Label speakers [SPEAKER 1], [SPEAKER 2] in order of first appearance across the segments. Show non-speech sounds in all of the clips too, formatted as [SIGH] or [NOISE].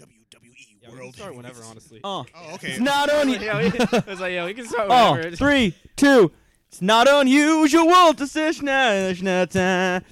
[SPEAKER 1] WWE
[SPEAKER 2] Yeah, we can
[SPEAKER 1] World.
[SPEAKER 2] start whenever, honestly.
[SPEAKER 3] Uh,
[SPEAKER 1] Oh, okay.
[SPEAKER 3] it's not on you.
[SPEAKER 2] yeah, we, I was like, yo, we can
[SPEAKER 3] [LAUGHS]
[SPEAKER 2] start
[SPEAKER 3] Oh,
[SPEAKER 2] whenever.
[SPEAKER 3] three, two. It's not unusual to say schna- schna- time.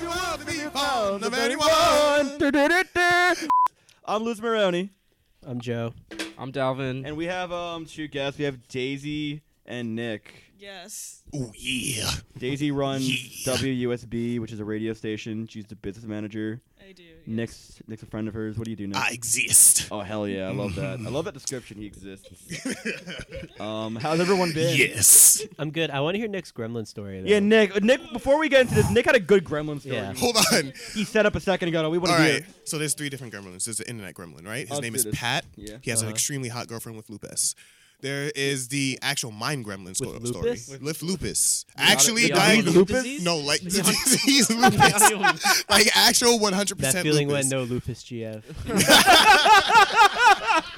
[SPEAKER 1] You ought to be fond of anyone.
[SPEAKER 3] I'm Luz Maroney,
[SPEAKER 4] I'm Joe.
[SPEAKER 2] I'm Dalvin.
[SPEAKER 3] and we have um two guests. We have Daisy and Nick.
[SPEAKER 5] Yes.
[SPEAKER 1] Oh yeah.
[SPEAKER 3] Daisy runs
[SPEAKER 1] Yeah.
[SPEAKER 3] WUSB, which is a radio station. She's the business manager.
[SPEAKER 5] I do. yes.
[SPEAKER 3] Nick's Nick's a friend of hers. What do you do, Nick?
[SPEAKER 1] I exist.
[SPEAKER 3] Oh hell yeah, I love that. I love that description. He exists.
[SPEAKER 1] [LAUGHS]
[SPEAKER 3] Um, how's everyone been?
[SPEAKER 1] yes.
[SPEAKER 4] I'm good. I want to hear Nick's gremlin story. Though.
[SPEAKER 3] Yeah, Nick. uh, Nick. Before we get into this, Nick had a good gremlin story.
[SPEAKER 4] Yeah.
[SPEAKER 1] Hold on.
[SPEAKER 3] He set up a second ago. We want
[SPEAKER 1] All
[SPEAKER 3] to hear.
[SPEAKER 1] right. So there's three different gremlins. There's the internet gremlin, right? His
[SPEAKER 3] I'll
[SPEAKER 1] name
[SPEAKER 3] do
[SPEAKER 1] is
[SPEAKER 3] this.
[SPEAKER 1] Pat.
[SPEAKER 3] Yeah.
[SPEAKER 1] He has an
[SPEAKER 4] Uh-huh.
[SPEAKER 1] extremely hot girlfriend with lupus. There is the actual mind gremlin sco-
[SPEAKER 4] With
[SPEAKER 1] story.
[SPEAKER 4] lupus?
[SPEAKER 1] With, lupus. Actually,
[SPEAKER 2] the
[SPEAKER 1] dying
[SPEAKER 2] autoimmune
[SPEAKER 3] lupus?
[SPEAKER 2] disease?
[SPEAKER 1] No, like the [LAUGHS] disease lupus. like actual 100%
[SPEAKER 4] That feeling
[SPEAKER 1] lupus.
[SPEAKER 4] when no lupus GF.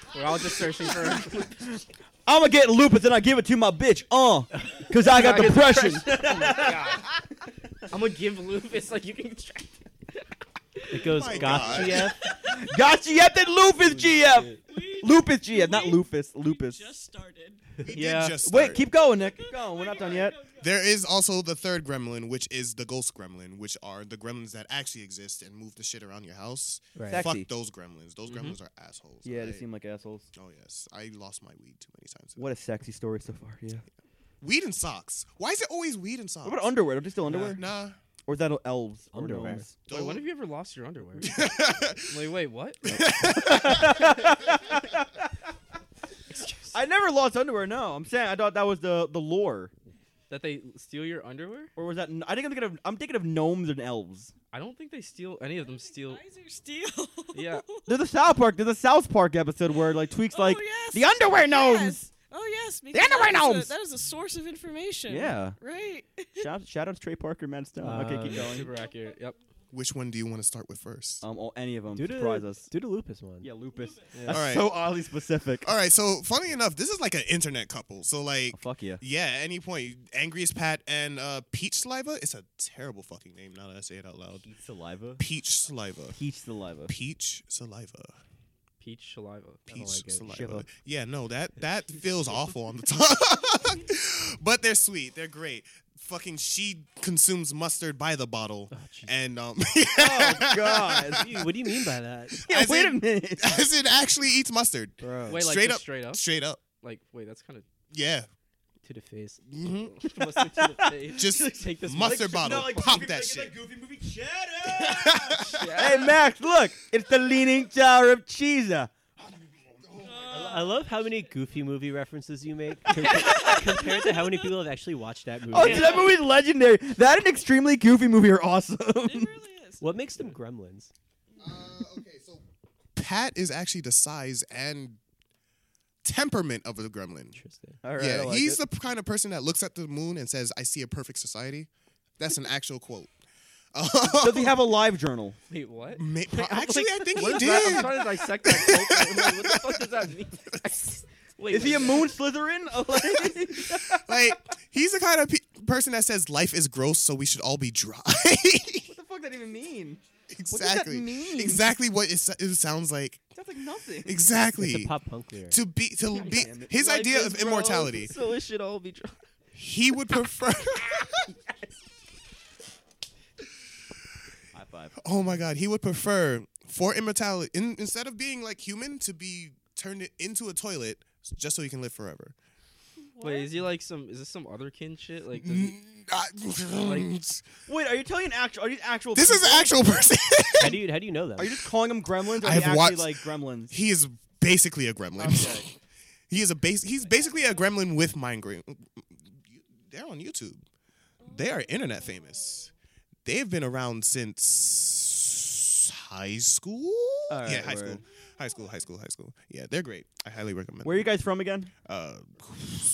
[SPEAKER 3] [LAUGHS]
[SPEAKER 2] We're all just searching for.
[SPEAKER 3] I'm gonna get lupus and I give it to my bitch. Uh, cause I
[SPEAKER 2] [LAUGHS]
[SPEAKER 3] got depression.
[SPEAKER 2] Oh I'm gonna give lupus like you can track.
[SPEAKER 4] It goes
[SPEAKER 1] My
[SPEAKER 4] goth
[SPEAKER 1] God.
[SPEAKER 4] GF.
[SPEAKER 3] got GF and lupus GF.
[SPEAKER 5] We,
[SPEAKER 3] Lupus GF, not
[SPEAKER 5] We-
[SPEAKER 3] lupus.
[SPEAKER 5] we
[SPEAKER 3] Lupus.
[SPEAKER 5] just started.
[SPEAKER 1] We did
[SPEAKER 4] Yeah.
[SPEAKER 1] just
[SPEAKER 3] Wait,
[SPEAKER 1] start.
[SPEAKER 3] keep going, Nick. Keep going. We're not done yet.
[SPEAKER 1] There is also the third gremlin, which is the ghost gremlin, which are the gremlins that actually exist and move the shit around your house.
[SPEAKER 4] Right.
[SPEAKER 3] Sexy. Mm-hmm.
[SPEAKER 1] Fuck those gremlins. Those gremlins are assholes.
[SPEAKER 3] Yeah, they
[SPEAKER 1] alright?
[SPEAKER 3] seem like assholes.
[SPEAKER 1] Oh yes, I lost my weed too many times.
[SPEAKER 3] What a sexy story so far. Yeah.
[SPEAKER 1] Weed and socks. Why is it always weed and socks?
[SPEAKER 3] What about underwear? Are they still
[SPEAKER 1] Nah,
[SPEAKER 3] underwear?
[SPEAKER 1] Nah.
[SPEAKER 3] Or is that elves? or
[SPEAKER 4] Underwear.
[SPEAKER 3] gnomes?
[SPEAKER 2] Wait, when have you ever lost your underwear?
[SPEAKER 1] Those-
[SPEAKER 2] like, [LAUGHS]
[SPEAKER 1] [LAUGHS]
[SPEAKER 2] wait, what?
[SPEAKER 3] I never lost underwear. No, I'm saying I thought that was the the lore,
[SPEAKER 2] That they steal your underwear?
[SPEAKER 3] or was that? I think I'm thinking of I'm thinking of gnomes and elves.
[SPEAKER 2] I don't think they steal any of them. Steal.
[SPEAKER 5] Advisor Steel.
[SPEAKER 2] [LAUGHS] Yeah.
[SPEAKER 3] There's a South Park. There's a South Park episode where like Tweak's
[SPEAKER 5] Oh,
[SPEAKER 3] like
[SPEAKER 5] yes.
[SPEAKER 3] the underwear gnomes.
[SPEAKER 5] Yes. Oh yes. The
[SPEAKER 3] underwear gnomes.
[SPEAKER 5] That is a source of information.
[SPEAKER 3] Yeah.
[SPEAKER 5] Right.
[SPEAKER 3] [LAUGHS] Shout, shout out to Trey Parker, Matt Stone. okay, keep
[SPEAKER 4] Um,
[SPEAKER 3] going.
[SPEAKER 2] Super accurate. Yep.
[SPEAKER 1] Which one do you want to start with first?
[SPEAKER 3] Um, or any of them
[SPEAKER 4] Do
[SPEAKER 3] surprise
[SPEAKER 4] the,
[SPEAKER 3] us.
[SPEAKER 4] do the lupus one.
[SPEAKER 3] Yeah, lupus.
[SPEAKER 1] All
[SPEAKER 3] That's
[SPEAKER 1] right.
[SPEAKER 3] so oddly specific.
[SPEAKER 1] All right. So funny enough, this is like an internet couple. So like.
[SPEAKER 3] Oh, fuck
[SPEAKER 1] [LAUGHS]
[SPEAKER 3] yeah.
[SPEAKER 1] Yeah, at any point, Angriest Pat and uh, Peach Saliva. It's a terrible fucking name now that I say it out loud.
[SPEAKER 3] Peach saliva.
[SPEAKER 1] Peach Saliva.
[SPEAKER 3] Peach saliva.
[SPEAKER 1] Peach Saliva.
[SPEAKER 2] Peach saliva.
[SPEAKER 1] Peach
[SPEAKER 4] like it.
[SPEAKER 1] Saliva.
[SPEAKER 3] Shiver.
[SPEAKER 1] Yeah, no, that that feels awful on the tongue. [LAUGHS] but they're sweet. They're great. Fucking she consumes mustard by the bottle, and um, [LAUGHS]
[SPEAKER 3] Oh god.
[SPEAKER 4] Dude, what do you mean by that?
[SPEAKER 3] yeah,
[SPEAKER 1] As
[SPEAKER 3] wait a
[SPEAKER 1] in-
[SPEAKER 3] minute.
[SPEAKER 1] [LAUGHS] as it actually eats mustard.
[SPEAKER 4] Bro.
[SPEAKER 2] Wait, like
[SPEAKER 1] Uh, Straight
[SPEAKER 2] just
[SPEAKER 1] up.
[SPEAKER 2] straight up.
[SPEAKER 1] Straight up.
[SPEAKER 2] Like, wait, that's kind of.
[SPEAKER 1] Yeah.
[SPEAKER 4] To the face.
[SPEAKER 1] hmm
[SPEAKER 3] [LAUGHS]
[SPEAKER 1] [LAUGHS]
[SPEAKER 2] Just
[SPEAKER 1] Just
[SPEAKER 2] [LAUGHS] take this
[SPEAKER 1] mustard
[SPEAKER 2] one.
[SPEAKER 1] bottle. Pop that shit.
[SPEAKER 3] goofy movie hey Max, look, it's the Leaning Tower of Cheesa.
[SPEAKER 4] I love how many goofy movie references you make compa- compared to how many people have actually watched that movie.
[SPEAKER 3] Oh, dude, that movie's legendary. That and extremely goofy movie are [LAUGHS] awesome.
[SPEAKER 5] It really is.
[SPEAKER 4] What makes them gremlins?
[SPEAKER 1] okay, so Pat is actually the size and temperament of a gremlin.
[SPEAKER 4] Interesting.
[SPEAKER 3] All right,
[SPEAKER 1] yeah,
[SPEAKER 3] I like
[SPEAKER 1] he's
[SPEAKER 3] it.
[SPEAKER 1] the kind of person that looks at the moon and says, "I see a perfect society." That's an actual quote. [LAUGHS]
[SPEAKER 3] Does he have a live journal?
[SPEAKER 2] Wait, what?
[SPEAKER 1] Ma- pro- actually, I think he
[SPEAKER 2] What is
[SPEAKER 1] did.
[SPEAKER 2] that? I'm trying to dissect that.
[SPEAKER 1] [LAUGHS]
[SPEAKER 2] quote. I'm like, what the fuck does that mean? Wait,
[SPEAKER 3] Is he a moon Slytherin? [LAUGHS]
[SPEAKER 1] Like, he's the kind of pe- person that says life is gross, so we should all be dry. [LAUGHS]
[SPEAKER 3] the fuck that even mean?
[SPEAKER 1] exactly.
[SPEAKER 3] What does that mean?
[SPEAKER 1] Exactly what it, so- it sounds like.
[SPEAKER 3] Sounds like nothing.
[SPEAKER 1] Exactly.
[SPEAKER 4] It's a pop punk lyric.
[SPEAKER 1] to be to be
[SPEAKER 3] damn it.
[SPEAKER 1] his
[SPEAKER 2] Life
[SPEAKER 1] idea
[SPEAKER 2] is
[SPEAKER 1] of
[SPEAKER 2] gross,
[SPEAKER 1] immortality.
[SPEAKER 2] [LAUGHS] So it should all be dry.
[SPEAKER 1] He would prefer.
[SPEAKER 3] High five.
[SPEAKER 1] oh my God, he would prefer for immortality in, instead of being like human to be turned into a toilet just so he can live forever.
[SPEAKER 2] Wait, is he like some? Is this some other kin shit? Like, does he-
[SPEAKER 1] Mm, I- [LAUGHS]
[SPEAKER 2] Like-
[SPEAKER 3] [LAUGHS] Wait, are you telling an actual? Are these actual?
[SPEAKER 1] this is an actual person. [LAUGHS]
[SPEAKER 4] How do you how do you know that?
[SPEAKER 3] Are you just calling them gremlins? Or are
[SPEAKER 1] I've
[SPEAKER 3] they actually
[SPEAKER 1] watched-
[SPEAKER 3] like gremlins?
[SPEAKER 1] he is basically a gremlin.
[SPEAKER 2] Okay.
[SPEAKER 1] [LAUGHS] he is a base. He's basically a gremlin with mind gremlin. They're on YouTube. They are internet famous. They've been around since high school.
[SPEAKER 3] All right,
[SPEAKER 1] yeah, high school.
[SPEAKER 3] word.
[SPEAKER 1] High school, high school, high school. Yeah, they're great. I highly recommend.
[SPEAKER 3] Where are
[SPEAKER 1] them.
[SPEAKER 3] you guys from again?
[SPEAKER 1] Uh, [LAUGHS]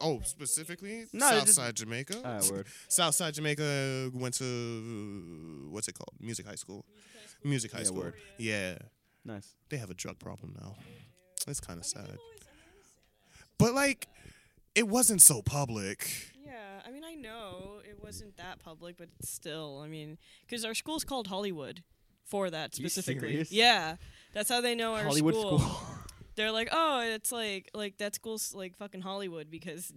[SPEAKER 1] oh, specifically
[SPEAKER 3] No,
[SPEAKER 1] Southside
[SPEAKER 3] just-
[SPEAKER 1] Jamaica.
[SPEAKER 3] Ah, word.
[SPEAKER 1] Southside Jamaica went to what's it called? Music High School. Music High
[SPEAKER 3] Yeah,
[SPEAKER 1] School.
[SPEAKER 3] word.
[SPEAKER 1] Yeah,
[SPEAKER 3] Nice.
[SPEAKER 1] they have a drug problem now. It's kind of sad. But like, it wasn't so public.
[SPEAKER 5] Yeah, I mean, I know it wasn't that public, but still, I mean, because our school's called Hollywood for that
[SPEAKER 3] You
[SPEAKER 5] specifically.
[SPEAKER 3] serious?
[SPEAKER 5] yeah, that's how they know our
[SPEAKER 3] Hollywood
[SPEAKER 5] school.
[SPEAKER 3] school.
[SPEAKER 5] [LAUGHS] They're like, oh, it's like like that school's like fucking Hollywood because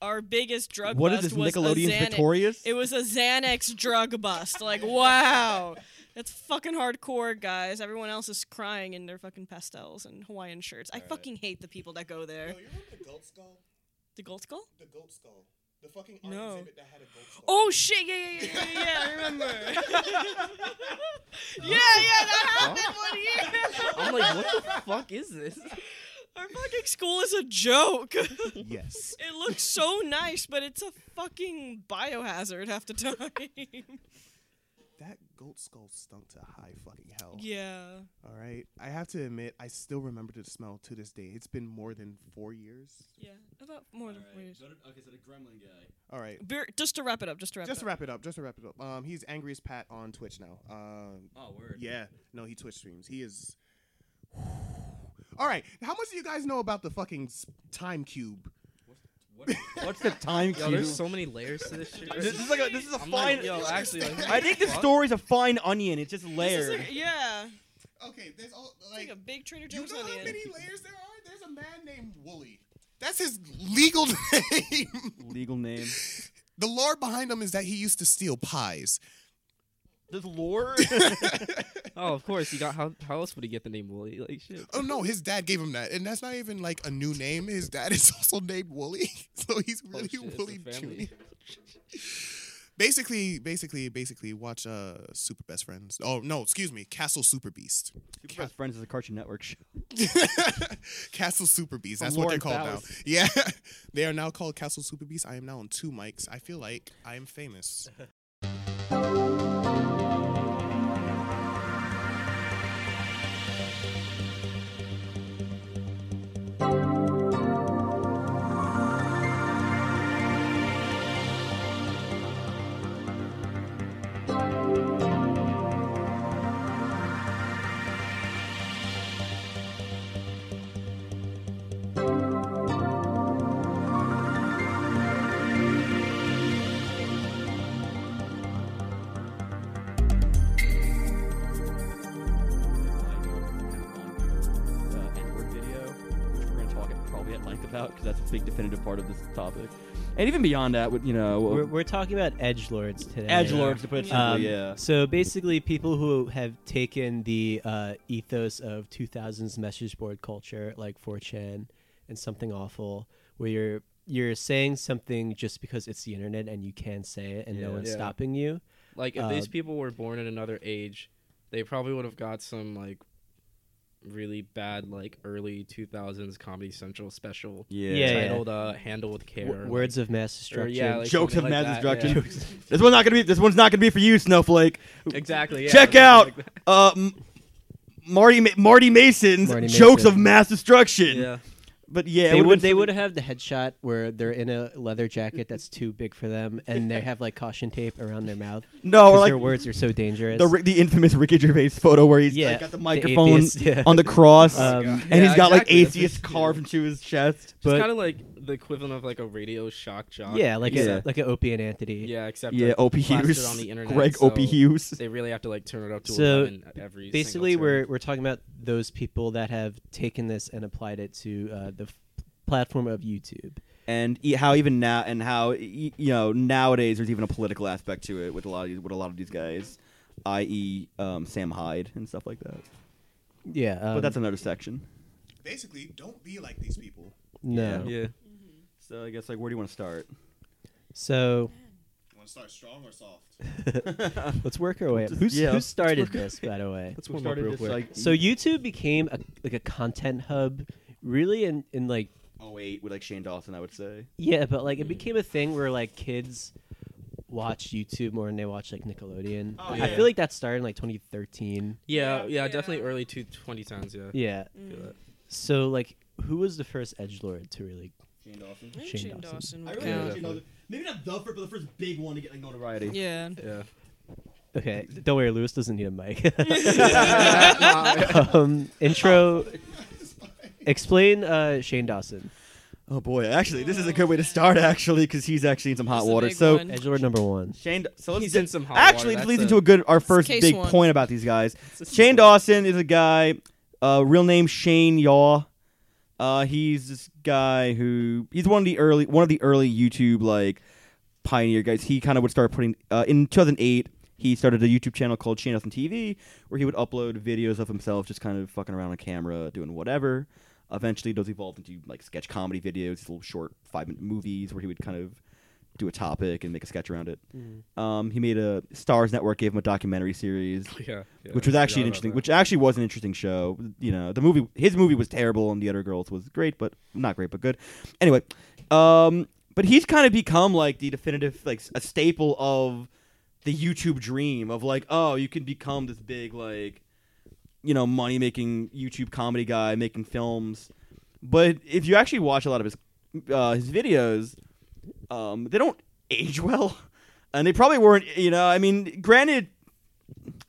[SPEAKER 5] our biggest drug
[SPEAKER 3] what is this?
[SPEAKER 5] bust was
[SPEAKER 3] Nickelodeon's
[SPEAKER 5] a Xanax.
[SPEAKER 3] Victorious?
[SPEAKER 5] It was a Xanax drug bust. Like, wow. That's fucking hardcore, guys. Everyone else is crying in their fucking pastels and Hawaiian shirts. I fucking hate the people that go there.
[SPEAKER 1] the goat skull?
[SPEAKER 5] The Gold Skull?
[SPEAKER 1] The goat skull. The fucking
[SPEAKER 5] art No. exhibit
[SPEAKER 1] that had a goat skull.
[SPEAKER 5] Oh shit! Yeah, yeah, yeah, yeah, yeah. I remember. yeah, yeah, that happened one year.
[SPEAKER 2] [LAUGHS] I'm like, what the fuck is this?
[SPEAKER 5] Our fucking school is a joke. [LAUGHS] it
[SPEAKER 1] Yes.
[SPEAKER 5] looks so nice, but it's a fucking biohazard half
[SPEAKER 3] [LAUGHS]
[SPEAKER 5] the time.
[SPEAKER 1] [LAUGHS] That goat skull stunk to high fucking hell.
[SPEAKER 5] yeah.
[SPEAKER 1] All right. I have to admit, I still remember the smell to this day. It's been more than four years.
[SPEAKER 5] Yeah. About more than four years.
[SPEAKER 6] Okay, so the gremlin guy.
[SPEAKER 1] All right.
[SPEAKER 5] Beer, just to wrap it up. Just to wrap.
[SPEAKER 1] Just
[SPEAKER 5] it
[SPEAKER 1] to
[SPEAKER 5] up.
[SPEAKER 1] wrap it up. Just to wrap it up. Um, he's angriest Pat on Twitch now. Um,
[SPEAKER 6] Oh, word.
[SPEAKER 1] yeah. No, he Twitch streams. He is. [SIGHS] All right. How much do you guys know about the fucking s- time cube?
[SPEAKER 6] What?
[SPEAKER 3] [LAUGHS] What's the time
[SPEAKER 2] Yo,
[SPEAKER 3] cube?
[SPEAKER 2] there's so many layers to this shit.
[SPEAKER 3] this is like a this is a
[SPEAKER 2] I'm
[SPEAKER 3] fine.
[SPEAKER 2] like,
[SPEAKER 3] [LAUGHS]
[SPEAKER 2] yo, actually, like,
[SPEAKER 3] I think the
[SPEAKER 2] fuck?
[SPEAKER 3] story's a fine onion. It's just
[SPEAKER 5] This is
[SPEAKER 3] layered.
[SPEAKER 5] like- yeah.
[SPEAKER 1] Okay. There's all
[SPEAKER 5] It's like a big Trader
[SPEAKER 1] You
[SPEAKER 5] Joe's
[SPEAKER 1] know how
[SPEAKER 5] onion.
[SPEAKER 1] many layers there are? There's a man named Wooly. That's his legal [LAUGHS] name.
[SPEAKER 3] Legal name.
[SPEAKER 1] the lore behind him is that he used to steal pies.
[SPEAKER 3] There's [LAUGHS] lore.
[SPEAKER 2] [LAUGHS] Oh, of course. He got how, how else would he get the name Wooly? Like shit.
[SPEAKER 1] Oh no, his dad gave him that, and that's not even like a new name. His dad is also named Wooly, [LAUGHS] so he's
[SPEAKER 2] Oh,
[SPEAKER 1] really
[SPEAKER 2] shit, it's a
[SPEAKER 1] Wooly Junior.
[SPEAKER 2] family.
[SPEAKER 1] Basically, basically, basically, watch uh Super Best Friends. Oh no, excuse me, Castle Super Beast.
[SPEAKER 3] Super Best Friends is a Cartoon Network show.
[SPEAKER 1] [LAUGHS] Castle Super Beast.
[SPEAKER 3] From
[SPEAKER 1] That's what they're
[SPEAKER 3] Lawrence
[SPEAKER 1] called now.
[SPEAKER 3] Bowers.
[SPEAKER 1] [LAUGHS] Yeah, they are now called Castle Super Beast. I am now on two mics. I feel like I am famous.
[SPEAKER 2] About because that's a big definitive part of this topic.
[SPEAKER 3] And even beyond that, with you know,
[SPEAKER 4] We're, we're talking about edge lords today.
[SPEAKER 3] edge lords to put it simply.
[SPEAKER 4] Um,
[SPEAKER 3] yeah.
[SPEAKER 4] So basically, people who have taken the uh, ethos of 2000s message board culture, like 4chan and something awful, where you're you're saying something just because it's the internet and you can say it and no
[SPEAKER 2] Yeah.
[SPEAKER 4] one's
[SPEAKER 2] Yeah.
[SPEAKER 4] stopping you.
[SPEAKER 2] Like, if
[SPEAKER 4] Uh,
[SPEAKER 2] these people were born at another age, they probably would have got some like really bad like early 2000s Comedy Central special
[SPEAKER 3] Yeah.
[SPEAKER 4] Yeah, yeah.
[SPEAKER 2] titled uh, "Handle with Care."
[SPEAKER 4] W- words of mass
[SPEAKER 2] or,
[SPEAKER 4] destruction.
[SPEAKER 2] yeah, like
[SPEAKER 3] Jokes
[SPEAKER 2] something
[SPEAKER 3] of
[SPEAKER 2] like
[SPEAKER 3] mass
[SPEAKER 2] that, yeah.
[SPEAKER 3] destruction. [LAUGHS] This one's not gonna be. This one's not gonna be for you, Snowflake.
[SPEAKER 2] [LAUGHS] Exactly. Yeah,
[SPEAKER 3] Check
[SPEAKER 2] something
[SPEAKER 3] out
[SPEAKER 2] like that.
[SPEAKER 3] uh, M- Marty Ma- Marty Mason's
[SPEAKER 4] Marty
[SPEAKER 3] jokes
[SPEAKER 4] Mason.
[SPEAKER 3] of mass destruction.
[SPEAKER 2] yeah.
[SPEAKER 3] But yeah,
[SPEAKER 4] they
[SPEAKER 3] it
[SPEAKER 4] would
[SPEAKER 3] would've
[SPEAKER 4] they
[SPEAKER 3] been-
[SPEAKER 4] would have the headshot where they're in a leather jacket that's too big for them and
[SPEAKER 3] [LAUGHS]
[SPEAKER 4] they have like caution tape around their mouth
[SPEAKER 3] no,
[SPEAKER 4] 'cause
[SPEAKER 3] or like
[SPEAKER 4] their words are so dangerous.
[SPEAKER 3] the Ri- the infamous Ricky Gervais photo where he's
[SPEAKER 4] Yeah,
[SPEAKER 3] like, got the
[SPEAKER 4] the
[SPEAKER 3] microphone
[SPEAKER 4] atheist, yeah.
[SPEAKER 3] on the cross, and
[SPEAKER 4] Um,
[SPEAKER 2] Oh Yeah,
[SPEAKER 3] he's got
[SPEAKER 2] exactly,
[SPEAKER 3] like
[SPEAKER 2] that's
[SPEAKER 3] atheist
[SPEAKER 2] just-
[SPEAKER 3] carved into his chest.
[SPEAKER 2] It's
[SPEAKER 4] but
[SPEAKER 2] kind of like the equivalent of like a radio shock jock.
[SPEAKER 4] yeah, like
[SPEAKER 3] Yeah.
[SPEAKER 4] a, like an Opie and Anthony.
[SPEAKER 2] yeah, except
[SPEAKER 3] Yeah,
[SPEAKER 2] that's
[SPEAKER 3] Opie
[SPEAKER 2] plastered
[SPEAKER 3] Hughes,
[SPEAKER 2] on the internet,
[SPEAKER 3] Greg
[SPEAKER 2] so
[SPEAKER 3] Opie Hughes.
[SPEAKER 2] They really have to like turn it up to
[SPEAKER 4] So,
[SPEAKER 2] 11 at every. single
[SPEAKER 4] basically
[SPEAKER 2] turn.
[SPEAKER 4] we're, we're talking about those people that have taken this and applied it to uh, the f- platform of youtube
[SPEAKER 3] and e- how even now and how e- you know nowadays there's even a political aspect to it with a lot of these, with a lot of these guys, i.e. Um, Sam Hyde and stuff like that.
[SPEAKER 4] yeah um,
[SPEAKER 3] but that's another section.
[SPEAKER 1] Basically, don't be like these people.
[SPEAKER 4] no
[SPEAKER 2] yeah.
[SPEAKER 5] Mm-hmm.
[SPEAKER 3] So I guess like where do you want to start?
[SPEAKER 4] so
[SPEAKER 1] Want to start strong or
[SPEAKER 4] [LAUGHS]
[SPEAKER 1] soft?
[SPEAKER 4] let's work our way up
[SPEAKER 3] Just-
[SPEAKER 4] who's,
[SPEAKER 3] yeah,
[SPEAKER 4] who
[SPEAKER 3] let's
[SPEAKER 4] [LAUGHS] started
[SPEAKER 3] work our
[SPEAKER 4] this by the way
[SPEAKER 2] Let's warm up real quick.
[SPEAKER 4] so youtube became a, like a content hub really in, in like
[SPEAKER 3] oh eight with like Shane Dawson, I would say.
[SPEAKER 2] Mm.
[SPEAKER 4] yeah but like it became a thing where like kids watch YouTube more than they watch like Nickelodeon.
[SPEAKER 3] Oh,
[SPEAKER 4] I
[SPEAKER 3] yeah.
[SPEAKER 4] feel like that started in like 2013.
[SPEAKER 2] Yeah,
[SPEAKER 5] Yeah,
[SPEAKER 2] yeah,
[SPEAKER 5] yeah. Mm.
[SPEAKER 2] definitely early two 2010s. Yeah.
[SPEAKER 4] Yeah.
[SPEAKER 2] Feel that.
[SPEAKER 4] So like, who was the first Edge Lord to really?
[SPEAKER 3] Shane Dawson.
[SPEAKER 5] Shane,
[SPEAKER 4] Shane
[SPEAKER 5] Dawson.
[SPEAKER 4] Dawson.
[SPEAKER 3] I
[SPEAKER 5] would
[SPEAKER 3] really
[SPEAKER 2] Yeah,
[SPEAKER 3] like
[SPEAKER 5] count.
[SPEAKER 3] Shane Dawson. Maybe not the first, but the first big one to get like notoriety.
[SPEAKER 5] Yeah.
[SPEAKER 2] Yeah.
[SPEAKER 4] Okay, don't worry, Lewis doesn't need a mic. [LAUGHS]
[SPEAKER 2] Yeah.
[SPEAKER 4] um,
[SPEAKER 3] [LAUGHS]
[SPEAKER 4] intro. Explain uh, Shane Dawson,
[SPEAKER 3] Oh boy, actually, this is a good way to start actually because he's actually in some hot
[SPEAKER 5] That's the
[SPEAKER 3] water.
[SPEAKER 5] big
[SPEAKER 3] So
[SPEAKER 5] one.
[SPEAKER 4] Edge Lord number one.
[SPEAKER 3] Shane, so let's
[SPEAKER 2] He's
[SPEAKER 3] di-
[SPEAKER 2] in some hot water,
[SPEAKER 3] actually this
[SPEAKER 2] that's
[SPEAKER 3] leads
[SPEAKER 2] a-
[SPEAKER 3] into a good our first
[SPEAKER 5] case
[SPEAKER 3] big
[SPEAKER 5] one.
[SPEAKER 3] point about these guys. Shane Dawson is a guy, uh, real name Shane Yaw. Uh, he's this guy who he's one of the early one of the early YouTube like pioneer guys. He kind of would start putting uh, in 2008. He started a YouTube channel called Shane Dawson TV, where he would upload videos of himself just kind of fucking around on camera, doing whatever. Eventually, those evolved into like sketch comedy videos, these little short five minute movies where he would kind of do a topic and make a sketch around it. Um, he made a Stars Network gave him a documentary series
[SPEAKER 2] [LAUGHS] yeah,
[SPEAKER 3] which was actually an interesting, which actually was an interesting show. You know, the movie, his movie was terrible, and the other girls was great, but not great, but good. Anyway, um, but he's kind of become like the definitive, like a staple of the YouTube dream of like, oh, you can become this big, like, you know, money making YouTube comedy guy making films. But if you actually watch a lot of his uh, his videos, um, they don't age well, [LAUGHS] and they probably weren't. You know, I mean, granted,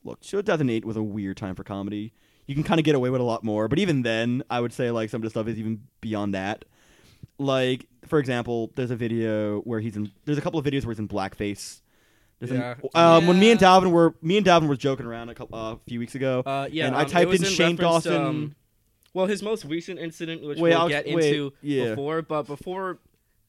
[SPEAKER 3] look, 2008 was a weird time for comedy. You can kind of get away with a lot more, but even then, I would say like some of the stuff is even beyond that. Like, for example, there's a video where he's in. There's a couple of videos where he's in blackface. There's an-
[SPEAKER 2] Yeah.
[SPEAKER 3] um, When me and
[SPEAKER 5] Yeah.
[SPEAKER 3] Dalvin were me and Dalvin were joking around a couple uh, a few weeks ago.
[SPEAKER 2] Uh, yeah,
[SPEAKER 3] and
[SPEAKER 2] um,
[SPEAKER 3] I
[SPEAKER 2] it
[SPEAKER 3] typed
[SPEAKER 2] was
[SPEAKER 3] in Shane
[SPEAKER 2] reference,
[SPEAKER 3] Dawson.
[SPEAKER 2] um, well, his most recent incident, which
[SPEAKER 3] Wait,
[SPEAKER 2] we'll
[SPEAKER 3] I'll-
[SPEAKER 2] get
[SPEAKER 3] wait,
[SPEAKER 2] into
[SPEAKER 3] yeah.
[SPEAKER 2] before, but before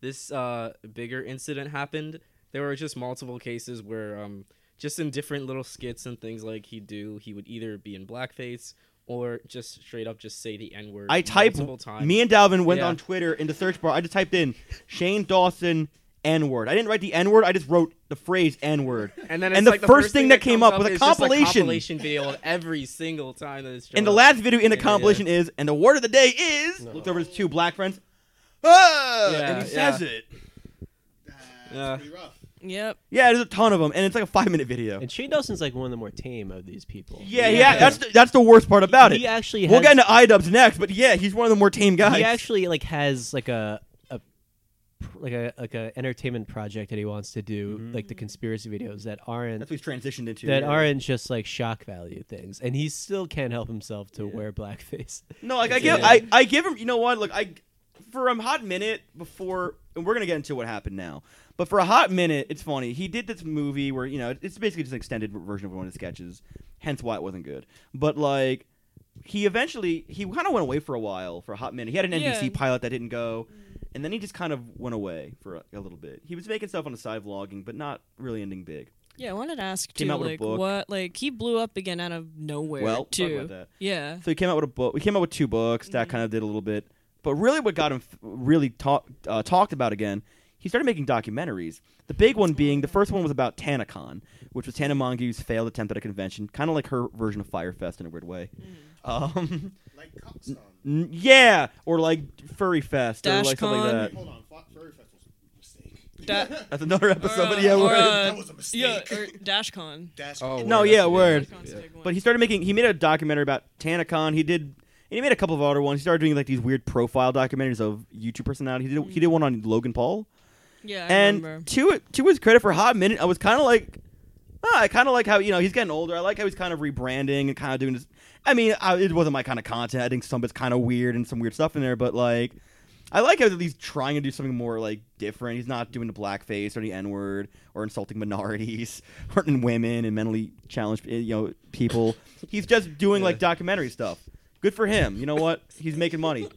[SPEAKER 2] this uh, bigger incident happened, there were just multiple cases where, um, just in different little skits and things like he do, he would either be in blackface or just straight up just say the n word.
[SPEAKER 3] I typed
[SPEAKER 2] multiple times.
[SPEAKER 3] me and Dalvin went
[SPEAKER 2] Yeah.
[SPEAKER 3] on Twitter in the search bar. I just typed in Shane Dawson N word. I didn't write the N word. I just wrote the phrase N word.
[SPEAKER 2] [LAUGHS] and then
[SPEAKER 3] and
[SPEAKER 2] it's
[SPEAKER 3] the
[SPEAKER 2] like
[SPEAKER 3] first thing that came
[SPEAKER 2] comes
[SPEAKER 3] up was a
[SPEAKER 2] is just
[SPEAKER 3] compilation.
[SPEAKER 2] compilation video of every single time that it's
[SPEAKER 3] And
[SPEAKER 2] shown
[SPEAKER 3] the
[SPEAKER 2] up.
[SPEAKER 3] last video in the
[SPEAKER 2] Yeah, yeah.
[SPEAKER 3] compilation is, and the word of the day is. Looked over his two black friends. [LAUGHS] Ah!
[SPEAKER 2] Yeah,
[SPEAKER 3] and he
[SPEAKER 2] yeah.
[SPEAKER 3] says it.
[SPEAKER 1] That's
[SPEAKER 2] Yeah.
[SPEAKER 1] pretty rough.
[SPEAKER 5] Yep.
[SPEAKER 3] Yeah, there's a ton of them, and it's like a five minute video.
[SPEAKER 4] And Shane Dawson's like one of the more tame of these people.
[SPEAKER 3] yeah,
[SPEAKER 5] Yeah.
[SPEAKER 3] yeah, that's the, that's the worst part about
[SPEAKER 4] he
[SPEAKER 3] it.
[SPEAKER 4] actually
[SPEAKER 3] We'll
[SPEAKER 4] has,
[SPEAKER 3] get into iDubbbz next, but yeah, he's one of the more tame guys.
[SPEAKER 4] he actually like has like a a like a like a entertainment project that he wants to do, like the conspiracy videos that aren't
[SPEAKER 3] Mm-hmm. that's what he's transitioned into.
[SPEAKER 4] that
[SPEAKER 3] yeah.
[SPEAKER 4] aren't just like shock value things, and he still can't help himself to wear blackface.
[SPEAKER 3] No, like I
[SPEAKER 2] Yeah.
[SPEAKER 3] give I, I give him you know what? Look, I for a hot minute before and we're gonna get into what happened now. But for a hot minute, it's funny. He did this movie where, you know, it's basically just an extended version of one of the sketches, hence why it wasn't good. But like he eventually he kind of went away for a while for a hot minute. He had an NBC
[SPEAKER 5] Yeah.
[SPEAKER 3] pilot that didn't go, and then he just kind of went away for a, a little bit. He was making stuff on the side vlogging, but not really ending big.
[SPEAKER 5] Yeah, I wanted to ask
[SPEAKER 3] Came
[SPEAKER 5] too,
[SPEAKER 3] out with a
[SPEAKER 5] like
[SPEAKER 3] book.
[SPEAKER 5] what, like he blew up again out of nowhere
[SPEAKER 3] Well, talk
[SPEAKER 5] too.
[SPEAKER 3] about that.
[SPEAKER 5] Yeah. Mm-hmm.
[SPEAKER 3] So he came out with a book. We came out with two books. That kind of did a little bit. But really, what got him f- really talk, uh, talked about again, he started making documentaries. The big one being the first one was about TanaCon, which was Tana Mongeau's failed attempt at a convention, kind of like her version of Firefest in a weird way.
[SPEAKER 5] Mm.
[SPEAKER 3] Um,
[SPEAKER 1] Like
[SPEAKER 3] [LAUGHS]
[SPEAKER 1] Coxon.
[SPEAKER 3] n- yeah, or like Furry Fest or like something like
[SPEAKER 5] Dashcon.
[SPEAKER 3] that.
[SPEAKER 1] Hold on, Fo- Furry Fest was a mistake. [LAUGHS]
[SPEAKER 5] Da-
[SPEAKER 3] That's another episode. but yeah,
[SPEAKER 5] or,
[SPEAKER 3] word.
[SPEAKER 5] uh,
[SPEAKER 1] that was a mistake.
[SPEAKER 5] yeah,
[SPEAKER 1] [LAUGHS]
[SPEAKER 5] or Dashcon.
[SPEAKER 1] Dash
[SPEAKER 2] Oh,
[SPEAKER 3] No,
[SPEAKER 2] word,
[SPEAKER 3] yeah,
[SPEAKER 2] that's a big
[SPEAKER 3] word.
[SPEAKER 2] one.
[SPEAKER 5] Dashcon's a
[SPEAKER 2] Yeah.
[SPEAKER 5] big one.
[SPEAKER 3] But he started making. He made a documentary about TanaCon. He did, and he made a couple of other ones. He started doing like these weird profile documentaries of YouTube personalities. He did, he did one on Logan Paul.
[SPEAKER 5] yeah, I remember.
[SPEAKER 3] and to to his credit, for a hot minute, I was kind of like, ah, I kind of like how you know he's getting older. I like how he's kind of rebranding and kind of doing this. I mean, I, it wasn't my kind of content. I think some of it's kind of weird and some weird stuff in there, but like, I like how he's at least trying to do something more like different. He's not doing the blackface or the n word or insulting minorities, [LAUGHS] hurting women and mentally challenged eh, you know people. he's just doing like documentary stuff. Good for him. You know what? He's making money.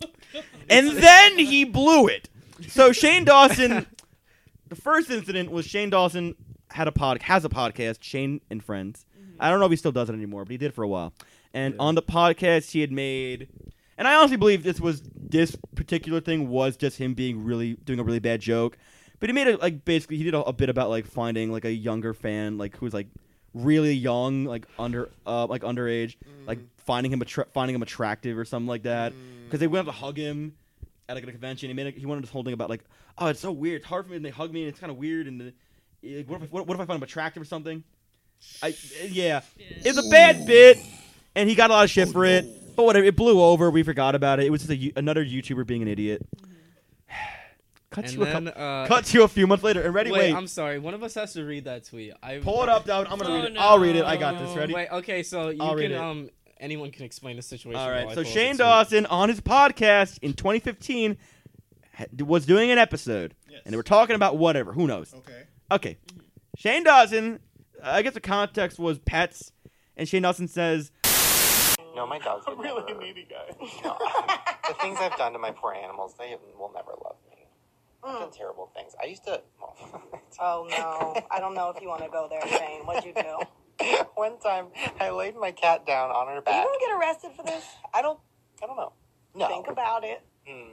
[SPEAKER 3] And then he blew it. So Shane Dawson the first incident was Shane Dawson had a pod has a podcast, Shane and Friends. I don't know if he still does it anymore, but he did for a while. And
[SPEAKER 2] Yeah.
[SPEAKER 3] on the podcast, he had made, and I honestly believe this was this particular thing was just him being really doing a really bad joke. But he made it like basically he did a, a bit about like finding like a younger fan like who's like really young like under uh like underage like finding him attra- finding him attractive or something like that because they went up to hug him at like a convention. He made a, he wanted this whole thing about like, oh, it's so weird. It's hard for me. And they hug me, and it's kind of weird. And the, like, what, if, what, what if I find him attractive or something? I yeah,
[SPEAKER 5] Yeah.
[SPEAKER 3] it's a bad bit, and he got a lot of shit for it. But whatever, it blew over. We forgot about it. It was just a, you- another YouTuber being an idiot. cut
[SPEAKER 2] And
[SPEAKER 3] you a couple,
[SPEAKER 2] then, uh,
[SPEAKER 3] cut you a few months later. And ready,
[SPEAKER 2] wait,
[SPEAKER 3] wait,
[SPEAKER 2] I'm sorry. One of us has to read that tweet. I
[SPEAKER 3] pull it up, Dowd. I'm gonna
[SPEAKER 5] Oh,
[SPEAKER 3] read it.
[SPEAKER 5] no.
[SPEAKER 3] I'll read it. I got this. Ready?
[SPEAKER 2] Wait, okay, so you
[SPEAKER 3] I'll read
[SPEAKER 2] can
[SPEAKER 3] it.
[SPEAKER 2] um anyone can explain the situation.
[SPEAKER 3] All
[SPEAKER 2] while
[SPEAKER 3] right.
[SPEAKER 2] I
[SPEAKER 3] So
[SPEAKER 2] pull up
[SPEAKER 3] Shane
[SPEAKER 2] the tweet.
[SPEAKER 3] Dawson on his podcast in 2015 ha- was doing an episode,
[SPEAKER 1] Yes.
[SPEAKER 3] and they were talking about whatever. Who knows?
[SPEAKER 1] Okay.
[SPEAKER 3] Okay. Shane Dawson, I guess the context was pets, and Shane Dawson says,
[SPEAKER 7] No, my dogs. I'm really never, needy guy. the things I've done to my poor animals, they will never love me. I've done terrible things. I used to. Well,
[SPEAKER 8] Mm. Oh no, I don't know if you want to go there, Shane. What'd you do? You
[SPEAKER 7] [LAUGHS] one time, I laid my cat down on her back.
[SPEAKER 8] gonna get arrested for this?
[SPEAKER 7] I don't. I don't know. No.
[SPEAKER 8] Think about it.
[SPEAKER 7] Mm,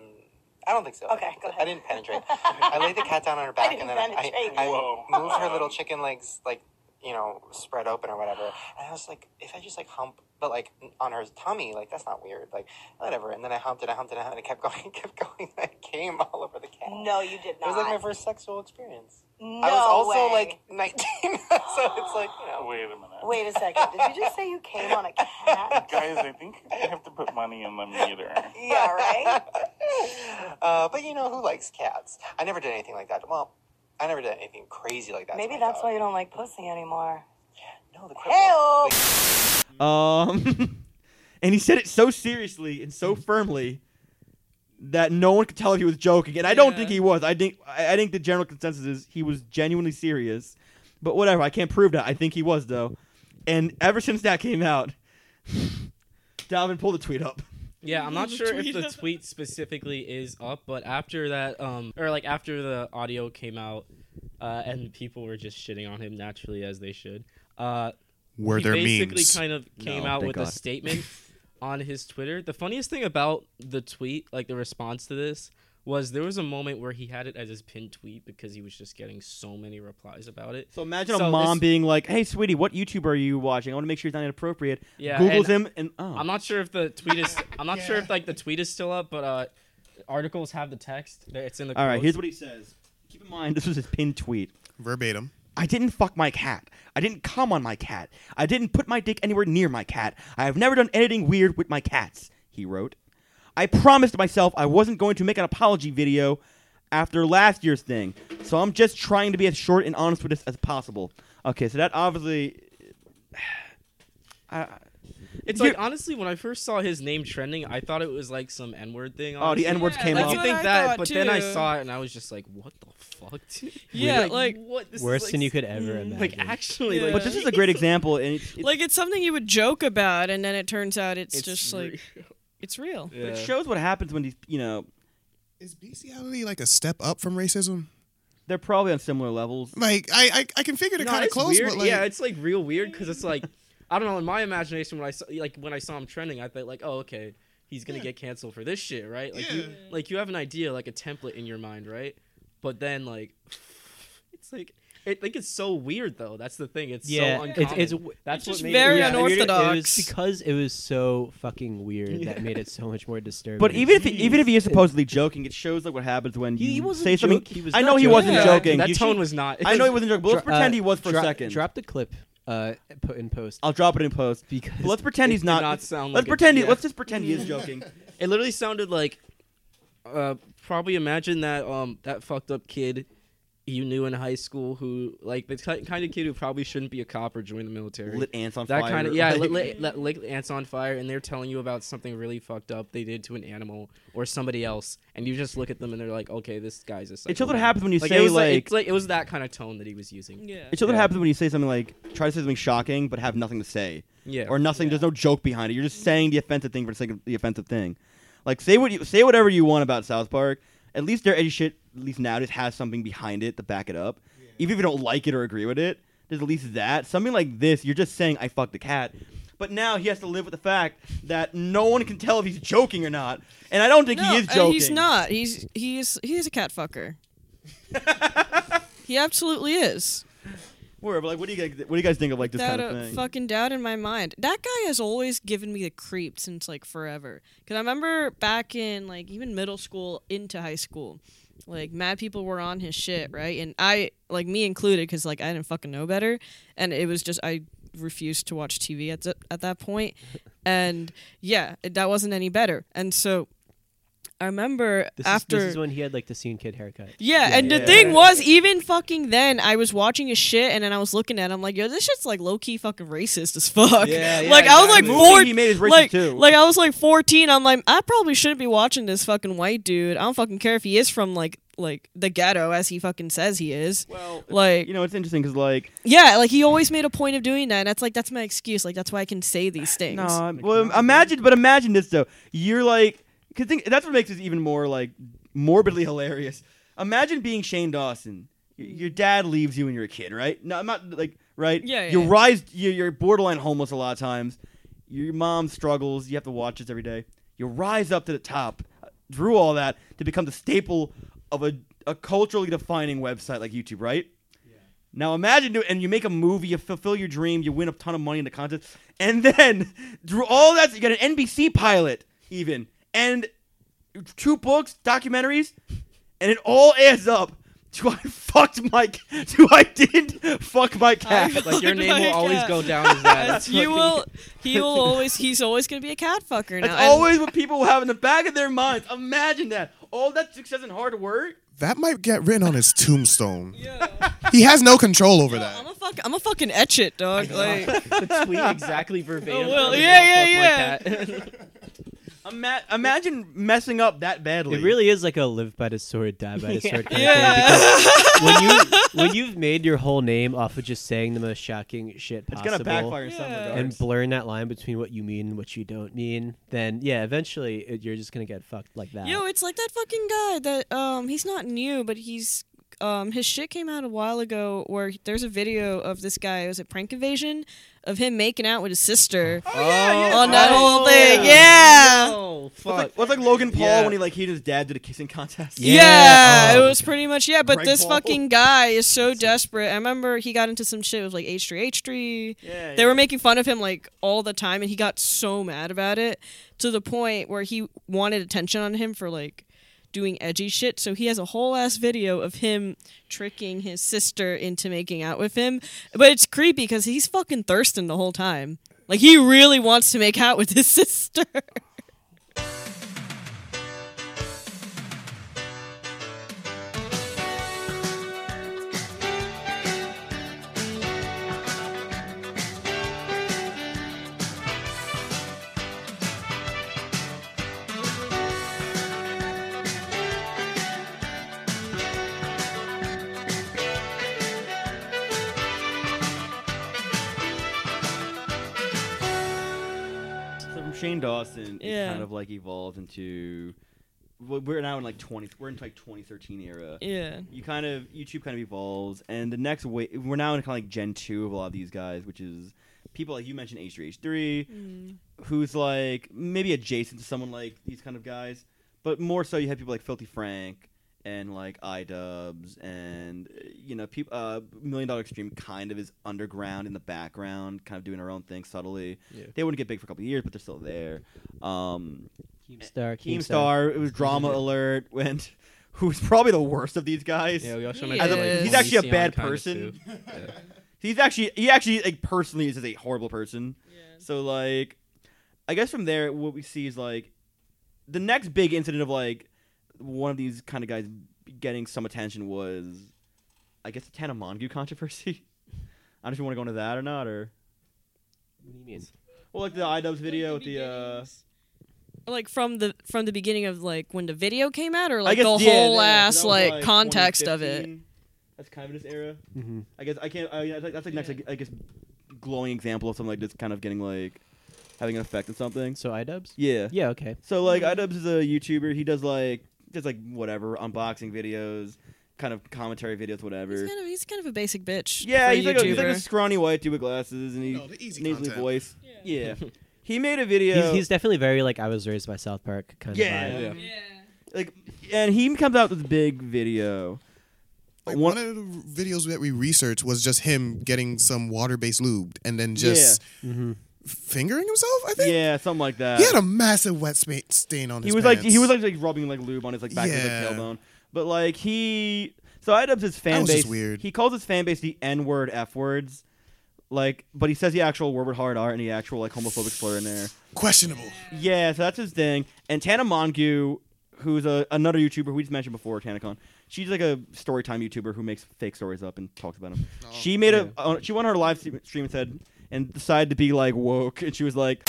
[SPEAKER 7] I don't think so.
[SPEAKER 8] Okay, go ahead.
[SPEAKER 7] I didn't
[SPEAKER 8] [LAUGHS]
[SPEAKER 7] penetrate. I laid the cat down on her back,
[SPEAKER 8] didn't
[SPEAKER 7] and then I,
[SPEAKER 8] penetrate.
[SPEAKER 7] I, I moved her
[SPEAKER 9] [LAUGHS]
[SPEAKER 7] little chicken legs, like you know, spread open or whatever. And I was like, if I just like hump, but like on her tummy, like that's not weird, like whatever. And then I humped it, I humped it, I humped it, and it kept [LAUGHS] going, kept going. I came all over the cat.
[SPEAKER 8] No, you did
[SPEAKER 7] It
[SPEAKER 8] not.
[SPEAKER 7] was like my first sexual experience.
[SPEAKER 8] no
[SPEAKER 7] I was also
[SPEAKER 8] way.
[SPEAKER 7] like 19, [LAUGHS] so it's like, you know.
[SPEAKER 9] Wait a minute.
[SPEAKER 8] Wait a second. Did you just say you came on a
[SPEAKER 7] [LAUGHS]
[SPEAKER 8] cat?
[SPEAKER 9] Guys, I think I have to put money in the meter.
[SPEAKER 8] Yeah, right.
[SPEAKER 7] [LAUGHS] Uh, but you know, who likes cats? I never did anything like that. Well, I never did anything crazy like that. to
[SPEAKER 8] Maybe
[SPEAKER 7] my
[SPEAKER 8] that's
[SPEAKER 7] dog.
[SPEAKER 8] why you don't like pussy anymore.
[SPEAKER 7] No, the
[SPEAKER 8] Hell.
[SPEAKER 7] cripple.
[SPEAKER 3] um, [LAUGHS] and he said it so seriously and so firmly that no one could tell if he was joking. And I don't
[SPEAKER 5] Yeah.
[SPEAKER 3] think he was. I think I I think the general consensus is he was genuinely serious. But whatever, I can't prove that. I think he was though. And ever since that came out, [LAUGHS] Dalvin pulled the tweet up.
[SPEAKER 5] [LAUGHS]
[SPEAKER 2] Yeah, I'm not
[SPEAKER 5] The
[SPEAKER 2] sure if
[SPEAKER 5] tweet.
[SPEAKER 2] the tweet specifically is up, but after that, um, or like after the audio came out, uh, and people were just shitting on him naturally as they should. Uh,
[SPEAKER 1] Were
[SPEAKER 2] he
[SPEAKER 1] there
[SPEAKER 2] basically
[SPEAKER 1] memes?
[SPEAKER 2] kind of came
[SPEAKER 3] No,
[SPEAKER 2] out
[SPEAKER 3] thank
[SPEAKER 2] with a
[SPEAKER 3] God.
[SPEAKER 2] statement on his Twitter. The funniest thing about the tweet, like the response to this, was there was a moment where he had it as his pinned tweet because he was just getting so many replies about it.
[SPEAKER 3] So imagine
[SPEAKER 2] So
[SPEAKER 3] a mom
[SPEAKER 2] this-
[SPEAKER 3] being like, "Hey, sweetie, what YouTube are you watching? I want to make sure it's not inappropriate."
[SPEAKER 2] Yeah,
[SPEAKER 3] Google's
[SPEAKER 2] and-
[SPEAKER 3] him, and oh,
[SPEAKER 2] I'm not sure if the
[SPEAKER 5] [LAUGHS]
[SPEAKER 2] tweet is. I'm not sure if like the tweet is still up, but uh, articles have the text. It's in the.
[SPEAKER 3] All right,
[SPEAKER 2] quotes.
[SPEAKER 3] here's what he says. Keep in mind, this was his pinned tweet.
[SPEAKER 1] Verbatim.
[SPEAKER 3] I didn't fuck my cat. I didn't cum on my cat. I didn't put my dick anywhere near my cat. I have never done anything weird with my cats, he wrote. I promised myself I wasn't going to make an apology video after last year's thing, so I'm just trying to be as short and honest with this as possible. Okay, so that obviously. [SIGHS] I,
[SPEAKER 2] It's
[SPEAKER 3] Here-
[SPEAKER 2] like honestly, when I first saw his name trending, I thought it was like some N word thing.
[SPEAKER 3] oh, the
[SPEAKER 2] honestly.
[SPEAKER 3] N words
[SPEAKER 5] Yeah,
[SPEAKER 3] came
[SPEAKER 5] that's
[SPEAKER 2] Like
[SPEAKER 3] up.
[SPEAKER 2] you
[SPEAKER 5] what
[SPEAKER 2] think
[SPEAKER 5] I
[SPEAKER 2] that,
[SPEAKER 5] thought,
[SPEAKER 2] but then I
[SPEAKER 5] too.
[SPEAKER 2] saw it and I was just like, "What the fuck?" Dude?
[SPEAKER 5] Yeah, like-
[SPEAKER 2] what? This is,
[SPEAKER 4] Worse
[SPEAKER 2] like,
[SPEAKER 4] than you
[SPEAKER 2] s-
[SPEAKER 4] could ever imagine.
[SPEAKER 2] Like actually,
[SPEAKER 5] Yeah.
[SPEAKER 2] like,
[SPEAKER 3] But this is a great example, and it's, it's-
[SPEAKER 5] Like it's something you would joke about, and then it turns out it's, just like it's real.
[SPEAKER 3] it shows what happens when these, you know,
[SPEAKER 1] Is bestiality like a step up from racism?
[SPEAKER 3] they're probably on similar levels.
[SPEAKER 1] Like I I, I can figure they're
[SPEAKER 2] No,
[SPEAKER 1] kind of
[SPEAKER 2] it's
[SPEAKER 1] close,
[SPEAKER 2] weird.
[SPEAKER 1] but like
[SPEAKER 2] yeah, it's like real weird because it's like I don't know. In my imagination, when I saw like when I saw him trending, I thought like, "Oh, okay, he's gonna get canceled for this shit, right?" Like you,
[SPEAKER 1] Yeah.
[SPEAKER 2] like you have an idea, like a template in your mind, right? But then like, [LAUGHS] it's like. I think it's so weird though. That's the thing. It's
[SPEAKER 4] Yeah,
[SPEAKER 2] so
[SPEAKER 4] it's-
[SPEAKER 2] uncommon.
[SPEAKER 4] it's w-
[SPEAKER 2] That's
[SPEAKER 5] It's
[SPEAKER 2] what
[SPEAKER 5] just
[SPEAKER 2] made
[SPEAKER 5] very
[SPEAKER 2] it,
[SPEAKER 4] Yeah,
[SPEAKER 5] unorthodox.
[SPEAKER 4] It was because it was so fucking weird that made it so much more disturbing.
[SPEAKER 3] But even if even if he is supposedly joking, it shows like what happens when
[SPEAKER 4] He- he
[SPEAKER 3] you
[SPEAKER 4] wasn't
[SPEAKER 3] Mm-hmm. say something.
[SPEAKER 4] joking. He was
[SPEAKER 3] I
[SPEAKER 4] not
[SPEAKER 3] know he
[SPEAKER 4] joking.
[SPEAKER 3] wasn't
[SPEAKER 5] Yeah,
[SPEAKER 3] joking.
[SPEAKER 2] That
[SPEAKER 3] You
[SPEAKER 2] tone
[SPEAKER 3] should-
[SPEAKER 2] was not.
[SPEAKER 3] I
[SPEAKER 5] [LAUGHS]
[SPEAKER 2] [LAUGHS]
[SPEAKER 3] know he wasn't joking, but let's
[SPEAKER 4] Dro-
[SPEAKER 3] pretend
[SPEAKER 4] uh,
[SPEAKER 3] he was for
[SPEAKER 4] drop-
[SPEAKER 3] a second.
[SPEAKER 4] Drop the clip uh, put in post
[SPEAKER 3] I'll drop it in post.
[SPEAKER 4] because
[SPEAKER 3] But let's pretend he's
[SPEAKER 2] did
[SPEAKER 3] not.
[SPEAKER 2] not sound
[SPEAKER 3] let's
[SPEAKER 2] like a-
[SPEAKER 3] pretend. he,
[SPEAKER 2] yeah.
[SPEAKER 3] Let's just pretend he is [LAUGHS] joking.
[SPEAKER 2] It literally sounded like uh probably imagine that um that fucked up kid you knew in high school who like the ki kind of kid who probably shouldn't be a cop or join the military.
[SPEAKER 3] Lit ants on
[SPEAKER 2] that
[SPEAKER 3] fire.
[SPEAKER 2] kind of
[SPEAKER 3] [LAUGHS]
[SPEAKER 2] yeah,
[SPEAKER 3] like-
[SPEAKER 2] lit, lit, lit, lit ants on fire, and they're telling you about something really fucked up they did to an animal or somebody else, and you just look at them and they're like, okay, this guy's a.
[SPEAKER 3] It's just what
[SPEAKER 2] psychopath."
[SPEAKER 3] happens when you
[SPEAKER 2] like,
[SPEAKER 3] say,
[SPEAKER 2] it was
[SPEAKER 3] like-
[SPEAKER 2] it's like it was that kind of tone that he was using.
[SPEAKER 5] Yeah.
[SPEAKER 3] It's just what
[SPEAKER 2] Yeah.
[SPEAKER 3] happens when you say something like try to say something shocking but have nothing to say
[SPEAKER 2] Yeah,
[SPEAKER 3] or nothing. There's no joke behind it. You're just saying the offensive thing for the sake of the offensive thing. Like say what you say whatever you want about South Park. At least their edgy shit, at least nowadays, has something behind it to back it up. Even if you don't like it or agree with it, there's at least that. Something like this, you're just saying I fucked the cat. But now he has to live with the fact that no one can tell if he's joking or not. And I don't think
[SPEAKER 5] no,
[SPEAKER 3] he is
[SPEAKER 5] and
[SPEAKER 3] joking.
[SPEAKER 5] he's not. He's he is he is a cat
[SPEAKER 3] [LAUGHS]
[SPEAKER 5] fucker. he absolutely is.
[SPEAKER 3] Where, but like, what do you guys, what do you guys think of like this
[SPEAKER 5] Without
[SPEAKER 3] kind of
[SPEAKER 5] a
[SPEAKER 3] thing?
[SPEAKER 5] fucking doubt in my mind. That guy has always given me the creep since like forever. Cause I remember back in like even middle school into high school, like mad people were on his shit, right? And I like me included cuz like I didn't fucking know better and it was just I refused to watch TV at th- at that point. And yeah, it, that wasn't any better. And so I remember
[SPEAKER 4] This,
[SPEAKER 5] after
[SPEAKER 4] is, this is when he had like the scene kid haircut.
[SPEAKER 5] yeah, and the
[SPEAKER 3] yeah.
[SPEAKER 5] thing was, even fucking then, I was watching his shit, and then I was looking at him like, yo, this shit's like low key fucking racist as fuck. [LAUGHS]
[SPEAKER 3] Yeah, yeah,
[SPEAKER 5] like I was like
[SPEAKER 3] exactly.
[SPEAKER 5] four,
[SPEAKER 3] He made his racist
[SPEAKER 5] like,
[SPEAKER 3] too.
[SPEAKER 5] like I was like fourteen. I'm like, I probably shouldn't be watching this fucking white dude. I don't fucking care if he is from like like the ghetto as he fucking says he is.
[SPEAKER 3] Well,
[SPEAKER 5] Like
[SPEAKER 3] you know, it's interesting because like
[SPEAKER 5] yeah, like he always made a point of doing that. And that's like that's my excuse. Like that's why I can
[SPEAKER 3] [SIGHS]
[SPEAKER 5] say these things.
[SPEAKER 3] No, I'm-
[SPEAKER 5] [LAUGHS]
[SPEAKER 3] [LAUGHS] well, imagine, but imagine this though. You're like, cause think, that's what makes this even more like morbidly [LAUGHS] hilarious. Imagine being Shane Dawson. Y- Your dad leaves you when you're a kid, right? No, I'm not like right.
[SPEAKER 5] Yeah, yeah,
[SPEAKER 3] You
[SPEAKER 5] yeah.
[SPEAKER 3] rise. you- You're borderline homeless a lot of times. Your mom struggles. You have to watch this every day. You rise up to the top through all that to become the staple of a, a culturally defining website like YouTube, right? Now imagine, do- and you make a movie, you fulfill your dream, you win a ton of money in the contest, and then through all that, you got an NBC pilot, even, and two books, documentaries, and it all adds up to I [LAUGHS] fucked my, c- to I didn't fuck my cat.
[SPEAKER 5] I-
[SPEAKER 3] Like,
[SPEAKER 2] Like your name will
[SPEAKER 5] Like,
[SPEAKER 2] always
[SPEAKER 5] yeah.
[SPEAKER 2] go down
[SPEAKER 5] [LAUGHS]
[SPEAKER 2] as that.
[SPEAKER 3] [LAUGHS]
[SPEAKER 5] you will.
[SPEAKER 2] [LAUGHS]
[SPEAKER 5] He will always. He's always gonna be a cat fucker.
[SPEAKER 3] that's
[SPEAKER 5] now. And-
[SPEAKER 3] always what people have in the back of their minds. Imagine that. All that success and hard work.
[SPEAKER 1] That might get written on his
[SPEAKER 3] [LAUGHS]
[SPEAKER 1] tombstone. He has no control over that.
[SPEAKER 5] I'm a fuck. I'm a fucking etch it, dog. Like.
[SPEAKER 2] [LAUGHS] The tweet exactly verbatim.
[SPEAKER 5] Oh, well,
[SPEAKER 2] Like,
[SPEAKER 5] yeah,
[SPEAKER 2] fuck my
[SPEAKER 5] [LAUGHS]
[SPEAKER 2] cat.
[SPEAKER 3] Ima- imagine messing up that badly.
[SPEAKER 4] It really is like a live by the sword, die
[SPEAKER 5] [LAUGHS]
[SPEAKER 4] by the sword kind of thing.
[SPEAKER 5] Yeah. [LAUGHS]
[SPEAKER 4] because when you when you've made your whole name off of just saying the most shocking shit
[SPEAKER 3] It's
[SPEAKER 4] possible,
[SPEAKER 3] gonna backfire in some
[SPEAKER 5] Yeah.
[SPEAKER 3] regards.
[SPEAKER 4] and blurring that line between what you mean and what you don't mean, then yeah, eventually it, you're just gonna get fucked like that.
[SPEAKER 5] Yo, it's like that fucking guy that um he's not new, but he's um his shit came out a while ago where he- there's a video of this guy, it was a prank invasion of him making out with his sister
[SPEAKER 3] oh, yeah, yeah.
[SPEAKER 5] on that
[SPEAKER 3] Oh,
[SPEAKER 5] whole thing.
[SPEAKER 3] yeah.
[SPEAKER 5] Yeah.
[SPEAKER 2] Oh
[SPEAKER 3] What's
[SPEAKER 2] fuck.
[SPEAKER 3] like, what's like Logan Paul
[SPEAKER 2] Yeah.
[SPEAKER 3] when he like he and his dad did a kissing contest?
[SPEAKER 4] Yeah.
[SPEAKER 5] Yeah,
[SPEAKER 4] Oh.
[SPEAKER 5] it was pretty much yeah. But
[SPEAKER 3] Greg
[SPEAKER 5] this
[SPEAKER 3] Paul.
[SPEAKER 5] fucking guy is so desperate. I remember he got into some shit with like H three H three.
[SPEAKER 3] Yeah,
[SPEAKER 5] They were making fun of him like all the time, and he got so mad about it to the point where he wanted attention on him for like doing edgy shit. So he has a whole ass video of him tricking his sister into making out with him. But it's creepy because he's fucking thirsting the whole time. Like he really wants to make out with his [LAUGHS] sister.
[SPEAKER 3] So from Shane Dawson, it
[SPEAKER 5] Yeah.
[SPEAKER 3] kind of like evolved into. well, We're now in like twenty. We're in like 2013 era.
[SPEAKER 5] yeah.
[SPEAKER 3] You kind of YouTube kind of evolves, and the next way we're now in kind of like Gen two of a lot of these guys, which is people like you mentioned H3H3,
[SPEAKER 5] Mm.
[SPEAKER 3] who's like maybe adjacent to someone like these kind of guys, but more so you have people like Filthy Frank and like iDubbbz and uh, you know people uh, Million Dollar Extreme kind of is underground in the background, kind of doing her own thing subtly.
[SPEAKER 4] Yeah.
[SPEAKER 3] They wouldn't get big for a couple of years, but they're still there. Um,
[SPEAKER 4] Keemstar, Keemstar.
[SPEAKER 3] Keemstar, it was Drama Alert, and [LAUGHS] who's probably the worst of these guys.
[SPEAKER 2] Yeah, we
[SPEAKER 5] Yeah.
[SPEAKER 2] also mentioned
[SPEAKER 5] As of-
[SPEAKER 2] like,
[SPEAKER 5] he's
[SPEAKER 3] actually a
[SPEAKER 2] Elysium
[SPEAKER 3] bad
[SPEAKER 2] kinda
[SPEAKER 3] person.
[SPEAKER 2] too.
[SPEAKER 3] [LAUGHS] He's actually he actually like personally is just a horrible person. So like, I guess from there what we see is like, the next big incident of like one of these kind of guys getting some attention was, I guess the Tana Mongeau controversy. [LAUGHS] I don't know if you want to go into that or not or
[SPEAKER 4] What do you mean?
[SPEAKER 3] well like the iDubbbz video with the uh
[SPEAKER 5] like from the from the beginning of like when the video came out or
[SPEAKER 3] I
[SPEAKER 5] like
[SPEAKER 3] guess,
[SPEAKER 5] the
[SPEAKER 3] yeah,
[SPEAKER 5] whole
[SPEAKER 3] yeah, that
[SPEAKER 5] ass
[SPEAKER 3] was,
[SPEAKER 5] like, context of it
[SPEAKER 3] 2015. That's kind of this era.
[SPEAKER 4] Mm-hmm.
[SPEAKER 3] I guess I can't. I, I, that's like next. I, I guess glowing example of something like this, kind of getting like having an effect on something.
[SPEAKER 4] So iDubbbz.
[SPEAKER 3] Yeah.
[SPEAKER 4] Yeah. Okay.
[SPEAKER 3] So like iDubbbz is a YouTuber. He does like just like whatever unboxing videos, kind of commentary videos, whatever.
[SPEAKER 5] he's kind of he's kind of a basic bitch
[SPEAKER 3] yeah,
[SPEAKER 5] for
[SPEAKER 3] he's like, a, he's like a
[SPEAKER 5] YouTuber.
[SPEAKER 3] scrawny white dude with glasses, and he
[SPEAKER 1] No, Oh, the easy
[SPEAKER 3] an easily
[SPEAKER 1] content.
[SPEAKER 3] voice. Yeah.
[SPEAKER 4] [LAUGHS]
[SPEAKER 3] he made a video.
[SPEAKER 5] uh,
[SPEAKER 4] He's, he's definitely very like I was raised by South Park kind
[SPEAKER 3] Yeah.
[SPEAKER 4] of vibe.
[SPEAKER 2] Yeah.
[SPEAKER 3] like, and he comes out with a big video.
[SPEAKER 1] Like,
[SPEAKER 3] One-
[SPEAKER 1] one of the videos that we researched was just him getting some water-based lube and then just
[SPEAKER 4] Mhm.
[SPEAKER 1] fingering himself. I think
[SPEAKER 3] Mm-hmm. Yeah, something like that.
[SPEAKER 1] he had a massive wet spa- stain on
[SPEAKER 3] he
[SPEAKER 1] his.
[SPEAKER 3] was like
[SPEAKER 1] pants.
[SPEAKER 3] he was like, like rubbing like lube on his like back of his
[SPEAKER 1] Yeah.
[SPEAKER 3] like, tailbone. But like he, so Idubbbz his fan
[SPEAKER 1] was
[SPEAKER 3] base
[SPEAKER 1] just weird.
[SPEAKER 3] He calls his fan base the N word, F words, like. But he says the actual word with hard R and the actual like homophobic slur in there.
[SPEAKER 1] Questionable.
[SPEAKER 3] Yeah, so that's his thing. And Tana Mongu, who's a, another YouTuber we just mentioned before, TanaCon. She's like a storytime YouTuber who makes fake stories up and talks about them.
[SPEAKER 1] Oh,
[SPEAKER 3] she made a uh, she went on her live stream- stream and said and decided to be like woke, and she was like,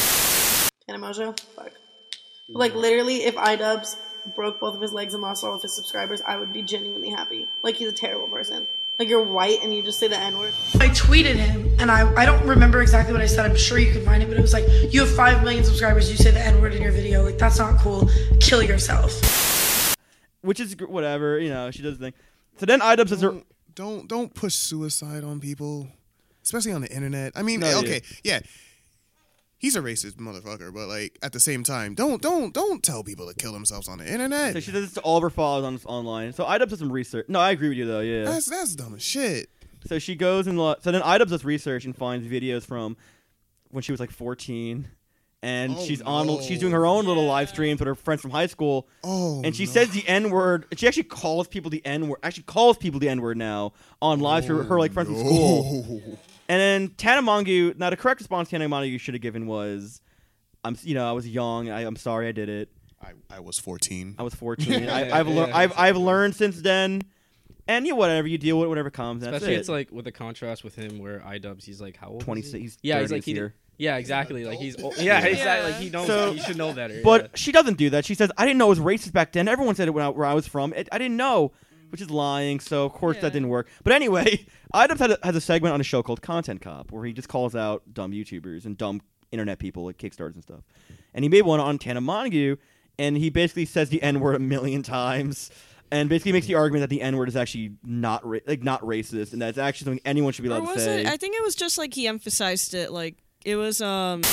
[SPEAKER 10] Animojo? Fuck.
[SPEAKER 11] Mm-hmm.
[SPEAKER 10] But, Like, literally, if iDubbbz broke both of his legs and lost all of his subscribers, I would be genuinely happy. Like, he's a terrible person. Like, you're white and you just say the N word.
[SPEAKER 11] I tweeted him, and I, I don't remember exactly what I said. I'm sure you can find it, but it was like, you have 5 million subscribers, you say the N word in your video. Like, that's not cool. Kill yourself.
[SPEAKER 3] which is gr- whatever, you know. She does the thing. So then Idubbbz says her.
[SPEAKER 1] Don't don't push suicide on people, especially on the internet. I mean,
[SPEAKER 3] No, yeah.
[SPEAKER 1] okay, yeah. He's a racist motherfucker, but like at the same time, don't don't don't tell people to kill themselves on the internet.
[SPEAKER 3] So she does this to all of her followers on online. So Idubbbz does some research. No, I agree with you though. Yeah.
[SPEAKER 1] That's that's dumb as shit.
[SPEAKER 3] So she goes and lo- so then Idubbbz does research and finds videos from when she was like 14, and
[SPEAKER 1] Oh,
[SPEAKER 3] she's on she's doing
[SPEAKER 1] no.
[SPEAKER 3] her own little live streams with her friends from high school,
[SPEAKER 1] Oh,
[SPEAKER 3] and she
[SPEAKER 1] no.
[SPEAKER 3] says the N word. She actually calls people the N word. Actually calls people the N word now on live stream with her like friends from school.
[SPEAKER 1] [LAUGHS] No.
[SPEAKER 3] And then Tanamongu. Now the correct response Tanamongu should have given was, "I'm you know I was young. I, I'm sorry I did it.
[SPEAKER 1] I, I was fourteen.
[SPEAKER 3] I was 14. I,
[SPEAKER 2] [LAUGHS]
[SPEAKER 3] I've learned I've I've learned since then." And you whatever you deal with whatever comes. That's
[SPEAKER 2] Especially
[SPEAKER 3] it.
[SPEAKER 2] it's like with the contrast with him where iDubbbz he's like how old? is he?
[SPEAKER 3] 26 he's
[SPEAKER 2] yeah,
[SPEAKER 3] 30
[SPEAKER 2] he's like
[SPEAKER 3] this
[SPEAKER 2] he.
[SPEAKER 3] year.
[SPEAKER 2] Yeah, exactly. Like he's old. yeah, exactly. Like he knows.
[SPEAKER 3] So-
[SPEAKER 2] he should know better.
[SPEAKER 3] But
[SPEAKER 2] yeah.
[SPEAKER 3] she doesn't do that. She says, "I didn't know it was racist back then. Everyone said it when I, where I was from. It, I didn't know," which is lying. So of course
[SPEAKER 5] Yeah.
[SPEAKER 3] that didn't work. But anyway, [LAUGHS] Idubbbz had a, has a segment on a show called Content Cop where he just calls out dumb YouTubers and dumb internet people like Kickstarters and stuff. And he made one on Tana Montague, and he basically says the N word a million times. And basically makes the argument that the N word is actually not ra- like not racist, and that's actually something anyone should be
[SPEAKER 5] Or
[SPEAKER 3] allowed to
[SPEAKER 5] was
[SPEAKER 3] say.
[SPEAKER 5] it? I think it was just like he emphasized it. Like it was. Um.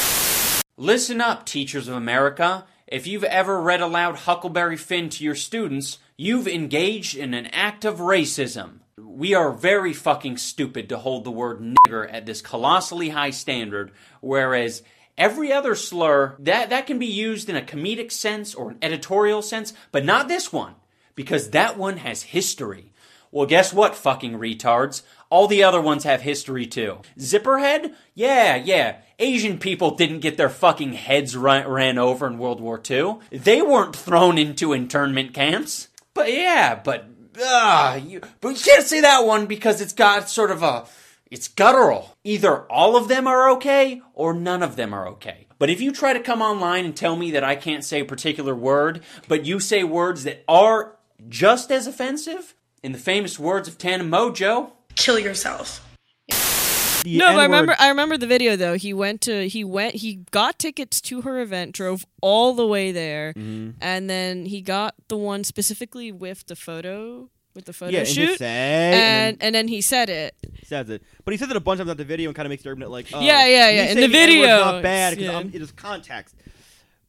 [SPEAKER 12] Listen up, teachers of America. If you've ever read aloud Huckleberry Finn to your students, you've engaged in an act of racism. We are very fucking stupid to hold the word nigger at this colossally high standard, whereas every other slur that that can be used in a comedic sense or an editorial sense, but not this one, because that one has history. Well, guess what, fucking retards? All the other ones have history too. Zipperhead? Yeah, yeah. Asian people didn't get their fucking heads ran, ran over in World War II. They weren't thrown into internment camps. But yeah, but ah, you, but you can't say that one because it's got sort of a it's guttural. Either all of them are okay or none of them are okay. But if you try to come online and tell me that I can't say a particular word, but you say words that are just as offensive, in the famous words of Tana Mojo,
[SPEAKER 11] Kill yourself.
[SPEAKER 3] The
[SPEAKER 5] no, but I
[SPEAKER 3] N-word-
[SPEAKER 5] remember. I remember the video though. He went to. He went. He got tickets to her event. Drove all the way there,
[SPEAKER 3] Mm-hmm.
[SPEAKER 5] and then he got the one specifically with the photo with the photo
[SPEAKER 3] yeah, and just
[SPEAKER 5] shoot.
[SPEAKER 3] say,
[SPEAKER 5] and
[SPEAKER 3] and
[SPEAKER 5] and then he said it.
[SPEAKER 3] says it, but he says it a bunch of times at the video and kind of makes the argument like, oh,
[SPEAKER 5] Yeah, yeah, yeah,
[SPEAKER 3] me
[SPEAKER 5] in
[SPEAKER 3] saying
[SPEAKER 5] the
[SPEAKER 3] N-word's
[SPEAKER 5] video,
[SPEAKER 3] not bad because
[SPEAKER 5] yeah.
[SPEAKER 3] it is context.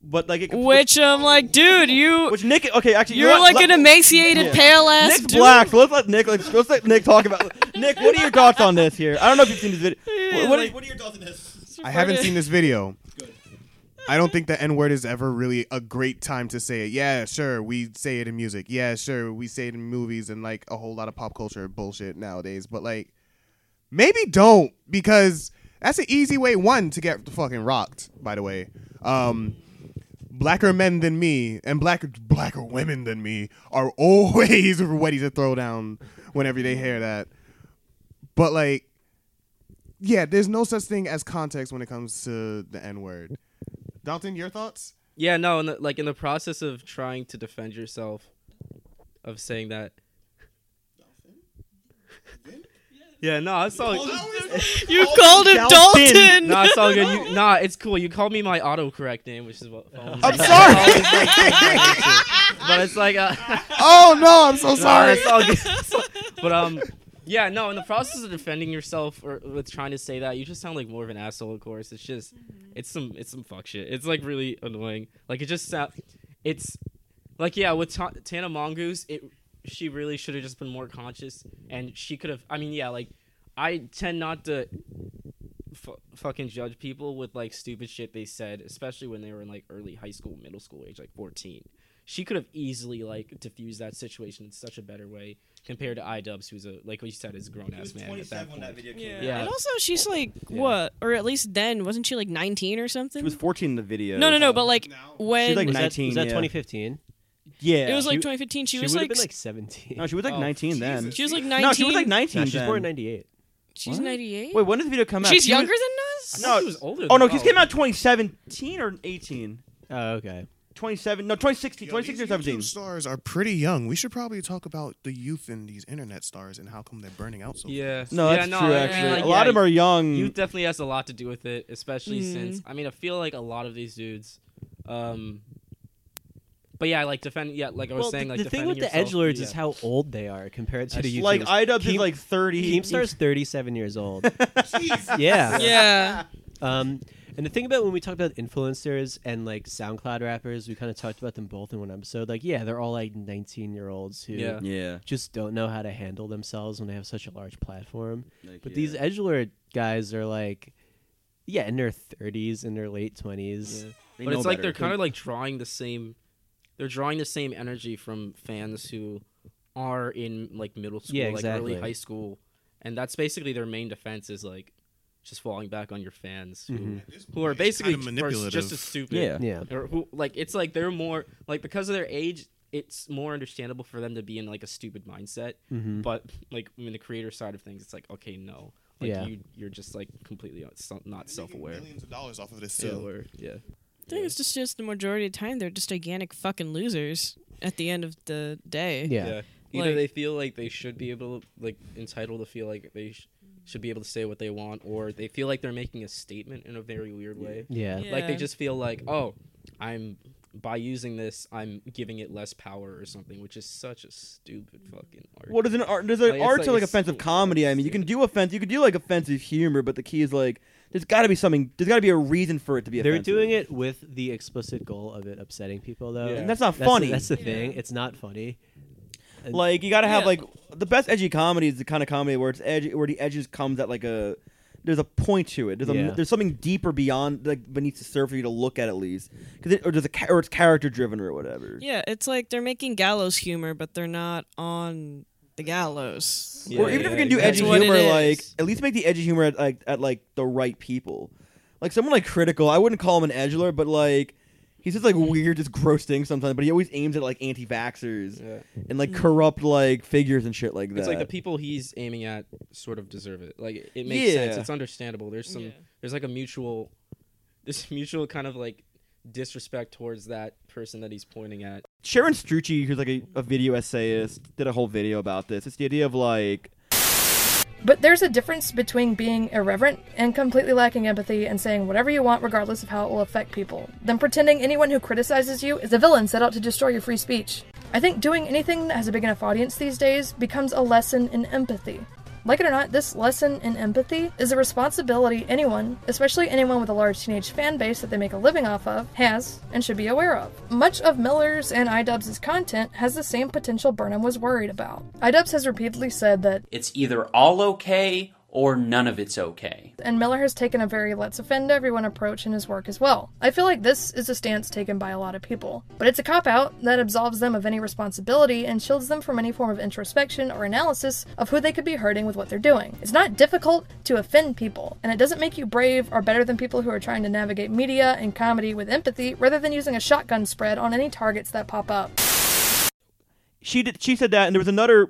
[SPEAKER 3] But like, it,
[SPEAKER 5] Which I'm like, dude, you
[SPEAKER 3] which Nick? Okay, actually, you
[SPEAKER 5] you're
[SPEAKER 3] know what?
[SPEAKER 5] like
[SPEAKER 3] Let-
[SPEAKER 5] an emaciated,
[SPEAKER 3] Yeah.
[SPEAKER 5] pale ass
[SPEAKER 3] Nick's
[SPEAKER 5] dude.
[SPEAKER 3] black. So let's let Nick. Like, let's let Nick talk about. Nick, what are your thoughts on this here? I don't know if you've
[SPEAKER 5] [LAUGHS]
[SPEAKER 3] seen this video. What- what are-
[SPEAKER 5] like-
[SPEAKER 3] what are your thoughts on this?
[SPEAKER 1] I haven't seen this video. I don't think the N word is ever really a great time to say it. Yeah, sure, we say it in music. Yeah, sure, we say it in movies and like a whole lot of pop culture bullshit nowadays. But like, maybe don't because that's an easy way one to get fucking rocked. By the way, um, blacker men than me and black blacker women than me are [LAUGHS] always ready to throw down whenever they hear that. But like, yeah, there's no such thing as context when it comes to the N word. Dalton, your thoughts?
[SPEAKER 2] Yeah, no, in the, like in the process of trying to defend yourself, of saying that. yeah, no, it's all.
[SPEAKER 5] You called him
[SPEAKER 3] Dalton.
[SPEAKER 5] Dalton.
[SPEAKER 2] Nah, it's all good. You, nah, it's cool. You called me my autocorrect name, which is what.
[SPEAKER 1] I'm sorry.
[SPEAKER 2] [LAUGHS] but it's like, uh, [LAUGHS]
[SPEAKER 1] oh no, I'm so
[SPEAKER 2] sorry.
[SPEAKER 1] sorry.
[SPEAKER 2] It's all good. [LAUGHS] It's all- But um, yeah, no. In the process of defending yourself or with trying to say that, you just sound like more of an asshole. Of course, it's just, it's some, it's some fuck shit. It's like really annoying. Like it just sound, it's, like yeah, with Ta- Tana Mongoose, it she really should have just been more conscious, and she could have. I mean, yeah, like I tend not to. F- fucking judge people with like stupid shit they said, especially when they were in like early high school, middle school age, like 14 she could have easily like diffused that situation in such a better way compared to iDubbbz, who's a like what you said is a grown ass
[SPEAKER 13] was
[SPEAKER 2] man at that
[SPEAKER 13] 27 when
[SPEAKER 2] point.
[SPEAKER 13] that video came
[SPEAKER 2] yeah.
[SPEAKER 13] out.
[SPEAKER 5] And also, she's like what, or at least then wasn't she like 19 or something?
[SPEAKER 3] She was 14 in the video.
[SPEAKER 5] No, no, no. But like
[SPEAKER 3] She
[SPEAKER 5] when
[SPEAKER 3] was like
[SPEAKER 4] Was that-
[SPEAKER 3] 19.
[SPEAKER 4] was that
[SPEAKER 3] yeah.
[SPEAKER 4] 2015?
[SPEAKER 3] Yeah.
[SPEAKER 5] It was like
[SPEAKER 3] She-
[SPEAKER 5] 2015. She,
[SPEAKER 4] she
[SPEAKER 5] was
[SPEAKER 4] would've
[SPEAKER 5] like,
[SPEAKER 4] been,
[SPEAKER 5] s-
[SPEAKER 4] like, 17.
[SPEAKER 3] No, she was like
[SPEAKER 4] Oh,
[SPEAKER 3] 19 then.
[SPEAKER 5] [LAUGHS] She was like
[SPEAKER 3] No, she was like 19
[SPEAKER 5] 19?
[SPEAKER 4] No, she's
[SPEAKER 3] then.
[SPEAKER 4] born 98.
[SPEAKER 5] she's
[SPEAKER 3] What?
[SPEAKER 5] 98.
[SPEAKER 3] Wait, when did the video come out?
[SPEAKER 5] She's
[SPEAKER 3] She
[SPEAKER 5] younger
[SPEAKER 3] was-
[SPEAKER 5] than us.
[SPEAKER 3] No,
[SPEAKER 5] she was older.
[SPEAKER 3] Oh, no, because it came out 2017 or 18.
[SPEAKER 4] Oh, okay.
[SPEAKER 3] 27, no, 2016, 2016 or 17.
[SPEAKER 1] Stars are pretty young. We should probably talk about the youth in these internet stars and how come they're burning out so
[SPEAKER 2] Yeah.
[SPEAKER 1] fast.
[SPEAKER 3] No,
[SPEAKER 2] Yeah,
[SPEAKER 3] that's
[SPEAKER 2] no,
[SPEAKER 3] true,
[SPEAKER 2] I mean,
[SPEAKER 3] actually.
[SPEAKER 2] like,
[SPEAKER 3] a lot
[SPEAKER 2] yeah,
[SPEAKER 3] of them are young. Mm-hmm.
[SPEAKER 2] Youth definitely has a lot to do with it, especially
[SPEAKER 5] Mm.
[SPEAKER 2] since I mean I feel like a lot of these dudes, um, but yeah, like defend yeah, like I was
[SPEAKER 4] Well,
[SPEAKER 2] saying,
[SPEAKER 4] the,
[SPEAKER 2] like
[SPEAKER 4] the thing
[SPEAKER 2] defending
[SPEAKER 4] with the
[SPEAKER 2] yourself-
[SPEAKER 4] edge lords
[SPEAKER 2] yeah.
[SPEAKER 4] is how old they are compared to the
[SPEAKER 3] That's-
[SPEAKER 4] YouTubers.
[SPEAKER 3] like, iDubbbz is,
[SPEAKER 4] Keem-
[SPEAKER 3] like, 30.
[SPEAKER 4] Keemstar's thirty-seven
[SPEAKER 3] [LAUGHS]
[SPEAKER 4] years old. yeah.
[SPEAKER 5] Yeah.
[SPEAKER 4] Um, and the thing about when we talk about influencers and like SoundCloud rappers, we kind of talked about them both in one episode. Like, yeah, they're all like nineteen-year-olds who
[SPEAKER 2] Yeah.
[SPEAKER 3] Yeah.
[SPEAKER 4] just don't know how to handle themselves when they have such a large platform.
[SPEAKER 3] Like,
[SPEAKER 4] but these
[SPEAKER 3] yeah.
[SPEAKER 4] edge lord guys are like, yeah, in their thirties and their late twenties.
[SPEAKER 2] but it's like they're kind of like drawing the same they're drawing the same energy from fans who are in like middle school
[SPEAKER 4] Yeah,
[SPEAKER 2] like
[SPEAKER 4] exactly.
[SPEAKER 2] early high school and that's basically their main defense is like just falling back on your fans who,
[SPEAKER 4] Mhm. At this
[SPEAKER 2] who are
[SPEAKER 1] point, it's
[SPEAKER 2] basically
[SPEAKER 1] kinda
[SPEAKER 2] are
[SPEAKER 1] manipulative.
[SPEAKER 2] just as stupid
[SPEAKER 4] Yeah. Yeah.
[SPEAKER 2] or who like it's like they're more like because of their age it's more understandable for them to be in like a stupid mindset
[SPEAKER 4] Mhm.
[SPEAKER 2] but like I mean, the creator side of things it's like okay no like
[SPEAKER 4] Yeah.
[SPEAKER 2] you you're just like completely uh, so- not self-aware
[SPEAKER 1] millions of dollars off of this
[SPEAKER 2] Yeah,
[SPEAKER 1] too.
[SPEAKER 2] or- yeah
[SPEAKER 5] I think it's just just the majority of the time they're just gigantic fucking losers at the end of the day.
[SPEAKER 4] Yeah.
[SPEAKER 2] Either
[SPEAKER 5] Like-
[SPEAKER 2] they feel like they should be able to, like, entitled to feel like they sh- should be able to say what they want, or they feel like they're making a statement in a very weird way.
[SPEAKER 4] Yeah. Yeah.
[SPEAKER 2] Like, they just feel like, oh, I'm, by using this, I'm giving it less power or something, which is such a stupid fucking art.
[SPEAKER 3] What is an art? There's an
[SPEAKER 2] Like, it's
[SPEAKER 3] art
[SPEAKER 2] like
[SPEAKER 3] to like
[SPEAKER 2] it's-
[SPEAKER 3] offensive comedy. I mean, you can do offense. You can do like offensive humor, but the key is like there's got to be something. There's got to be a reason for it to be.
[SPEAKER 4] They're
[SPEAKER 3] offensive.
[SPEAKER 4] doing it with the explicit goal of it upsetting people, though.
[SPEAKER 3] Yeah. And that's not funny.
[SPEAKER 4] The, that's the thing. It's not funny. And-
[SPEAKER 3] Like you got to have [LAUGHS]
[SPEAKER 5] Yeah.
[SPEAKER 3] like the best edgy comedy is the kind of comedy where it's edgy, where the edges comes at like a there's a point to it. There's a
[SPEAKER 4] Yeah.
[SPEAKER 3] there's something deeper beyond like beneath the surface for you to look at at least. 'Cause it, or there's a ca- or it's character driven or whatever.
[SPEAKER 5] Yeah, it's like they're making gallows humor, but they're not on the gallows.
[SPEAKER 3] or even if you're gonna do
[SPEAKER 5] That's
[SPEAKER 3] edgy
[SPEAKER 5] what it
[SPEAKER 3] humor,
[SPEAKER 5] is.
[SPEAKER 3] like at least make the edgy humor at like at like the right people. Like someone like critical, I wouldn't call him an edgelord, but like he says like weird, just gross things sometimes. But he always aims at like anti-vaxxers and
[SPEAKER 5] Hmm.
[SPEAKER 3] like corrupt like figures and shit like that.
[SPEAKER 2] It's like the people he's aiming at sort of deserve it. Like it- it makes sense.
[SPEAKER 3] Yeah.
[SPEAKER 2] It's understandable. There's some.
[SPEAKER 5] Yeah.
[SPEAKER 2] There's like a mutual. This [LAUGHS] mutual kind of like disrespect towards that person that he's pointing at.
[SPEAKER 3] Sharon Strucci, who's like a, a video essayist, did a whole video about this. It's the idea of like
[SPEAKER 14] But there's a difference between being irreverent and completely lacking empathy and saying whatever you want regardless of how it will affect people, than pretending anyone who criticizes you is a villain set out to destroy your free speech. I think doing anything that has a big enough audience these days becomes a lesson in empathy. Like it or not, this lesson in empathy is a responsibility anyone, especially anyone with a large teenage fan base that they make a living off of, has and should be aware of. Much of Miller's and iDubbbz's content has the same potential Burnham was worried about. iDubbbz has repeatedly said that
[SPEAKER 12] It's either all okay or none of it's okay.
[SPEAKER 14] and Miller has taken a very let's offend everyone approach in his work as well. I feel like this is a stance taken by a lot of people, but it's a cop out that absolves them of any responsibility and shields them from any form of introspection or analysis of who they could be hurting with what they're doing. It's not difficult to offend people, and it doesn't make you brave or better than people who are trying to navigate media and comedy with empathy rather than using a shotgun spread on any targets that pop up.
[SPEAKER 3] she did she said that and there was another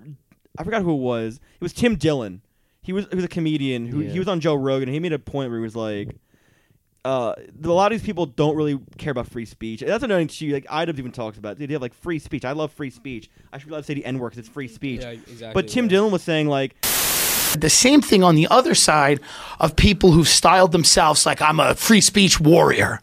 [SPEAKER 3] I forgot who it was. It was Tim Dillon. He was he was a comedian who he
[SPEAKER 4] Yeah.
[SPEAKER 3] was on Joe Rogan and he made a point where he was like uh, a lot of these people don't really care about free speech. And that's another thing she like Idubs even talks about. They have like free speech. I love free speech. I should be allowed to say the N word because it's free speech.
[SPEAKER 2] Yeah, exactly,
[SPEAKER 3] but Tim Dillon was saying like
[SPEAKER 15] The same thing on the other side of people who've styled themselves like I'm a free speech warrior.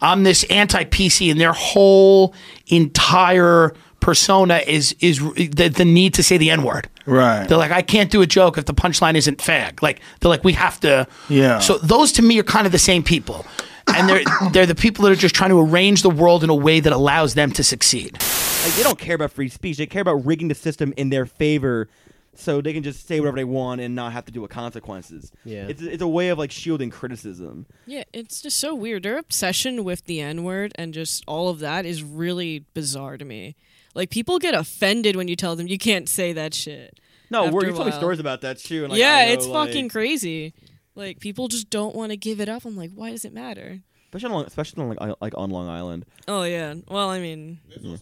[SPEAKER 15] I'm this anti-PC, and their whole entire persona is is the, the need to say the N-word.
[SPEAKER 13] Right.
[SPEAKER 15] They're like, I can't do a joke if the punchline isn't fag. Like they're like, we have to.
[SPEAKER 13] Yeah.
[SPEAKER 15] So those to me are kind of the same people, and they're they're the people that are just trying to arrange the world in a way that allows them to succeed.
[SPEAKER 3] like they don't care about free speech. They care about rigging the system in their favor so they can just say whatever they want and not have to deal with consequences.
[SPEAKER 4] Yeah.
[SPEAKER 3] it's it's a way of like shielding criticism.
[SPEAKER 5] Yeah, it's just so weird. Their obsession with the N word and just all of that is really bizarre to me. Like people get offended when you tell them you can't say that shit.
[SPEAKER 3] No,
[SPEAKER 5] After
[SPEAKER 3] we're,
[SPEAKER 5] a
[SPEAKER 3] you told me
[SPEAKER 5] while.
[SPEAKER 3] stories about that too. And, like,
[SPEAKER 5] yeah,
[SPEAKER 3] I know,
[SPEAKER 5] it's
[SPEAKER 3] like-
[SPEAKER 5] fucking crazy. Like people just don't want to give it up. I'm like, why does it matter?
[SPEAKER 3] especially on, especially on like, like on Long Island.
[SPEAKER 5] Oh yeah. Well, I mean,
[SPEAKER 3] Yeah.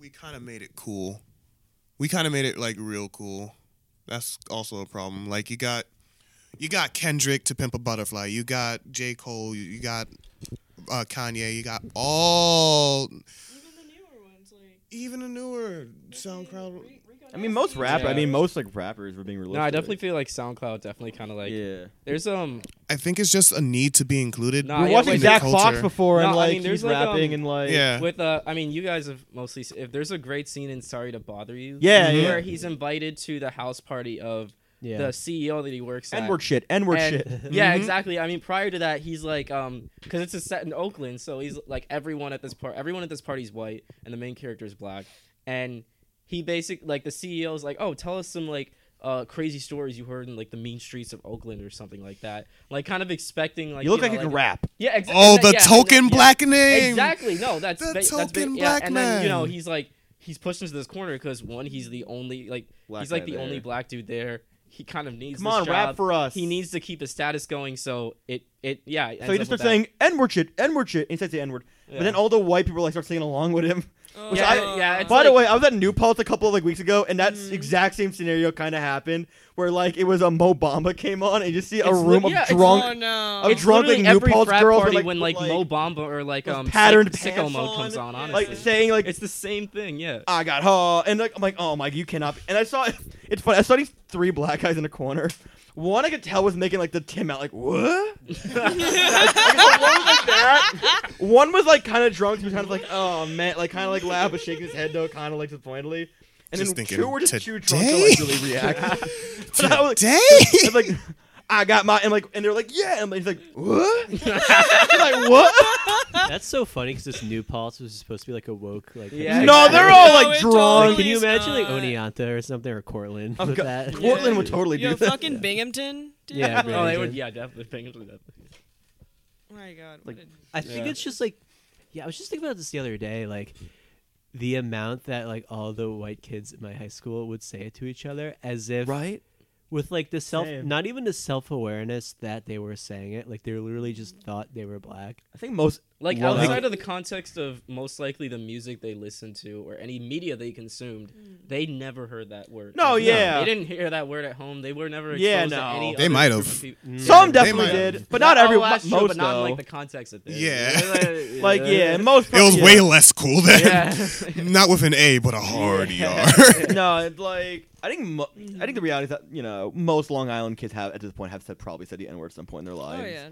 [SPEAKER 1] we kind of made it cool. We kind of made it like real cool. That's also a problem. Like you got you got Kendrick to Pimp a Butterfly. You got J Cole. You, you got uh, Kanye. You got all. Even the newer SoundCloud.
[SPEAKER 3] I mean, most rap. I mean, most like rappers were being realistic.
[SPEAKER 2] No, I definitely feel like SoundCloud definitely kind of like
[SPEAKER 3] yeah.
[SPEAKER 2] There's um
[SPEAKER 1] I think it's just a need to be included.
[SPEAKER 2] Nah, We're yeah, watching
[SPEAKER 1] in the
[SPEAKER 3] Zach Fox
[SPEAKER 1] culture.
[SPEAKER 3] before, and, like,
[SPEAKER 2] there's, um,
[SPEAKER 3] he's rapping and, like-
[SPEAKER 1] Yeah.
[SPEAKER 2] with uh I mean you guys have mostly s- if there's a great scene in Sorry to Bother You
[SPEAKER 3] Yeah, yeah.
[SPEAKER 2] where he's invited to the house party of
[SPEAKER 3] Yeah.
[SPEAKER 2] the CEO that he works at
[SPEAKER 3] N-word shit, N-word
[SPEAKER 2] And-
[SPEAKER 3] shit.
[SPEAKER 2] [LAUGHS] yeah
[SPEAKER 3] Mhm.
[SPEAKER 2] exactly I mean prior to that he's like um because it's a set in Oakland so he's like everyone at this part everyone at this party's white and the main character is black and he basically like the CEO's like, oh, tell us some like uh, crazy stories you heard in like the mean streets of Oakland or something like that. Like kind of expecting like
[SPEAKER 3] You look
[SPEAKER 2] know,
[SPEAKER 3] like you can rap.
[SPEAKER 2] Yeah, exactly.
[SPEAKER 1] Oh, the token black name!
[SPEAKER 2] Exactly. No, that's
[SPEAKER 1] The
[SPEAKER 2] ba- that's ba-
[SPEAKER 1] token
[SPEAKER 2] yeah,
[SPEAKER 1] black
[SPEAKER 2] and Then, you know,
[SPEAKER 1] man.
[SPEAKER 2] he's like he's pushed into this corner because one, he's the only like
[SPEAKER 3] Black
[SPEAKER 2] he's like
[SPEAKER 3] guy
[SPEAKER 2] the only
[SPEAKER 3] there.
[SPEAKER 2] black dude there. He kind of needs
[SPEAKER 3] Come
[SPEAKER 2] this
[SPEAKER 3] on, rap
[SPEAKER 2] job.
[SPEAKER 3] for us.
[SPEAKER 2] He needs to keep his status going, so it it yeah. it
[SPEAKER 3] So he
[SPEAKER 2] ends
[SPEAKER 3] just
[SPEAKER 2] up with
[SPEAKER 3] starts
[SPEAKER 2] that.
[SPEAKER 3] saying N-word shit, N-word shit, and he says the N-word. But then
[SPEAKER 2] Yeah.
[SPEAKER 3] all the white people like start singing along with him. Which
[SPEAKER 2] Oh. Yeah,
[SPEAKER 3] I,
[SPEAKER 2] yeah, it's
[SPEAKER 3] By the
[SPEAKER 2] like-
[SPEAKER 3] way,
[SPEAKER 2] Mm.
[SPEAKER 3] I was at New Pulse a couple of like weeks ago, and that s- exact same scenario kind of happened, where like it was a Mo Bamba came on, and you just see a
[SPEAKER 2] It's
[SPEAKER 3] room
[SPEAKER 2] li- yeah,
[SPEAKER 3] of
[SPEAKER 2] it's-
[SPEAKER 3] drunk,
[SPEAKER 2] oh, no.
[SPEAKER 3] of
[SPEAKER 2] It's
[SPEAKER 3] drunk like
[SPEAKER 2] literally
[SPEAKER 3] New
[SPEAKER 2] every
[SPEAKER 3] Pulse
[SPEAKER 2] frat
[SPEAKER 3] girls, with,
[SPEAKER 2] party
[SPEAKER 3] like,
[SPEAKER 2] when,
[SPEAKER 3] with,
[SPEAKER 2] like, Mo Bamba or, like,
[SPEAKER 3] those
[SPEAKER 2] um, Sick-
[SPEAKER 3] patterned
[SPEAKER 2] Sicko
[SPEAKER 3] pants
[SPEAKER 2] Mode
[SPEAKER 3] on,
[SPEAKER 2] comes on,
[SPEAKER 3] like [LAUGHS]
[SPEAKER 2] honestly.
[SPEAKER 3] saying like
[SPEAKER 2] it's the same thing. Yeah,
[SPEAKER 3] I got huh, and like I'm like, oh my, you cannot. be-" And I saw it's funny. I saw these three black guys in a corner. One I could tell was making like the Tim out, like what? One was like kind of drunk. He was kind of like, oh man, like kind of like laugh, but shaking his head though, kind of like disappointedly. And
[SPEAKER 1] Just
[SPEAKER 3] then
[SPEAKER 1] thinking,
[SPEAKER 3] two were just too drunk to
[SPEAKER 1] "Today?"
[SPEAKER 3] like really
[SPEAKER 1] [LAUGHS]
[SPEAKER 3] react. [LAUGHS] but I was
[SPEAKER 1] Today?
[SPEAKER 3] and, like, I got my and like, and they're like, yeah, and he's like, what? [LAUGHS] like what?
[SPEAKER 4] That's so funny because this new policy was supposed to be like a woke like.
[SPEAKER 3] Yeah, No, they're exactly. all, like, No, it drunk. totally
[SPEAKER 4] Can you
[SPEAKER 3] is
[SPEAKER 4] imagine like Oneonta or something or Cortland
[SPEAKER 3] Oh,
[SPEAKER 4] with
[SPEAKER 3] God.
[SPEAKER 4] that?
[SPEAKER 3] Portland would totally
[SPEAKER 5] yo,
[SPEAKER 3] do that.
[SPEAKER 5] [LAUGHS] fucking Binghamton.
[SPEAKER 3] [LAUGHS]
[SPEAKER 5] Dude.
[SPEAKER 4] Yeah,
[SPEAKER 2] oh, they would.
[SPEAKER 4] Binghamton.
[SPEAKER 2] Yeah, definitely. Binghamton, definitely.
[SPEAKER 5] Oh my god. what a-
[SPEAKER 4] I think
[SPEAKER 2] Yeah.
[SPEAKER 4] it's just like, yeah, I was just thinking about this the other day, like the amount that like all the white kids at my high school would say it to each other as if
[SPEAKER 3] right
[SPEAKER 4] with like the self
[SPEAKER 3] Same.
[SPEAKER 4] not even the self-awareness that they were saying it like they literally just thought they were black
[SPEAKER 3] i think most
[SPEAKER 2] like outside of the context of most likely the music they listened to or any media they consumed, they never heard that word.
[SPEAKER 3] No,
[SPEAKER 2] Like,
[SPEAKER 3] yeah.
[SPEAKER 2] they didn't hear that word at home. They were never exposed
[SPEAKER 3] Yeah,
[SPEAKER 2] to
[SPEAKER 3] no.
[SPEAKER 2] any.
[SPEAKER 1] They
[SPEAKER 2] other
[SPEAKER 1] might
[SPEAKER 2] group
[SPEAKER 1] have.
[SPEAKER 2] of peop-
[SPEAKER 1] Mm.
[SPEAKER 2] Yeah,
[SPEAKER 3] Some
[SPEAKER 2] they
[SPEAKER 3] definitely
[SPEAKER 2] might have.
[SPEAKER 3] did, but not every-
[SPEAKER 2] oh, that's true,
[SPEAKER 3] most,
[SPEAKER 2] but not in,
[SPEAKER 3] though.
[SPEAKER 2] like the context of this. [LAUGHS]
[SPEAKER 3] [LAUGHS]
[SPEAKER 1] Yeah.
[SPEAKER 3] Like, yeah, most
[SPEAKER 1] It was
[SPEAKER 3] probably-
[SPEAKER 1] way
[SPEAKER 3] yeah.
[SPEAKER 1] less cool then.
[SPEAKER 3] Yeah.
[SPEAKER 1] [LAUGHS] Not with an A, but a hard
[SPEAKER 3] [LAUGHS]
[SPEAKER 1] ER. [LAUGHS]
[SPEAKER 3] no, it's like I think mo- I think the reality is that you know most Long Island kids have at this point have said probably said the N word at some point in their
[SPEAKER 2] Oh,
[SPEAKER 3] lives.
[SPEAKER 5] yeah.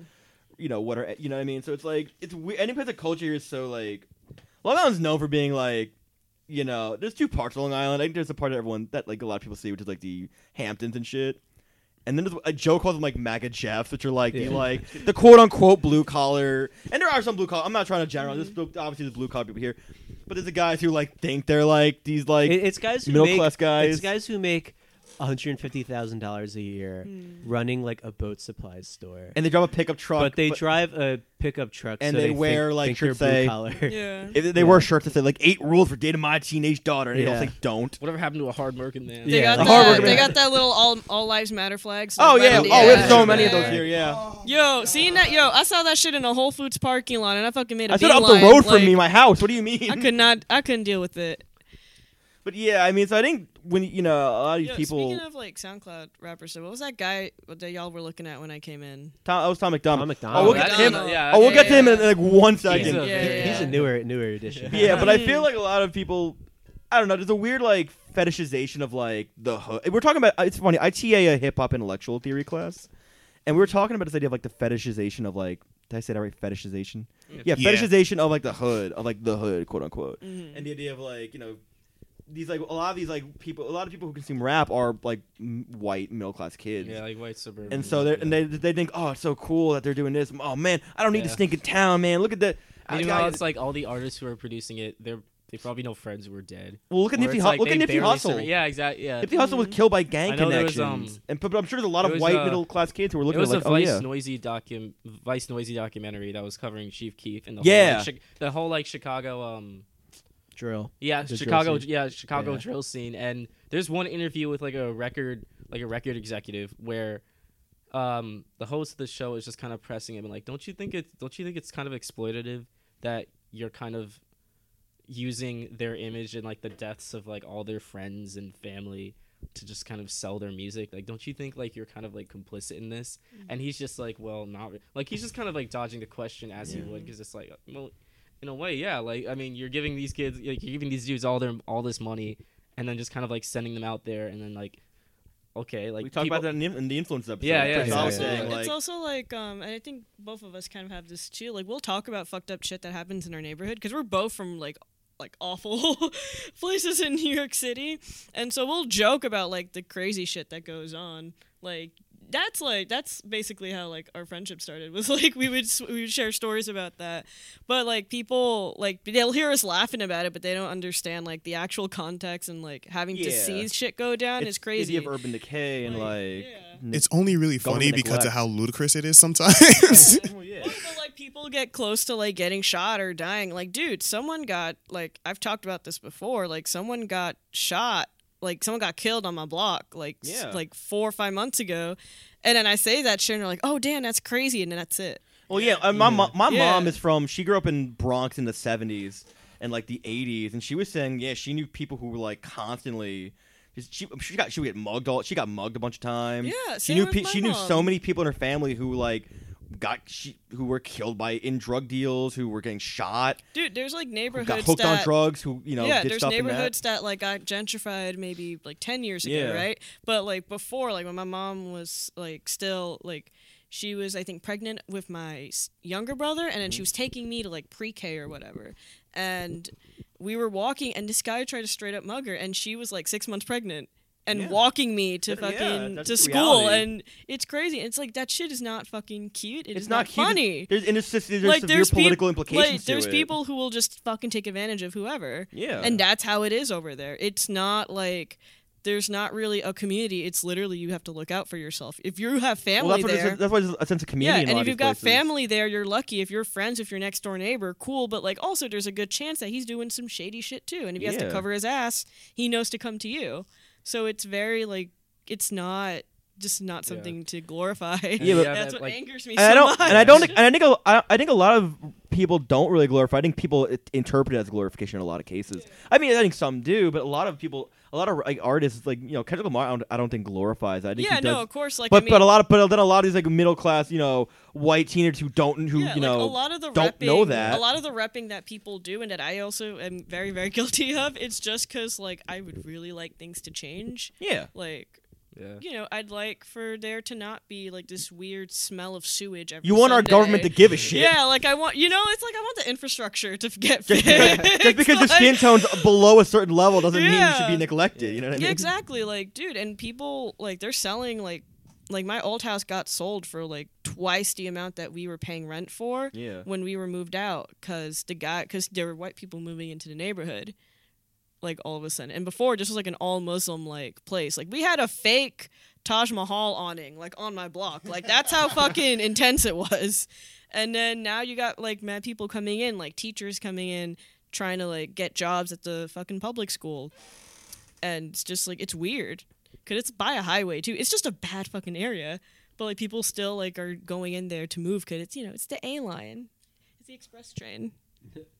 [SPEAKER 3] You know what are you know what I mean? So it's like it's we- any place the culture is so like Long Island's known for being like you know there's two parts of Long Island. I think there's a part that everyone that like a lot of people see, which is like the Hamptons and shit. And then there's a Joe calls them like MAGA Jeffs, which are like
[SPEAKER 4] Yeah.
[SPEAKER 3] the like the quote unquote blue collar. And there are some blue collar. I'm not trying to generalize.
[SPEAKER 4] Mm-hmm.
[SPEAKER 3] This obviously there's blue collar people here, but there's the guys who like think they're like these like
[SPEAKER 4] It- it's guys who
[SPEAKER 3] middle
[SPEAKER 4] make-
[SPEAKER 3] class guys.
[SPEAKER 4] it's guys who make $150,000 a year running like a boat supply store
[SPEAKER 3] Hmm. and they drive a pickup truck,
[SPEAKER 4] but they drive a pickup truck
[SPEAKER 3] and
[SPEAKER 4] so
[SPEAKER 3] they,
[SPEAKER 4] think-
[SPEAKER 3] wear like
[SPEAKER 4] think you're
[SPEAKER 3] shirts say [LAUGHS]
[SPEAKER 4] blue collar
[SPEAKER 3] If they wear shirts that say like eight rules for dating my teenage daughter, and they
[SPEAKER 4] Yeah.
[SPEAKER 3] all say don't.
[SPEAKER 2] Whatever happened to a hard working man?
[SPEAKER 5] They
[SPEAKER 3] Yeah. The
[SPEAKER 5] got
[SPEAKER 3] hard
[SPEAKER 5] that.
[SPEAKER 3] working
[SPEAKER 5] They
[SPEAKER 3] man.
[SPEAKER 5] got that little all all lives matter flags.
[SPEAKER 3] Oh yeah,
[SPEAKER 5] around the
[SPEAKER 3] oh we have so
[SPEAKER 5] edge.
[SPEAKER 3] many of those
[SPEAKER 5] Yeah.
[SPEAKER 3] here. Yeah,
[SPEAKER 5] Yo, seeing that, yo, I saw that shit in a Whole Foods parking lot, and I fucking made a
[SPEAKER 3] I said up the
[SPEAKER 5] beeline,
[SPEAKER 3] road from
[SPEAKER 5] like,
[SPEAKER 3] me, my house. What do you mean?
[SPEAKER 5] I could not, I couldn't deal with it.
[SPEAKER 3] But yeah, I mean, so I think when you know a lot of these
[SPEAKER 5] Yo,
[SPEAKER 3] people,
[SPEAKER 5] Speaking of like SoundCloud rappers, so what was that guy that y'all were looking at when I came in?
[SPEAKER 3] Tom, that was Tom McDonald.
[SPEAKER 4] Tom
[SPEAKER 3] Oh,
[SPEAKER 4] McDonald.
[SPEAKER 3] we'll get to him.
[SPEAKER 5] McDonald, yeah,
[SPEAKER 3] oh, we'll
[SPEAKER 5] okay,
[SPEAKER 3] get to him in
[SPEAKER 5] yeah.
[SPEAKER 3] like one
[SPEAKER 5] a-
[SPEAKER 3] second.
[SPEAKER 5] Yeah,
[SPEAKER 4] He-
[SPEAKER 5] yeah,
[SPEAKER 4] he's a
[SPEAKER 5] yeah.
[SPEAKER 4] newer newer
[SPEAKER 2] [LAUGHS]
[SPEAKER 4] edition
[SPEAKER 3] Yeah, but I feel like a lot of people, I don't know. There's a weird like fetishization of like the hood. We're talking about uh, it's funny. I TA a hip hop intellectual theory class, and we were talking about this idea of like the fetishization of like. Did I say that right? Fetishization. Yeah,
[SPEAKER 4] Yeah.
[SPEAKER 3] fetishization of like the hood of like the hood, quote unquote,
[SPEAKER 2] Mm.
[SPEAKER 3] and the idea of like you know. These like a lot of these like people, a lot of people who consume rap are like m- white middle class kids.
[SPEAKER 2] Yeah, like white suburban.
[SPEAKER 3] And so they and they they think, oh, it's so cool that they're doing this. Oh man, I don't need to
[SPEAKER 2] Yeah.
[SPEAKER 3] stink in town, man. Look at that. I
[SPEAKER 2] Meanwhile,
[SPEAKER 3] got-
[SPEAKER 2] it's like all the artists who are producing it, they're They probably know friends who are dead.
[SPEAKER 3] Well, look at
[SPEAKER 2] Where
[SPEAKER 3] Nipsey
[SPEAKER 2] it's
[SPEAKER 3] Hu-
[SPEAKER 2] like
[SPEAKER 3] look at
[SPEAKER 2] they
[SPEAKER 3] Nipsey
[SPEAKER 2] barely
[SPEAKER 3] Hussle.
[SPEAKER 2] survi- Yeah, exactly. Yeah. Mm-hmm.
[SPEAKER 3] Nipsey Hussle was killed by gang
[SPEAKER 2] I know there was,
[SPEAKER 3] connections.
[SPEAKER 2] um,
[SPEAKER 3] And- but I'm sure there's a lot of
[SPEAKER 2] there was,
[SPEAKER 3] white
[SPEAKER 2] uh,
[SPEAKER 3] middle-class kids who were looking
[SPEAKER 2] There
[SPEAKER 3] at
[SPEAKER 2] was
[SPEAKER 3] it like,
[SPEAKER 2] a
[SPEAKER 3] "Oh,
[SPEAKER 2] Vice
[SPEAKER 3] yeah."
[SPEAKER 2] noisy docum Vice noisy documentary that was covering Chief Keef and the
[SPEAKER 3] Yeah.
[SPEAKER 2] whole, like, Chi- the whole like Chicago um
[SPEAKER 4] drill.
[SPEAKER 2] Yeah,
[SPEAKER 4] The drill
[SPEAKER 2] Chicago.
[SPEAKER 4] scene.
[SPEAKER 2] yeah, Chicago
[SPEAKER 4] Yeah.
[SPEAKER 2] drill scene. And there's one interview with like a record, like a record executive, where um, the host of the show is just kind of pressing him and like, don't you think it's don't you think it's kind of exploitative that you're kind of using their image and like the deaths of like all their friends and family to just kind of sell their music like don't you think like you're kind of like complicit in this and he's just like well not re-. like he's just kind of like dodging the question as he
[SPEAKER 3] Yeah.
[SPEAKER 2] would because it's like well in a way yeah like i mean you're giving these kids like you're giving these dudes all their all this money and then just kind of like sending them out there and then like okay like
[SPEAKER 3] We talked
[SPEAKER 2] people-
[SPEAKER 3] about that in, the- in the influence episode.
[SPEAKER 2] Yeah, yeah,
[SPEAKER 3] Prince
[SPEAKER 2] yeah,
[SPEAKER 3] Alice
[SPEAKER 2] yeah.
[SPEAKER 3] saying,
[SPEAKER 5] It's
[SPEAKER 3] like,
[SPEAKER 5] also like, um, and I think both of us kind of have this too. Like, we'll talk about fucked up shit that happens in our neighborhood because we're both from like, like awful [LAUGHS] places in New York City, and so we'll joke about like the crazy shit that goes on. Like, that's like that's basically how like our friendship started. Was [LAUGHS] like we would s- we would share stories about that, but like people like they'll hear us laughing about it, but they don't understand like the actual context and like having to
[SPEAKER 3] Yeah.
[SPEAKER 5] see shit go down
[SPEAKER 3] it's
[SPEAKER 5] is crazy.
[SPEAKER 3] the idea of urban decay and like. n-
[SPEAKER 1] It's only really
[SPEAKER 3] government
[SPEAKER 1] funny because of
[SPEAKER 3] neglect.
[SPEAKER 1] how ludicrous it is
[SPEAKER 2] [LAUGHS]
[SPEAKER 1] sometimes.
[SPEAKER 5] But, like people get close to like getting shot or dying. Like, dude, someone got like I've talked about this before. Like, someone got shot. Like, someone got killed on my block. Like, s-
[SPEAKER 3] Yeah.
[SPEAKER 5] like four or five months ago. And then I say that shit, and they're like, "Oh, Dan, that's crazy," and then that's it.
[SPEAKER 3] Well, yeah, uh, my mo- my
[SPEAKER 5] Yeah.
[SPEAKER 3] mom is from. She grew up in Bronx in the '70s and like the '80s, and she was saying, yeah, she knew people who were like constantly. She, she got she would get mugged all she got mugged a bunch of times.
[SPEAKER 5] Yeah,
[SPEAKER 3] she
[SPEAKER 5] same
[SPEAKER 3] knew
[SPEAKER 5] with my
[SPEAKER 3] she knew so
[SPEAKER 5] mom.
[SPEAKER 3] many people in her family who like got she, who were killed by in drug deals, who were getting shot,
[SPEAKER 5] Dude, there's like
[SPEAKER 3] who
[SPEAKER 5] neighborhoods
[SPEAKER 3] got hooked
[SPEAKER 5] that
[SPEAKER 3] on drugs, who you know
[SPEAKER 5] yeah,
[SPEAKER 3] did
[SPEAKER 5] there's
[SPEAKER 3] stuff in that.
[SPEAKER 5] neighborhoods that. like got gentrified maybe like ten years ago,
[SPEAKER 3] Yeah.
[SPEAKER 5] right? But like before, like when my mom was like still like she was I think pregnant with my s- younger brother, and
[SPEAKER 3] Mm-hmm.
[SPEAKER 5] then she was taking me to like pre-K or whatever, and we were walking, and this guy tried to straight up mug her, and she was like six months pregnant. And
[SPEAKER 3] Yeah.
[SPEAKER 5] walking me to
[SPEAKER 3] That- yeah,
[SPEAKER 5] fucking
[SPEAKER 3] that's
[SPEAKER 5] to
[SPEAKER 3] the
[SPEAKER 5] school,
[SPEAKER 3] reality.
[SPEAKER 5] and it's crazy. It's like that shit is not fucking cute.
[SPEAKER 3] It's
[SPEAKER 5] it's
[SPEAKER 3] not
[SPEAKER 5] not,
[SPEAKER 3] cute.
[SPEAKER 5] funny.
[SPEAKER 3] There's- and it's just- there's severe
[SPEAKER 5] peop-
[SPEAKER 3] political implications
[SPEAKER 5] Like,
[SPEAKER 3] to
[SPEAKER 5] there's
[SPEAKER 3] it.
[SPEAKER 5] people who will just fucking take advantage of whoever.
[SPEAKER 3] Yeah.
[SPEAKER 5] And that's how it is over there. It's not like there's not really a community. It's literally you have to look out for yourself. If you have family
[SPEAKER 3] well, that's, what
[SPEAKER 5] there,
[SPEAKER 3] there's a- that's why there's a sense of community.
[SPEAKER 5] yeah,
[SPEAKER 3] in a
[SPEAKER 5] and
[SPEAKER 3] lot
[SPEAKER 5] if
[SPEAKER 3] of
[SPEAKER 5] you've
[SPEAKER 3] these
[SPEAKER 5] got
[SPEAKER 3] places.
[SPEAKER 5] family there, you're lucky. If you're friends with your next door neighbor, cool. But like, also, there's a good chance that he's doing some shady shit too. And if he has
[SPEAKER 3] Yeah.
[SPEAKER 5] to cover his ass, he knows to come to you. So it's very like, it's not just not something to glorify.
[SPEAKER 3] Yeah, but-
[SPEAKER 5] [LAUGHS] that's what angers me.
[SPEAKER 3] And I
[SPEAKER 5] so
[SPEAKER 3] don't,
[SPEAKER 5] much.
[SPEAKER 3] and I don't, and I think, a, I, I think a lot of people don't really glorify. I think people it, interpret it as glorification in a lot of cases. I mean, I think some do, but a lot of people, a lot of like artists, like you know, Kendrick Lamar, I don't, I don't think glorifies. I think
[SPEAKER 5] Yeah,
[SPEAKER 3] he
[SPEAKER 5] no,
[SPEAKER 3] does-
[SPEAKER 5] of course, like, I
[SPEAKER 3] but but a
[SPEAKER 5] mean-
[SPEAKER 3] lot of, but then a lot of these like middle class, you know, white teenagers who don't, who
[SPEAKER 5] Yeah,
[SPEAKER 3] you
[SPEAKER 5] like,
[SPEAKER 3] know,
[SPEAKER 5] a lot of the
[SPEAKER 3] don't
[SPEAKER 5] repping,
[SPEAKER 3] know that. [LAUGHS]
[SPEAKER 5] a lot of the repping that people do and that I also am very very [LAUGHS] guilty of it's just cuz like I would really like things to change
[SPEAKER 3] Yeah.
[SPEAKER 5] like
[SPEAKER 2] Yeah.
[SPEAKER 5] you know I'd like for there to not be like this weird smell of sewage every
[SPEAKER 3] You want our
[SPEAKER 5] Sunday.
[SPEAKER 3] government to give a shit.
[SPEAKER 5] yeah like I want you know it's like I want the infrastructure to
[SPEAKER 3] [LAUGHS]
[SPEAKER 5] get
[SPEAKER 3] just
[SPEAKER 5] fixed
[SPEAKER 3] because, just because
[SPEAKER 5] [LAUGHS]
[SPEAKER 3] your skin
[SPEAKER 5] like-
[SPEAKER 3] tone's below a certain level doesn't mean you should be
[SPEAKER 5] Yeah.
[SPEAKER 3] neglected. You know what I mean?
[SPEAKER 5] yeah, exactly. Like, dude, and people like they're selling like like my old house got sold for like twice the amount that we were paying rent for
[SPEAKER 3] Yeah.
[SPEAKER 5] when we were moved out because the guy because there were white people moving into the neighborhood like all of a sudden and before this was like an all muslim like place like we had a fake taj mahal awning like on my block like that's how fucking intense it was and then now you got like mad people coming in like teachers coming in trying to like get jobs at the fucking public school and it's just like it's weird because it's by a highway too it's just a bad fucking area but like people still like are going in there to move because it's you know it's the a line it's the express train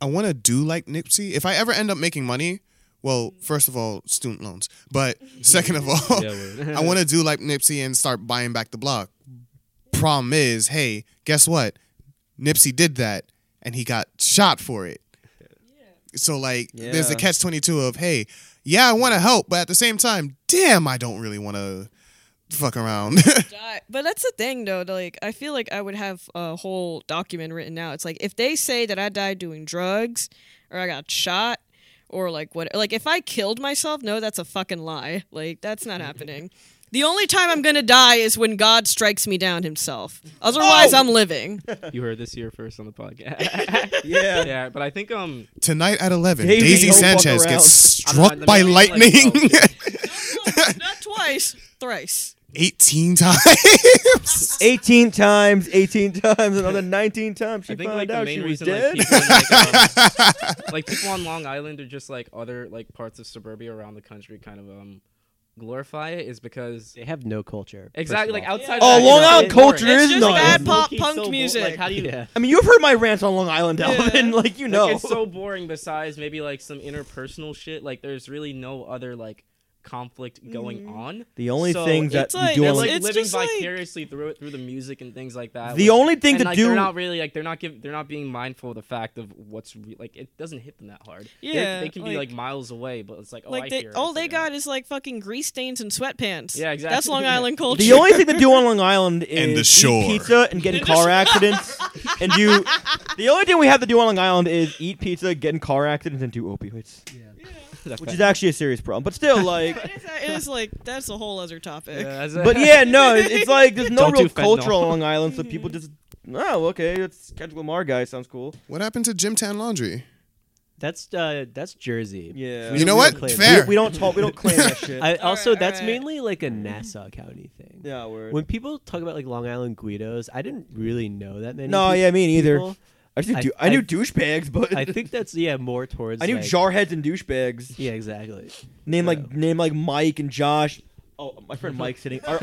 [SPEAKER 1] I want to do like Nipsey. If I ever end up making money, well, first of all, student loans. But second of all,
[SPEAKER 2] Yeah, word.
[SPEAKER 1] [LAUGHS] I want to do like Nipsey and start buying back the block. Problem is, hey, guess what? Nipsey did that and he got shot for it. So like there's the
[SPEAKER 3] Yeah.
[SPEAKER 1] catch 22 of, hey, yeah, I want to help, but at the same time, damn, I don't really want to fuck around. [LAUGHS]
[SPEAKER 5] die. But that's the thing, though. Like, I feel like I would have a whole document written out. It's like if they say that I died doing drugs, or I got shot,
[SPEAKER 2] [LAUGHS]
[SPEAKER 5] or like what, like if I killed myself, no, that's a fucking lie. Like that's not happening. The only time I'm going to die is when God strikes me down himself. Otherwise,
[SPEAKER 2] Oh!
[SPEAKER 5] I'm
[SPEAKER 2] [LAUGHS]
[SPEAKER 5] living.
[SPEAKER 2] You heard this here first on
[SPEAKER 3] [LAUGHS]
[SPEAKER 2] the [LAUGHS] podcast. yeah, yeah, but I think um,
[SPEAKER 1] Tonight at 11,
[SPEAKER 2] Daisy,
[SPEAKER 1] Daisy
[SPEAKER 2] don't fuck
[SPEAKER 1] Sanchez
[SPEAKER 3] [LAUGHS]
[SPEAKER 2] around.
[SPEAKER 1] gets
[SPEAKER 2] I'm not in
[SPEAKER 1] struck
[SPEAKER 2] the
[SPEAKER 1] by
[SPEAKER 2] middle of, like,
[SPEAKER 1] lightning [LAUGHS]
[SPEAKER 5] Not twice, thrice.
[SPEAKER 1] 18 times. [LAUGHS]
[SPEAKER 3] 18 times, 18 times, another 19 times. She
[SPEAKER 2] I think
[SPEAKER 3] found
[SPEAKER 2] like the
[SPEAKER 3] out
[SPEAKER 2] main
[SPEAKER 3] she was
[SPEAKER 2] reason
[SPEAKER 3] dead.
[SPEAKER 2] like people, like,
[SPEAKER 3] [LAUGHS]
[SPEAKER 2] um, like, people on Long Island or just like other like parts of suburbia around the country kind of um glorify it is because
[SPEAKER 4] They have no culture.
[SPEAKER 2] Exactly,
[SPEAKER 4] first
[SPEAKER 2] like
[SPEAKER 4] of all.
[SPEAKER 2] outside.
[SPEAKER 3] Oh,
[SPEAKER 2] of that,
[SPEAKER 3] Long
[SPEAKER 2] you know,
[SPEAKER 3] Island
[SPEAKER 2] it's
[SPEAKER 3] culture
[SPEAKER 2] boring.
[SPEAKER 3] is It's just nice. bad
[SPEAKER 5] pop
[SPEAKER 2] Low-key,
[SPEAKER 5] punk
[SPEAKER 2] so bo-
[SPEAKER 5] music.
[SPEAKER 2] Like, how do you?
[SPEAKER 4] Yeah.
[SPEAKER 3] I mean, you've heard my rants on Long Island, Alvin. [LAUGHS] Like, you know.
[SPEAKER 2] Like, it's so boring. Besides maybe like some interpersonal shit. Like there's really no other like conflict going
[SPEAKER 5] Mm.
[SPEAKER 2] on.
[SPEAKER 3] The only
[SPEAKER 2] so
[SPEAKER 3] things that
[SPEAKER 2] it's
[SPEAKER 3] you
[SPEAKER 2] like,
[SPEAKER 3] do on
[SPEAKER 2] it's
[SPEAKER 3] Long-
[SPEAKER 2] like
[SPEAKER 3] It's
[SPEAKER 2] living
[SPEAKER 3] just, like-
[SPEAKER 2] vicariously through it through the music and things like that.
[SPEAKER 3] The only thing
[SPEAKER 2] and,
[SPEAKER 3] to
[SPEAKER 2] like,
[SPEAKER 3] do-
[SPEAKER 2] they're not really like they're not giving they're not being mindful of the fact of what's re- like it doesn't hit them that hard. They-
[SPEAKER 5] Yeah,
[SPEAKER 2] they, can be
[SPEAKER 5] like-
[SPEAKER 2] like miles away, but it's like oh I
[SPEAKER 5] like they, [LAUGHS]
[SPEAKER 2] hear it.
[SPEAKER 5] all they got is like fucking grease stains and sweatpants.
[SPEAKER 2] Yeah,
[SPEAKER 5] That's
[SPEAKER 2] exactly.
[SPEAKER 5] Long
[SPEAKER 2] [LAUGHS]
[SPEAKER 5] Island culture.
[SPEAKER 3] The only
[SPEAKER 5] [LAUGHS]
[SPEAKER 3] thing to do on Long Island is
[SPEAKER 1] [LAUGHS] And the
[SPEAKER 3] eat
[SPEAKER 1] shore.
[SPEAKER 3] pizza and
[SPEAKER 2] [LAUGHS]
[SPEAKER 3] get in car accidents and do. The only thing we have to do on Long Island is eat pizza, get in car accidents, and do opioids.
[SPEAKER 2] That's
[SPEAKER 3] Which
[SPEAKER 2] fact.
[SPEAKER 3] is actually a serious problem, but still,
[SPEAKER 2] [LAUGHS]
[SPEAKER 3] like,
[SPEAKER 5] it, is, it is like that's a whole other topic.
[SPEAKER 2] Yeah, that's-
[SPEAKER 3] but [LAUGHS] yeah, no, it- it's like
[SPEAKER 2] [LAUGHS]
[SPEAKER 3] there's no
[SPEAKER 2] Don't do
[SPEAKER 3] real culture
[SPEAKER 2] fentanyl.
[SPEAKER 3] on Long Island, so people
[SPEAKER 2] [LAUGHS]
[SPEAKER 3] just, oh, okay, it's Kendrick Lamar guy, sounds cool.
[SPEAKER 1] What happened to Jim Tan Laundry?
[SPEAKER 4] That's uh, that's Jersey.
[SPEAKER 3] Yeah.
[SPEAKER 4] We don't-
[SPEAKER 1] You know
[SPEAKER 4] we
[SPEAKER 1] what?
[SPEAKER 4] don't claim
[SPEAKER 1] Fair.
[SPEAKER 4] it.
[SPEAKER 1] We- we
[SPEAKER 3] don't talk- we don't claim [LAUGHS] that shit.
[SPEAKER 4] I,
[SPEAKER 3] All
[SPEAKER 4] also,
[SPEAKER 3] right, all
[SPEAKER 4] that's
[SPEAKER 3] right.
[SPEAKER 4] mainly like a Nassau County thing.
[SPEAKER 3] Yeah, word.
[SPEAKER 4] When people talk about like Long Island Guidos, I didn't really know that many.
[SPEAKER 3] No,
[SPEAKER 4] peop-
[SPEAKER 3] yeah, me neither.
[SPEAKER 4] people.
[SPEAKER 3] I just knew dou- I knew douchebags, but-
[SPEAKER 4] I think that's yeah more
[SPEAKER 3] [LAUGHS]
[SPEAKER 4] towards.
[SPEAKER 3] I knew
[SPEAKER 4] like,
[SPEAKER 3] jarheads and douchebags.
[SPEAKER 4] Yeah, exactly.
[SPEAKER 3] Name like name like Mike and Josh. Oh, my [LAUGHS] friend Mike's sitting. Our,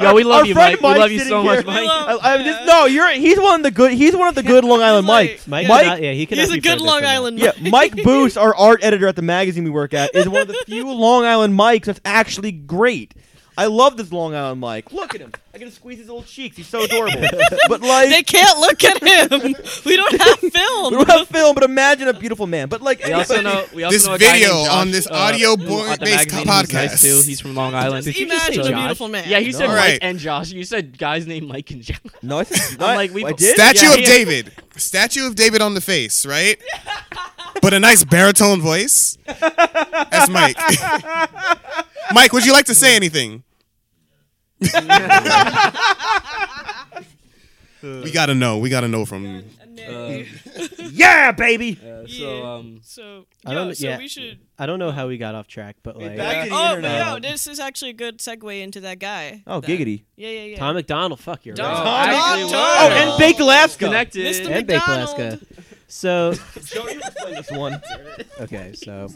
[SPEAKER 2] Yo, we love
[SPEAKER 3] our
[SPEAKER 2] you,
[SPEAKER 3] friend
[SPEAKER 2] Mike. We
[SPEAKER 3] Mike's
[SPEAKER 2] love you
[SPEAKER 3] sitting
[SPEAKER 2] so
[SPEAKER 3] here.
[SPEAKER 2] much, Mike. We love-
[SPEAKER 3] I, I'm just, no, you're he's one of the good. He's one of the good Long Island Mike.
[SPEAKER 4] Mike
[SPEAKER 3] Mike,
[SPEAKER 4] cannot- yeah, he cannot
[SPEAKER 5] He's a
[SPEAKER 4] be
[SPEAKER 5] good
[SPEAKER 4] further
[SPEAKER 5] Long
[SPEAKER 4] from that.
[SPEAKER 5] Island.
[SPEAKER 3] yeah, Mike [LAUGHS] Boost, our art editor at the magazine we work at, is one of the few Long Island Mikes that's actually great. I love this Long Island Mike. Look at him. I gotta squeeze his little cheeks. He's so [LAUGHS] adorable. but like,
[SPEAKER 5] they can't look
[SPEAKER 3] [LAUGHS]
[SPEAKER 5] at him. We don't have film.
[SPEAKER 3] we don't have film, but imagine a beautiful man. But like,
[SPEAKER 2] We also
[SPEAKER 3] anyway.
[SPEAKER 2] know we also
[SPEAKER 1] This
[SPEAKER 2] know a guy named
[SPEAKER 1] video
[SPEAKER 2] Josh,
[SPEAKER 1] on this
[SPEAKER 2] uh,
[SPEAKER 1] audio
[SPEAKER 2] who
[SPEAKER 1] boy-
[SPEAKER 2] at the
[SPEAKER 1] based
[SPEAKER 2] magazine who's
[SPEAKER 1] podcast.
[SPEAKER 2] Nice too. He's from Long Island.
[SPEAKER 5] Did you just Imagine say a Josh? beautiful man.
[SPEAKER 2] Yeah, he said
[SPEAKER 1] No.
[SPEAKER 2] Mike
[SPEAKER 1] Alright.
[SPEAKER 2] and Josh. You said guys named Mike and Josh.
[SPEAKER 3] No, I said
[SPEAKER 2] I'm like we
[SPEAKER 3] [LAUGHS] I
[SPEAKER 2] bo-
[SPEAKER 3] did?
[SPEAKER 1] Statue
[SPEAKER 2] Yeah,
[SPEAKER 1] of
[SPEAKER 2] yeah.
[SPEAKER 1] David. Statue of David on the
[SPEAKER 3] [LAUGHS]
[SPEAKER 1] face, right? but a nice baritone voice. That's Mike. Mike, would you like to say anything? we gotta know. We gotta know from.
[SPEAKER 3] yeah, baby.
[SPEAKER 2] Uh, so um,
[SPEAKER 5] So,
[SPEAKER 4] I don't.
[SPEAKER 5] yo, so
[SPEAKER 4] yeah,
[SPEAKER 5] we should.
[SPEAKER 4] I don't know how we got off track, but like
[SPEAKER 3] back to the
[SPEAKER 5] Oh,
[SPEAKER 3] internet.
[SPEAKER 5] yo, this is actually a good segue into that guy.
[SPEAKER 3] Oh,
[SPEAKER 5] That-
[SPEAKER 3] giggity.
[SPEAKER 5] Yeah, yeah, yeah.
[SPEAKER 4] Tom McDonald. Fuck you're
[SPEAKER 5] Donald.
[SPEAKER 4] right.
[SPEAKER 2] I
[SPEAKER 5] Donald.
[SPEAKER 2] actually was.
[SPEAKER 3] Oh, and Baked Alaska.
[SPEAKER 2] Connected.
[SPEAKER 5] Mr.
[SPEAKER 4] and Baked
[SPEAKER 5] McDonald.
[SPEAKER 4] Alaska.
[SPEAKER 5] [LAUGHS]
[SPEAKER 4] So
[SPEAKER 3] This one.
[SPEAKER 4] okay, so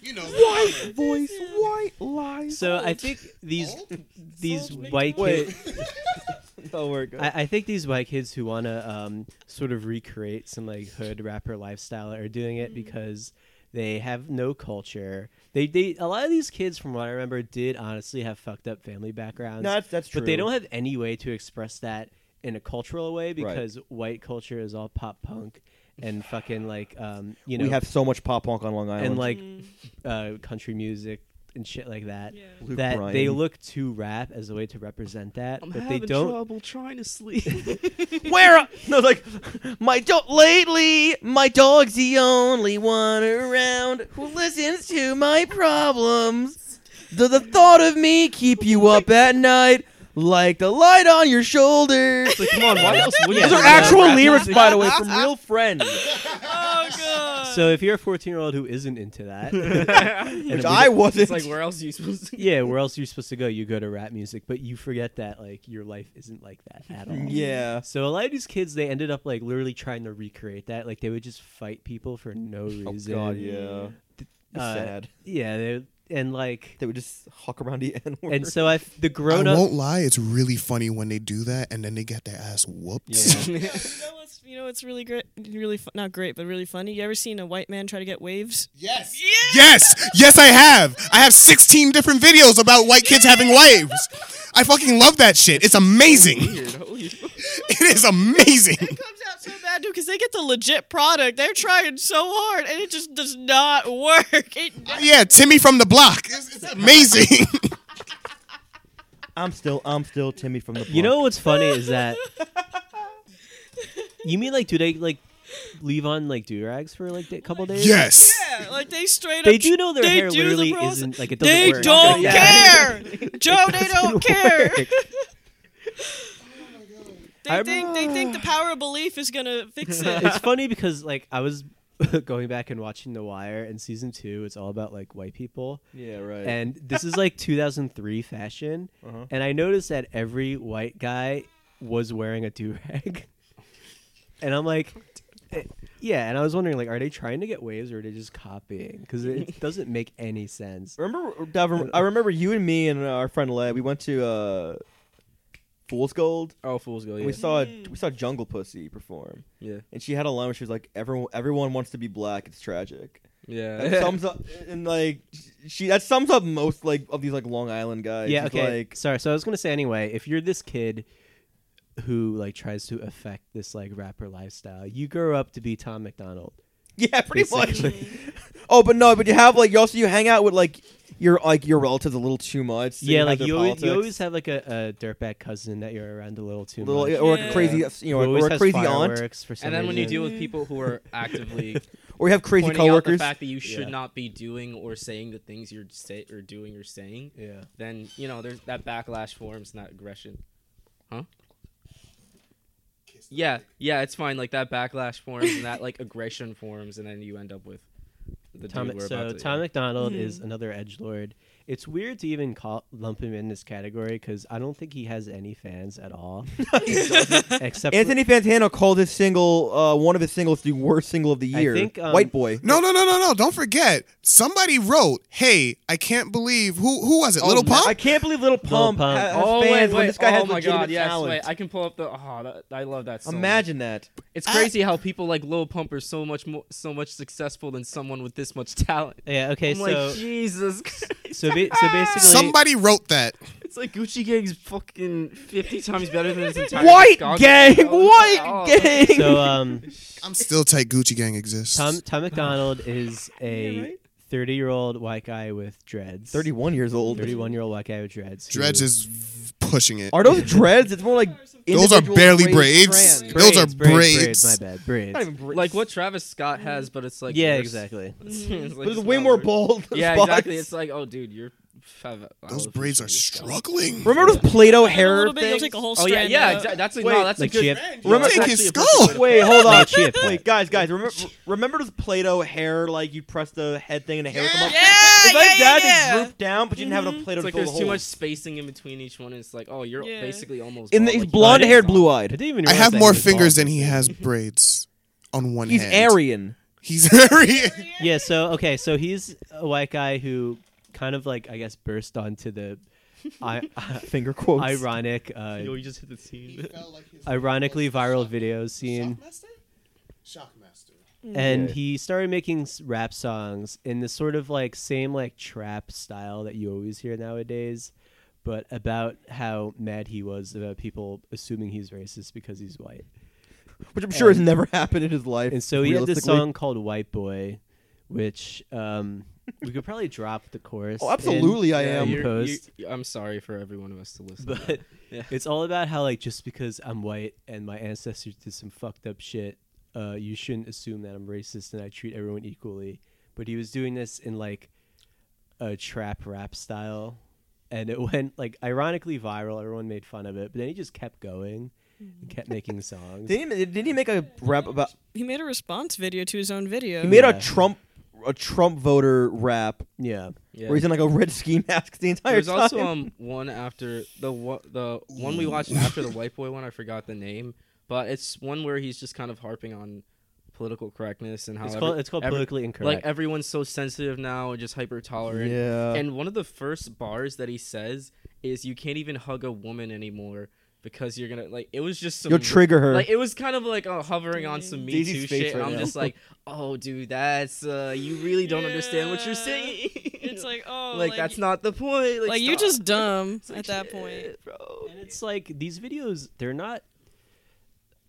[SPEAKER 1] You know.
[SPEAKER 3] White voice, white lies.
[SPEAKER 4] so I think these these white
[SPEAKER 3] Wait.
[SPEAKER 4] kids.
[SPEAKER 3] [LAUGHS] oh, we're good.
[SPEAKER 4] I, I think these white kids who want to um, sort of recreate some like hood rapper lifestyle are doing it because they have no culture. They, they a lot of these kids, from what I remember, did honestly have fucked up family backgrounds.
[SPEAKER 3] No, that's- that's
[SPEAKER 4] But they
[SPEAKER 3] true.
[SPEAKER 4] don't have any way to express that in a cultural way because white culture is all pop punk and fucking like um, you know
[SPEAKER 3] we have so much pop punk on Long Island.
[SPEAKER 4] and like
[SPEAKER 2] Mm-hmm.
[SPEAKER 4] uh, country music and shit like that.
[SPEAKER 3] Luke
[SPEAKER 4] That they
[SPEAKER 3] Bryan.
[SPEAKER 4] look to rap as a way to represent that,
[SPEAKER 2] I'm
[SPEAKER 4] but they
[SPEAKER 2] having
[SPEAKER 4] don't.
[SPEAKER 2] trouble trying to sleep. [LAUGHS]
[SPEAKER 3] where? Are, no, like my dog. Lately, my dog's the only one around who listens to my problems. Does the thought of me keep you up at night? Like the light on your shoulder.
[SPEAKER 2] like, come on, why else would
[SPEAKER 3] Those are actual lyrics, by the way, from real friends, [LAUGHS]
[SPEAKER 5] Oh god.
[SPEAKER 4] So if you're a 14 year old who isn't
[SPEAKER 3] [LAUGHS]
[SPEAKER 4] into that, [LAUGHS] and
[SPEAKER 3] which
[SPEAKER 4] we-
[SPEAKER 3] I wasn't.
[SPEAKER 2] It's like where else are you supposed to?
[SPEAKER 4] yeah, where else are you supposed to go? You go to rap music, but you forget that like your life isn't like that at all.
[SPEAKER 3] [LAUGHS] Yeah.
[SPEAKER 4] So a lot of these kids, they ended up like literally trying to recreate that. Like they would just fight people for no reason.
[SPEAKER 3] Oh, yeah.
[SPEAKER 4] Uh,
[SPEAKER 3] Sad.
[SPEAKER 4] Yeah. They, and like,
[SPEAKER 3] They would just hawk around the [LAUGHS] N word.
[SPEAKER 4] and so I, f- the
[SPEAKER 1] I
[SPEAKER 4] grown up.
[SPEAKER 1] won't lie. It's really funny when they do that and then they get their ass whooped. [LAUGHS]
[SPEAKER 5] You know what's you know what's really great, really fu- not great, but really funny. You ever seen a white man try to get waves?
[SPEAKER 1] Yes. Yes. Yes, I have. I have 16 different videos about white kids having waves. I fucking love that shit. It's amazing. [LAUGHS] It is amazing.
[SPEAKER 5] Comes out so bad, dude, because they get the legit product. They're trying so hard, and it just does not [LAUGHS] work. It,
[SPEAKER 1] Uh, Yeah, Timmy from the block. It's, it's
[SPEAKER 2] [LAUGHS]
[SPEAKER 1] amazing.
[SPEAKER 3] I'm still, I'm still Timmy from the.
[SPEAKER 4] You know what's funny is that. you mean like do they like leave on like do rags for like a couple days?
[SPEAKER 1] Yes.
[SPEAKER 5] Yeah, like they straight up.
[SPEAKER 4] They do know their
[SPEAKER 5] they
[SPEAKER 4] hair
[SPEAKER 5] do the
[SPEAKER 4] literally
[SPEAKER 5] process.
[SPEAKER 4] isn't like it doesn't
[SPEAKER 5] They
[SPEAKER 4] work.
[SPEAKER 5] don't
[SPEAKER 4] Yeah.
[SPEAKER 5] care,
[SPEAKER 4] It
[SPEAKER 5] Joe. They
[SPEAKER 4] doesn't
[SPEAKER 5] don't care.
[SPEAKER 4] work.
[SPEAKER 5] They think they think the power of belief is gonna fix
[SPEAKER 4] [LAUGHS]
[SPEAKER 5] it.
[SPEAKER 4] it's funny because like I was [LAUGHS] going back and watching The Wire and season two. It's all about like white people.
[SPEAKER 3] Yeah, right.
[SPEAKER 4] And this is like 2003 fashion,
[SPEAKER 3] Uh-huh.
[SPEAKER 4] and I noticed that every white guy was wearing a do rag, [LAUGHS] and I'm like. eh, Yeah, and I was wondering, like, are they trying to get waves or are they just copying?
[SPEAKER 3] [LAUGHS]
[SPEAKER 4] Because it doesn't make any sense.
[SPEAKER 3] Remember, Dov, I remember you and me and our friend Lev. We went to uh, Fool's Gold.
[SPEAKER 2] Oh, Fool's Gold.
[SPEAKER 3] We
[SPEAKER 2] yeah.
[SPEAKER 3] saw we saw Jungle Pussy perform.
[SPEAKER 2] Yeah.
[SPEAKER 3] and she had a line where she was like, "Everyone, everyone wants to be black. It's tragic."
[SPEAKER 2] Yeah.
[SPEAKER 3] that sums up and like she that sums up most like of these like Long Island guys.
[SPEAKER 4] yeah
[SPEAKER 3] It's
[SPEAKER 4] okay
[SPEAKER 3] Like, [LAUGHS]
[SPEAKER 4] sorry so i was gonna say anyway if you're this kid who like tries to affect this like rapper lifestyle you grow up to be tom mcdonald
[SPEAKER 3] [LAUGHS] yeah, pretty much.
[SPEAKER 4] Basically.
[SPEAKER 3] [LAUGHS]
[SPEAKER 4] [LAUGHS]
[SPEAKER 3] oh, but no, but you have like you also you hang out with like your like your relatives a little too much. so
[SPEAKER 4] yeah
[SPEAKER 3] have
[SPEAKER 4] like
[SPEAKER 3] their
[SPEAKER 4] you always, you
[SPEAKER 3] politics.
[SPEAKER 4] always have like a, a dirtbag cousin that you're around a little too
[SPEAKER 3] Little-
[SPEAKER 4] much
[SPEAKER 3] or a Yeah. crazy- you know,
[SPEAKER 4] Who always
[SPEAKER 3] or a
[SPEAKER 4] has
[SPEAKER 3] crazy aunt.
[SPEAKER 4] fireworks for some
[SPEAKER 2] and then when you
[SPEAKER 4] reason.
[SPEAKER 2] deal with people who are actively
[SPEAKER 3] [LAUGHS]
[SPEAKER 4] [LAUGHS]
[SPEAKER 3] Or you have crazy
[SPEAKER 2] pointing out
[SPEAKER 3] coworkers.
[SPEAKER 2] the fact that you should
[SPEAKER 3] Yeah.
[SPEAKER 2] not be doing or saying the things you're say or doing or saying,
[SPEAKER 4] yeah,
[SPEAKER 2] then you know there's that backlash forms and that aggression, huh? Yeah, yeah, it's fine. Like that backlash forms and that like aggression forms, and then you end up with the
[SPEAKER 4] Tom,
[SPEAKER 2] dude we're
[SPEAKER 4] so
[SPEAKER 2] about to.
[SPEAKER 4] Tom McDonald
[SPEAKER 2] Mhm.
[SPEAKER 4] is another edge lord. It's weird to even call, lump him in this category because I don't think he has any fans at all. Except for-
[SPEAKER 3] Anthony Fantano called his single uh, one of his singles the worst single of the year. White boy.
[SPEAKER 1] No, no, no, no, no. Don't forget. Somebody wrote, "Hey, I can't believe who who was it?
[SPEAKER 3] Oh,
[SPEAKER 1] Little
[SPEAKER 3] my-
[SPEAKER 1] Pump?
[SPEAKER 3] I can't believe Little Pump,
[SPEAKER 1] Pump.
[SPEAKER 3] ha- has
[SPEAKER 2] Oh
[SPEAKER 3] fans
[SPEAKER 2] wait,
[SPEAKER 3] when
[SPEAKER 2] wait!
[SPEAKER 3] this guy
[SPEAKER 2] oh
[SPEAKER 3] has
[SPEAKER 2] my
[SPEAKER 3] legitimate
[SPEAKER 2] god! Yes,
[SPEAKER 3] talent.
[SPEAKER 2] wait! I can pull up the. Oh, that, I love that. So much.
[SPEAKER 3] Imagine that.
[SPEAKER 2] It's crazy how people like Lil Pump are so much more, so much successful than someone with this much talent.
[SPEAKER 4] Yeah, okay,
[SPEAKER 2] I'm
[SPEAKER 4] so-
[SPEAKER 2] like, Jesus. Christ.
[SPEAKER 4] so ba- so basically,
[SPEAKER 1] Somebody wrote that.
[SPEAKER 2] It's like Gucci Gang's fucking fifty times better than his entire
[SPEAKER 1] White
[SPEAKER 2] discography.
[SPEAKER 1] gang,
[SPEAKER 2] Oh,
[SPEAKER 1] white
[SPEAKER 2] oh.
[SPEAKER 1] gang.
[SPEAKER 4] So um,
[SPEAKER 1] I'm still tight. Gucci Gang exists.
[SPEAKER 4] Tom Tom McDonald is a thirty year old white guy with dreads. Thirty
[SPEAKER 3] one years old.
[SPEAKER 4] Thirty one year old white guy with dreads. who-
[SPEAKER 1] Dredge is v- pushing it.
[SPEAKER 3] Are those dreads? It's more like
[SPEAKER 1] Those are
[SPEAKER 3] individual
[SPEAKER 1] barely
[SPEAKER 3] braids.
[SPEAKER 1] braids.
[SPEAKER 3] strands.
[SPEAKER 1] Those are
[SPEAKER 4] Braids, braids,
[SPEAKER 1] braids.
[SPEAKER 4] braids, my bad, braids.
[SPEAKER 3] Not even braids.
[SPEAKER 2] Like what Travis Scott has, but it's like
[SPEAKER 4] Yeah,
[SPEAKER 2] worse.
[SPEAKER 4] exactly.
[SPEAKER 2] [LAUGHS] It's
[SPEAKER 3] Mhm.
[SPEAKER 2] like
[SPEAKER 3] But it's
[SPEAKER 2] just
[SPEAKER 3] way
[SPEAKER 2] not
[SPEAKER 3] more
[SPEAKER 2] worse.
[SPEAKER 3] bald
[SPEAKER 2] Yeah,
[SPEAKER 3] spots.
[SPEAKER 2] exactly. It's like, oh, dude, you're.
[SPEAKER 1] Those braids are struggling.
[SPEAKER 3] Remember those Play-Doh hair
[SPEAKER 2] little bit, you'll
[SPEAKER 3] things?
[SPEAKER 2] take a whole Oh, yeah, strand yeah, out. exa- that's a- no, that's a good-
[SPEAKER 4] Chip.
[SPEAKER 3] Remember
[SPEAKER 2] Take his skull.
[SPEAKER 3] Wait, hold [LAUGHS] on.
[SPEAKER 4] Like Chip.
[SPEAKER 3] Wait, guys, guys. Remember, remember those Play-Doh hair? Like you press the head thing and the hair would come up.
[SPEAKER 5] Yeah,
[SPEAKER 3] it's like
[SPEAKER 5] yeah,
[SPEAKER 3] that.
[SPEAKER 5] yeah,
[SPEAKER 3] It
[SPEAKER 5] yeah.
[SPEAKER 3] drooped down, but you didn't have enough Play-Doh
[SPEAKER 2] It's like
[SPEAKER 3] to fill
[SPEAKER 2] there's
[SPEAKER 3] the
[SPEAKER 2] too
[SPEAKER 3] hole.
[SPEAKER 2] much spacing in between each one. And it's like, oh, you're basically almost.
[SPEAKER 3] And
[SPEAKER 2] bald,
[SPEAKER 3] he's
[SPEAKER 2] like,
[SPEAKER 3] blonde
[SPEAKER 2] you're
[SPEAKER 3] haired,
[SPEAKER 2] bald.
[SPEAKER 3] blue eyed.
[SPEAKER 4] I didn't even
[SPEAKER 1] I
[SPEAKER 4] realize
[SPEAKER 1] have
[SPEAKER 4] that
[SPEAKER 1] more
[SPEAKER 4] he was bald.
[SPEAKER 1] fingers than he has braids on one
[SPEAKER 3] He's
[SPEAKER 1] hand.
[SPEAKER 3] Aryan. [LAUGHS]
[SPEAKER 13] [LAUGHS]
[SPEAKER 1] He's Aryan.
[SPEAKER 4] [LAUGHS] Yeah. So okay. So he's a white guy who kind of like I guess burst onto the.
[SPEAKER 3] [LAUGHS]
[SPEAKER 4] I, uh,
[SPEAKER 3] Finger quotes.
[SPEAKER 4] Ironic. Uh,
[SPEAKER 2] Yo, you just hit the scene.
[SPEAKER 4] ironically viral video scene.
[SPEAKER 1] Shockmaster.
[SPEAKER 4] and
[SPEAKER 3] Yeah.
[SPEAKER 4] he started making s- rap songs in the sort of like same like trap style that you always hear nowadays but about how mad he was about people assuming he's racist because he's white
[SPEAKER 3] Which I'm sure has never [LAUGHS] happened in his life,
[SPEAKER 4] and so he had this
[SPEAKER 3] realistically.
[SPEAKER 4] song called white boy which um we could probably drop the chorus
[SPEAKER 3] Oh, absolutely
[SPEAKER 4] in,
[SPEAKER 3] I am.
[SPEAKER 4] uh, in
[SPEAKER 3] You're-
[SPEAKER 4] post
[SPEAKER 2] You- I'm sorry for every one of us to listen. to
[SPEAKER 4] but
[SPEAKER 2] that.
[SPEAKER 4] [LAUGHS]
[SPEAKER 2] yeah.
[SPEAKER 4] it's all about how like just because I'm white and my ancestors did some fucked up shit, uh, you shouldn't assume that I'm racist and I treat everyone equally. But he was doing this in like a trap rap style, and it [LAUGHS] went like ironically viral. Everyone made fun of it, but then he just kept going
[SPEAKER 5] Mm-hmm.
[SPEAKER 4] and kept making songs.
[SPEAKER 3] Didn't he, didn't he make a rap
[SPEAKER 5] [LAUGHS]
[SPEAKER 3] about?
[SPEAKER 5] [LAUGHS] He made a response video to his own video.
[SPEAKER 3] He made
[SPEAKER 4] Yeah.
[SPEAKER 3] a Trump, a Trump voter rap.
[SPEAKER 4] Yeah.
[SPEAKER 2] Yeah.
[SPEAKER 3] Where he's in like a red ski mask the entire [LAUGHS]
[SPEAKER 2] There's
[SPEAKER 3] time.
[SPEAKER 2] also um one after the wa- the one we watched
[SPEAKER 3] Mm.
[SPEAKER 2] after the white boy one. I forgot the name, but it's one where he's just kind of harping on political correctness and how
[SPEAKER 4] It's
[SPEAKER 2] every-
[SPEAKER 4] called- it's called
[SPEAKER 2] every-
[SPEAKER 4] politically
[SPEAKER 2] Like
[SPEAKER 4] incorrect.
[SPEAKER 2] everyone's so sensitive now and just hyper tolerant.
[SPEAKER 3] Yeah.
[SPEAKER 2] And one of the first bars that he says is, "You can't even hug a woman anymore." Because you're gonna like it was just some
[SPEAKER 3] You'll trigger her.
[SPEAKER 2] Like it was kind of like uh, hovering on some Me
[SPEAKER 3] Daisy's
[SPEAKER 2] Too
[SPEAKER 3] face
[SPEAKER 2] shit. and
[SPEAKER 3] right
[SPEAKER 2] I'm
[SPEAKER 3] now.
[SPEAKER 2] just like, oh dude, that's uh you really don't understand what you're saying.
[SPEAKER 5] Uh, It's like oh,
[SPEAKER 2] like, that's not the point. Like,
[SPEAKER 5] Like, you're
[SPEAKER 2] stop.
[SPEAKER 5] just dumb
[SPEAKER 2] It's like,
[SPEAKER 5] at that point.
[SPEAKER 2] shit, bro.
[SPEAKER 4] And it's like these videos, they're not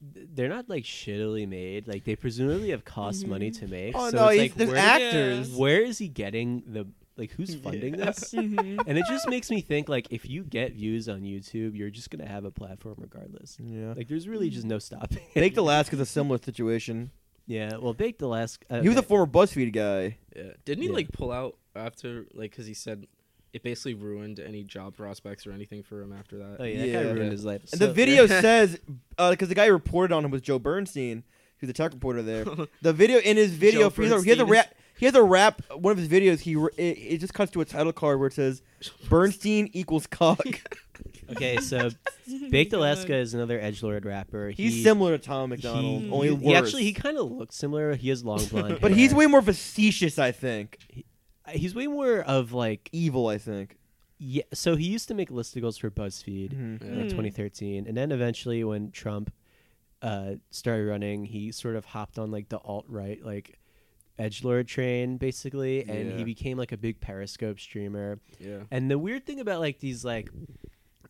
[SPEAKER 4] they're not like shittily made. Like they presumably have cost
[SPEAKER 2] Mm-hmm.
[SPEAKER 4] money to make.
[SPEAKER 3] Oh,
[SPEAKER 4] so
[SPEAKER 3] no,
[SPEAKER 4] it's
[SPEAKER 3] he's-
[SPEAKER 4] like
[SPEAKER 3] there's
[SPEAKER 4] where,
[SPEAKER 3] actors. Yeah.
[SPEAKER 4] Where is he getting the like who's
[SPEAKER 2] [LAUGHS]
[SPEAKER 3] [LAUGHS]
[SPEAKER 4] funding this?
[SPEAKER 2] Mm-hmm.
[SPEAKER 4] And it just makes me think like if you get views on YouTube, you're just gonna have a platform regardless.
[SPEAKER 3] Yeah.
[SPEAKER 4] Like there's really just no stopping. [LAUGHS] it.
[SPEAKER 3] Make the last is a similar situation.
[SPEAKER 4] Yeah, well,
[SPEAKER 3] [LAUGHS]
[SPEAKER 4] Baked Alaska. Uh,
[SPEAKER 3] He was a former BuzzFeed guy.
[SPEAKER 2] Yeah. Uh, Didn't he
[SPEAKER 4] Yeah.
[SPEAKER 2] like pull out after like because he said it basically ruined any job prospects or anything for him after that?
[SPEAKER 4] Oh, yeah, that guy Yeah. ruined his life.
[SPEAKER 3] And the
[SPEAKER 4] [LAUGHS]
[SPEAKER 3] video says because the guy who reported on him was Joe Bernstein, who's the tech reporter
[SPEAKER 4] [LAUGHS]
[SPEAKER 3] there. The video in his video,
[SPEAKER 2] Joe
[SPEAKER 3] he has a- he has a
[SPEAKER 2] Bernstein.
[SPEAKER 3] rap. He has a rap. One of his videos, he re- it, it just cuts to a title card where it
[SPEAKER 4] [LAUGHS]
[SPEAKER 3] says Bernstein equals cock.
[SPEAKER 4] Okay, so Baked Alaska is another edgelord rapper.
[SPEAKER 3] He's
[SPEAKER 4] He-
[SPEAKER 3] similar to Tom McDonald,
[SPEAKER 4] he-
[SPEAKER 3] only
[SPEAKER 4] he
[SPEAKER 3] worse.
[SPEAKER 4] actually he kind of looks similar. He has
[SPEAKER 3] [LAUGHS]
[SPEAKER 4] long blonde,
[SPEAKER 3] but
[SPEAKER 4] hair. uh,
[SPEAKER 3] he's way more facetious, I think.
[SPEAKER 4] he's way more of like
[SPEAKER 3] evil. I think.
[SPEAKER 4] Yeah, so he used to make listicles for BuzzFeed
[SPEAKER 3] Mhm.
[SPEAKER 4] in
[SPEAKER 3] Yeah.
[SPEAKER 4] like, 2013, and then eventually when Trump uh, started running, he sort of hopped on like the alt right like edge lord train basically, and
[SPEAKER 2] Yeah.
[SPEAKER 4] he became like a big Periscope streamer.
[SPEAKER 2] Yeah.
[SPEAKER 4] And the weird thing about like these like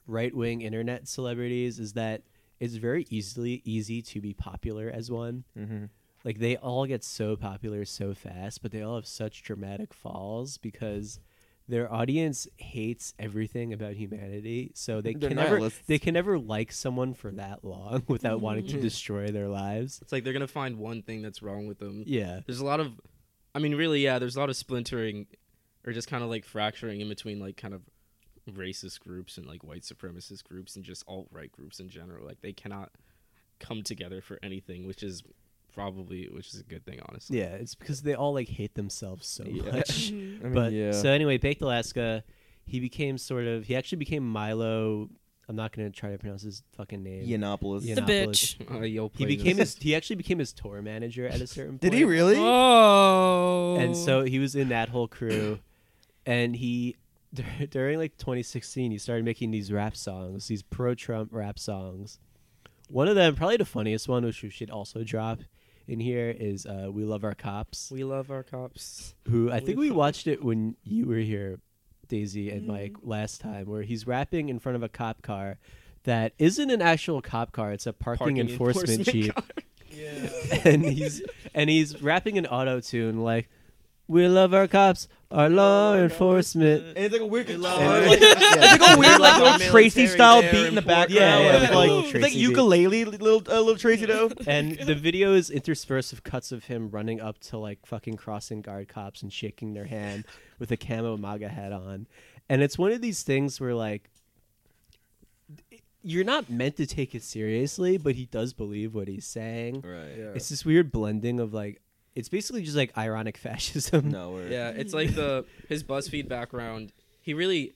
[SPEAKER 4] right wing internet celebrities is that it's very easily easy to be popular as one.
[SPEAKER 3] Mhm.
[SPEAKER 4] Like they all get so popular so fast, but they all have such dramatic falls because their audience hates everything about humanity. So they
[SPEAKER 3] They're
[SPEAKER 4] can never
[SPEAKER 3] nihilists.
[SPEAKER 4] they can never like someone for that long [LAUGHS] without wanting to
[SPEAKER 2] Mhm.
[SPEAKER 4] destroy their lives.
[SPEAKER 2] It's like they're gonna find one thing that's wrong with them.
[SPEAKER 4] Yeah.
[SPEAKER 2] There's a lot of, I mean, really, yeah. There's a lot of splintering, or just kind of like fracturing in between like kind of racist groups and like white supremacist groups and just alt right groups in general. Like they cannot come together for anything, which is probably which is a good thing, honestly.
[SPEAKER 4] Yeah, it's because they all like hate themselves so
[SPEAKER 2] Yeah.
[SPEAKER 5] [LAUGHS]
[SPEAKER 4] much.
[SPEAKER 2] I
[SPEAKER 5] Mm-hmm.
[SPEAKER 2] mean,
[SPEAKER 4] but
[SPEAKER 2] yeah.
[SPEAKER 4] so anyway, Baked Alaska, he became sort of he actually became Milo. I'm not gonna try to pronounce his fucking name.
[SPEAKER 3] Yiannopoulos.
[SPEAKER 5] The bitch. Oh,
[SPEAKER 2] Uh, yo,
[SPEAKER 4] he
[SPEAKER 2] play
[SPEAKER 4] became
[SPEAKER 2] this.
[SPEAKER 4] his. He actually became his tour manager at a certain.
[SPEAKER 3] [LAUGHS]
[SPEAKER 4] point.
[SPEAKER 3] Did he really?
[SPEAKER 5] Oh.
[SPEAKER 4] And so he was in that whole crew, and he [LAUGHS] dur- during like 2016 he started making these rap songs, these pro-Trump rap songs. One of them, probably the funniest one, which we should also drop in here, is uh, "We Love Our Cops."
[SPEAKER 2] We love our cops.
[SPEAKER 4] Who I think we watched it when you were here, Daisy and Mike, last time, where he's rapping in front of a cop car that isn't an actual cop car; it's a parking,
[SPEAKER 2] Parking
[SPEAKER 4] enforcement,
[SPEAKER 2] enforcement
[SPEAKER 4] jeep. [LAUGHS]
[SPEAKER 2] car.
[SPEAKER 4] and he's and he's rapping an auto tune like, "We love our cops, our law enforcement."
[SPEAKER 3] And it's like a weird guitar.
[SPEAKER 4] And-
[SPEAKER 3] like, It's like a weird [LAUGHS] like
[SPEAKER 4] Our
[SPEAKER 3] little Tracy
[SPEAKER 4] military
[SPEAKER 3] style
[SPEAKER 4] there
[SPEAKER 3] beat in the background.
[SPEAKER 4] Yeah, yeah,
[SPEAKER 3] with,
[SPEAKER 4] like a
[SPEAKER 3] like
[SPEAKER 4] little
[SPEAKER 3] it's like
[SPEAKER 4] Tracy beat.
[SPEAKER 3] ukulele little uh, little Tracy though.
[SPEAKER 2] [LAUGHS]
[SPEAKER 4] and the video is interspersed with cuts of him running up to like fucking crossing guard cops and shaking their hand with a camo MAGA hat on. And it's one of these things where like you're not meant to take it seriously, but he does believe what he's saying.
[SPEAKER 3] Right. Yeah.
[SPEAKER 4] It's this weird blending of like it's basically just like ironic [LAUGHS] fascism.
[SPEAKER 3] No, we're-
[SPEAKER 2] Yeah, it's like the his BuzzFeed background. He really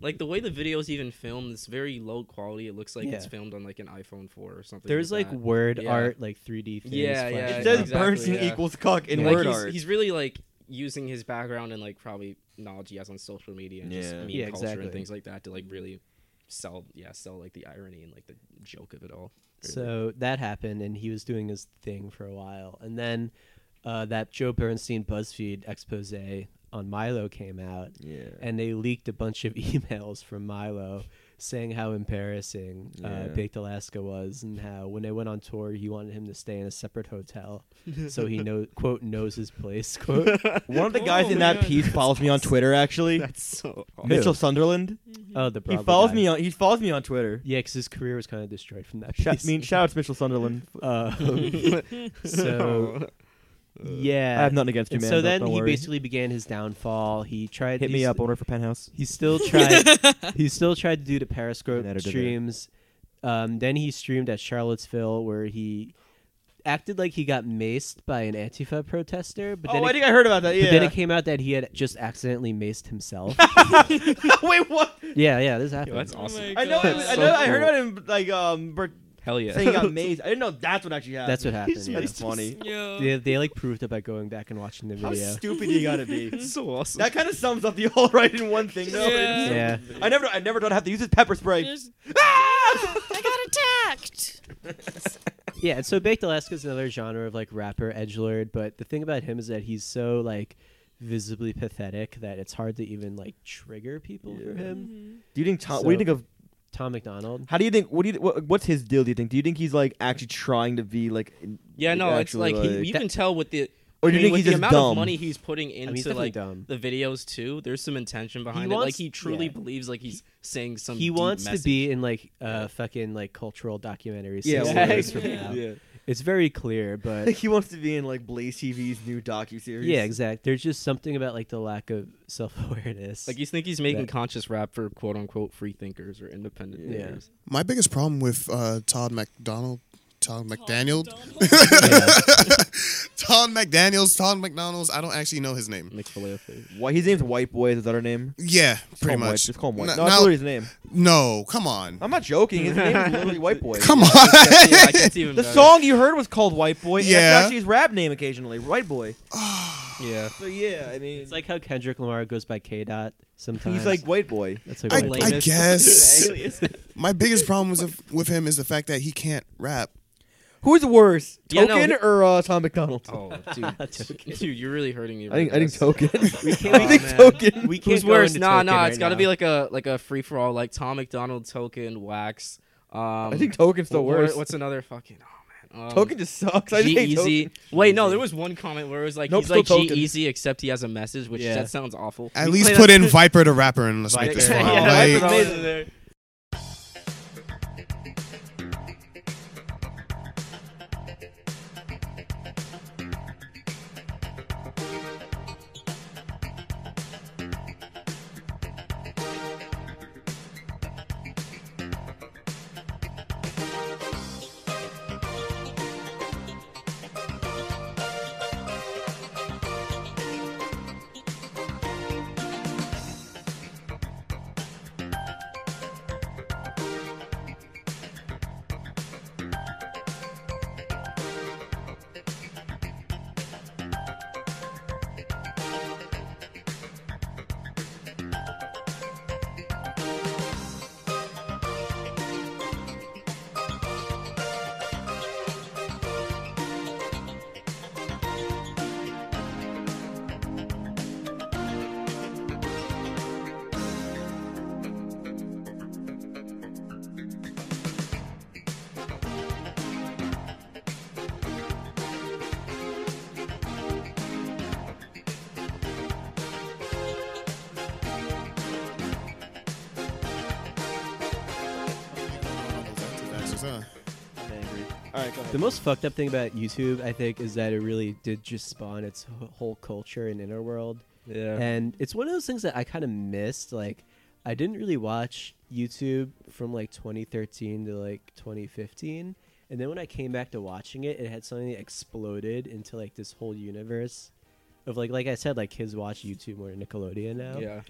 [SPEAKER 2] like the way the video is even filmed. It's very low quality. It looks like it's
[SPEAKER 4] Yeah.
[SPEAKER 2] filmed on like an iPhone four or something.
[SPEAKER 4] There's like
[SPEAKER 2] that.
[SPEAKER 4] word
[SPEAKER 2] Yeah.
[SPEAKER 4] art, like 3D things.
[SPEAKER 2] Yeah,
[SPEAKER 4] flashing
[SPEAKER 2] yeah.
[SPEAKER 4] up.
[SPEAKER 3] says Bernstein equals cuck in
[SPEAKER 2] Like,
[SPEAKER 3] word
[SPEAKER 2] he's,
[SPEAKER 3] art.
[SPEAKER 2] He's really like using his background and like probably knowledge he has on social media and just
[SPEAKER 3] Yeah.
[SPEAKER 2] meme
[SPEAKER 4] Yeah,
[SPEAKER 2] culture
[SPEAKER 4] exactly.
[SPEAKER 2] and things like that to like really sell yeah sell like the irony and like the joke of it all.
[SPEAKER 4] So that happened, and he was doing his thing for a while, and then uh, that Joe Bernstein BuzzFeed expose on Milo came out,
[SPEAKER 3] Yeah.
[SPEAKER 4] and they leaked a bunch of [LAUGHS] emails from Milo saying how embarrassing
[SPEAKER 3] Yeah.
[SPEAKER 4] uh, Baked Alaska was, and how when they went on tour, he wanted him to stay in a
[SPEAKER 3] [LAUGHS]
[SPEAKER 4] separate hotel, so he know quote knows his place. [LAUGHS] Quote.
[SPEAKER 3] One of the guys in that piece follows me on Twitter actually. Oh That's
[SPEAKER 2] so
[SPEAKER 3] Mitchell
[SPEAKER 4] Who?
[SPEAKER 3] Sunderland.
[SPEAKER 4] Oh, the
[SPEAKER 3] he
[SPEAKER 4] Bravo
[SPEAKER 3] follows
[SPEAKER 4] guy.
[SPEAKER 3] me on he follows me on Twitter.
[SPEAKER 4] Yeah, because his career was kind of destroyed from that.
[SPEAKER 3] [LAUGHS] Shout, I
[SPEAKER 4] piece.
[SPEAKER 3] mean, shout out to Mitchell Sunderland. uh, [LAUGHS]
[SPEAKER 4] Um, [LAUGHS] so yeah,
[SPEAKER 3] I have nothing against you,
[SPEAKER 4] And
[SPEAKER 3] man.
[SPEAKER 4] So
[SPEAKER 3] Don't-
[SPEAKER 4] then
[SPEAKER 3] don't
[SPEAKER 4] he
[SPEAKER 3] worry.
[SPEAKER 4] basically began his downfall. He tried
[SPEAKER 3] Hit me
[SPEAKER 4] he's-
[SPEAKER 3] up, owner for Penthouse. [LAUGHS]
[SPEAKER 4] He still tried. he still tried to do the
[SPEAKER 3] An
[SPEAKER 4] Periscope
[SPEAKER 3] editor there.
[SPEAKER 4] streams. Um, then he streamed at Charlottesville, where he acted like he got maced by an Antifa protester. But then
[SPEAKER 3] Oh,
[SPEAKER 4] it,
[SPEAKER 3] I think I heard about that,
[SPEAKER 4] But then
[SPEAKER 3] yeah.
[SPEAKER 4] it came out that he had just accidentally maced himself.
[SPEAKER 3] [LAUGHS] Wait, what?
[SPEAKER 4] yeah, yeah, this happened.
[SPEAKER 2] that's awesome.
[SPEAKER 3] I know. It was, I know. I heard about him like um. Bert-
[SPEAKER 2] Hell yeah. [LAUGHS]
[SPEAKER 3] Saying he got mazed. I didn't know that's what actually happened. [LAUGHS]
[SPEAKER 4] That's what happened. yeah.
[SPEAKER 3] That's [LAUGHS] funny.
[SPEAKER 4] They, they like proved it by going back and watching the
[SPEAKER 3] How
[SPEAKER 4] video. [LAUGHS]
[SPEAKER 3] stupid you gotta be.
[SPEAKER 2] [LAUGHS] so awesome.
[SPEAKER 3] That kind of sums up the [LAUGHS] all right in one thing, though. [LAUGHS]
[SPEAKER 4] Yeah. Yeah.
[SPEAKER 3] I never, I never don't have to use his pepper spray.
[SPEAKER 5] I got attacked.
[SPEAKER 4] [LAUGHS] Yeah, and so Baked Alaska is another genre of like rapper edgelord, but the thing about him is that he's so like visibly pathetic that it's hard to even like trigger people for him.
[SPEAKER 3] Do you think Tom? what do you
[SPEAKER 4] So-
[SPEAKER 3] think of?
[SPEAKER 4] Tom McDonald.
[SPEAKER 3] How do you think? What do you? thi- What, what's his deal? Do you think? Do you think he's like actually trying to be like? in-
[SPEAKER 2] Yeah, no, it's
[SPEAKER 3] actually,
[SPEAKER 2] like, he, you can tell with the.
[SPEAKER 3] Or do you
[SPEAKER 2] I mean,
[SPEAKER 3] think
[SPEAKER 2] with
[SPEAKER 3] he's
[SPEAKER 2] the
[SPEAKER 3] just
[SPEAKER 2] amount
[SPEAKER 3] dumb?
[SPEAKER 2] of money he's putting into
[SPEAKER 4] he's definitely
[SPEAKER 2] like
[SPEAKER 4] dumb.
[SPEAKER 2] the videos too? There's some intention behind it. Like
[SPEAKER 4] wants-
[SPEAKER 2] he truly
[SPEAKER 4] yeah.
[SPEAKER 2] believes like he's saying some.
[SPEAKER 4] he
[SPEAKER 2] deep
[SPEAKER 4] wants
[SPEAKER 2] message.
[SPEAKER 4] to be in like uh fucking like cultural documentaries.
[SPEAKER 2] Yeah,
[SPEAKER 4] six
[SPEAKER 2] yeah,
[SPEAKER 4] years from
[SPEAKER 3] [LAUGHS]
[SPEAKER 2] yeah.
[SPEAKER 4] now.
[SPEAKER 2] Yeah.
[SPEAKER 4] It's very clear, but
[SPEAKER 3] Like [LAUGHS] he wants to be in like Blaze TV's new docu series.
[SPEAKER 4] yeah, exact. There's just something about like the lack of self awareness.
[SPEAKER 2] Like you think he's making conscious rap for quote unquote free thinkers or independent
[SPEAKER 3] [LAUGHS]
[SPEAKER 2] thinkers.
[SPEAKER 13] My biggest problem with uh, Todd McDonald, Todd McDaniel, [LAUGHS] Todd McDaniels, Todd McDonald's. I don't actually know his name.
[SPEAKER 3] Why his name's White Boy is his other name?
[SPEAKER 13] Yeah,
[SPEAKER 3] Just call
[SPEAKER 13] pretty
[SPEAKER 3] him White.
[SPEAKER 13] much.
[SPEAKER 3] Just call him White.
[SPEAKER 13] N-
[SPEAKER 3] No, that's
[SPEAKER 13] now-
[SPEAKER 3] literally his name.
[SPEAKER 13] No, come on.
[SPEAKER 3] I'm not joking. His name is
[SPEAKER 13] [LAUGHS]
[SPEAKER 3] literally White Boy.
[SPEAKER 13] Come on. I can
[SPEAKER 3] [LAUGHS]
[SPEAKER 13] see even
[SPEAKER 3] the
[SPEAKER 13] better.
[SPEAKER 3] song you heard was called White Boy. Yeah.
[SPEAKER 13] Yeah.
[SPEAKER 3] That's actually his rap name
[SPEAKER 13] [SIGHS]
[SPEAKER 3] occasionally. White Boy.
[SPEAKER 4] yeah.
[SPEAKER 3] So yeah, I mean,
[SPEAKER 4] It's like how Kendrick Lamar goes by K Dot sometimes.
[SPEAKER 3] like white boy.
[SPEAKER 4] That's like
[SPEAKER 13] I,
[SPEAKER 4] white
[SPEAKER 13] I
[SPEAKER 4] boy.
[SPEAKER 3] [LAUGHS]
[SPEAKER 13] guess
[SPEAKER 1] [LAUGHS]
[SPEAKER 13] my biggest problem was if, with him is the fact that he can't rap.
[SPEAKER 3] Who's worse,
[SPEAKER 2] Yeah, no,
[SPEAKER 3] Token
[SPEAKER 2] he-
[SPEAKER 3] or uh, Tom McDonald?
[SPEAKER 2] Oh,
[SPEAKER 3] [LAUGHS]
[SPEAKER 2] dude, [LAUGHS] dude, you're really hurting me.
[SPEAKER 3] I think- I think
[SPEAKER 2] Token. [LAUGHS]
[SPEAKER 3] Token. I think Token. We can't
[SPEAKER 2] Who's
[SPEAKER 3] go
[SPEAKER 2] worse?
[SPEAKER 3] into
[SPEAKER 2] Nah,
[SPEAKER 3] Token
[SPEAKER 2] nah.
[SPEAKER 3] right
[SPEAKER 2] It's got to
[SPEAKER 3] now.
[SPEAKER 2] be like a like a free for all, like Tom McDonald, Token, Wax. Um, I
[SPEAKER 3] think Token's the worst.
[SPEAKER 2] What's another fucking? Oh man, um,
[SPEAKER 3] Token just sucks. I just hate
[SPEAKER 2] G-Eazy.
[SPEAKER 3] Token.
[SPEAKER 2] Wait, no, there was one comment where it was like
[SPEAKER 3] Nope,
[SPEAKER 2] he's like
[SPEAKER 3] still
[SPEAKER 2] G
[SPEAKER 3] Token.
[SPEAKER 2] Easy except he has a message, which
[SPEAKER 3] Yeah.
[SPEAKER 2] that sounds awful.
[SPEAKER 13] At
[SPEAKER 2] You
[SPEAKER 13] least
[SPEAKER 2] play
[SPEAKER 13] put
[SPEAKER 2] that- [LAUGHS]
[SPEAKER 13] in Viper to rapper and let's make this
[SPEAKER 2] Viper.
[SPEAKER 13] fun.
[SPEAKER 2] Yeah,
[SPEAKER 13] Like-
[SPEAKER 2] Viper's always
[SPEAKER 4] [LAUGHS]
[SPEAKER 2] in there.
[SPEAKER 1] Oh.
[SPEAKER 4] The most fucked up thing about YouTube, I think, is that it really did just spawn its wh- whole culture and inner world.
[SPEAKER 2] Yeah.
[SPEAKER 4] And it's one of those things that I kind of missed. Like, I didn't really watch YouTube from like 2013 to like 2015. And then when I came back to watching it, it had suddenly exploded into like this whole universe of like, like I said, like kids watch YouTube more than Nickelodeon now.
[SPEAKER 2] Yeah.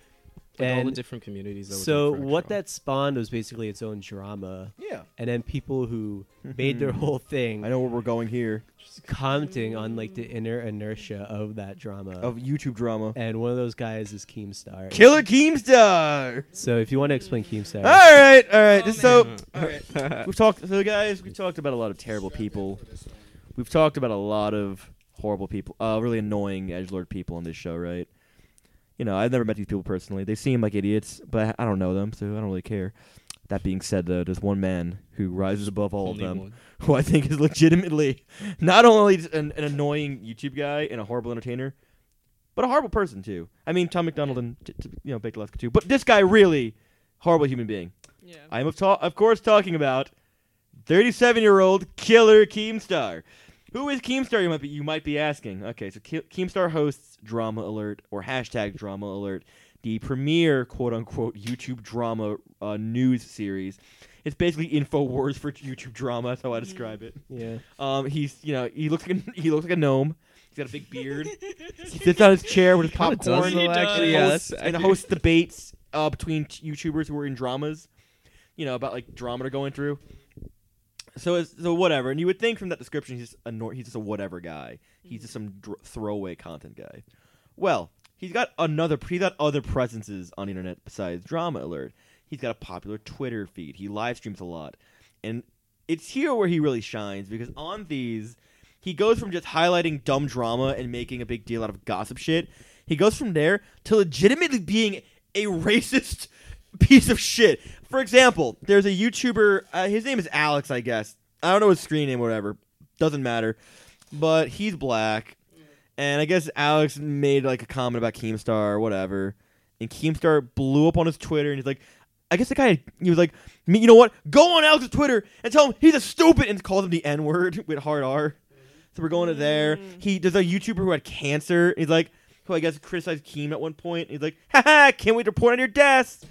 [SPEAKER 2] Like all the different communities that were
[SPEAKER 4] so
[SPEAKER 2] different,
[SPEAKER 4] what that spawned was basically its own drama.
[SPEAKER 3] Yeah.
[SPEAKER 4] And then people who made
[SPEAKER 2] [LAUGHS]
[SPEAKER 4] their whole thing. I
[SPEAKER 3] know where we're going here.
[SPEAKER 4] Just commenting on like the inner inertia of that drama
[SPEAKER 3] Of YouTube drama.
[SPEAKER 4] And one of those guys is Keemstar.
[SPEAKER 3] Killer Keemstar.
[SPEAKER 4] So if you want to explain Keemstar,
[SPEAKER 3] All right, all right.
[SPEAKER 4] Oh,
[SPEAKER 3] so,
[SPEAKER 4] man.
[SPEAKER 3] all right. [LAUGHS] we've talked. So, guys, we've talked about a lot of terrible people. We've talked about a lot of horrible people, uh, really annoying edge lord people on this show, right? You know, I've never met these people personally. They seem like idiots, but I I don't know them, so I don't really care. That being said, though, there's one man who rises above all of
[SPEAKER 2] Only
[SPEAKER 3] them,
[SPEAKER 4] [LAUGHS]
[SPEAKER 2] one.
[SPEAKER 3] [LAUGHS] who I think is legitimately not only just an, an annoying YouTube guy and a horrible entertainer, but a horrible person too. I mean, Tom McDonald and t- t- you know Baked Alaska too, but this guy really horrible human being.
[SPEAKER 5] Yeah.
[SPEAKER 3] I'm of, ta- of course talking about 37 year old Killer Keemstar. Who is Keemstar? You might be you might be asking. Okay, so Ke- Keemstar hosts Drama Alert or hashtag Drama Alert, the premier quote unquote YouTube drama uh, news series. It's basically Infowars for YouTube drama. That's how I describe it.
[SPEAKER 4] Yeah.
[SPEAKER 3] Um, he's you know he looks like a, [LAUGHS] he looks like a gnome. He's got a big beard. he sits on his chair with his
[SPEAKER 2] Kinda does
[SPEAKER 3] popcorn
[SPEAKER 2] though,
[SPEAKER 3] and
[SPEAKER 2] actually. Yeah,
[SPEAKER 3] hosts-
[SPEAKER 2] that's
[SPEAKER 3] and
[SPEAKER 15] [LAUGHS]
[SPEAKER 2] accurate.
[SPEAKER 3] hosts debates uh, between t- YouTubers who are in dramas. You know about like drama they're going through. So it's, so whatever, and you would think from that description he's just a nor- he's just a whatever guy. He's just some dr- throwaway content guy. Well, he's got another he's got other presences on the internet besides Drama Alert. He's got a popular Twitter feed. He live streams a lot, and it's here where he really shines because on these he goes from just highlighting dumb drama and making a big deal out of gossip shit. He goes from there to legitimately being a racist [LAUGHS] piece of shit. For example, there's a YouTuber. Uh, his name is Alex, I guess. I don't know his screen name, or whatever. Doesn't matter. But he's black, and I guess Alex made like a comment about Keemstar or whatever, and Keemstar blew up on his Twitter, and he's like, I guess the guy he was like, "Me- you know what? Go on Alex's Twitter and tell him he's a stupid and calls him the N word [LAUGHS] with hard R. So we're going to
[SPEAKER 5] Mm.
[SPEAKER 3] there. He there's a YouTuber who had cancer. He's like, who I guess criticized Keem at one point. He's like, "Ha ha! Can't wait to report on your desk.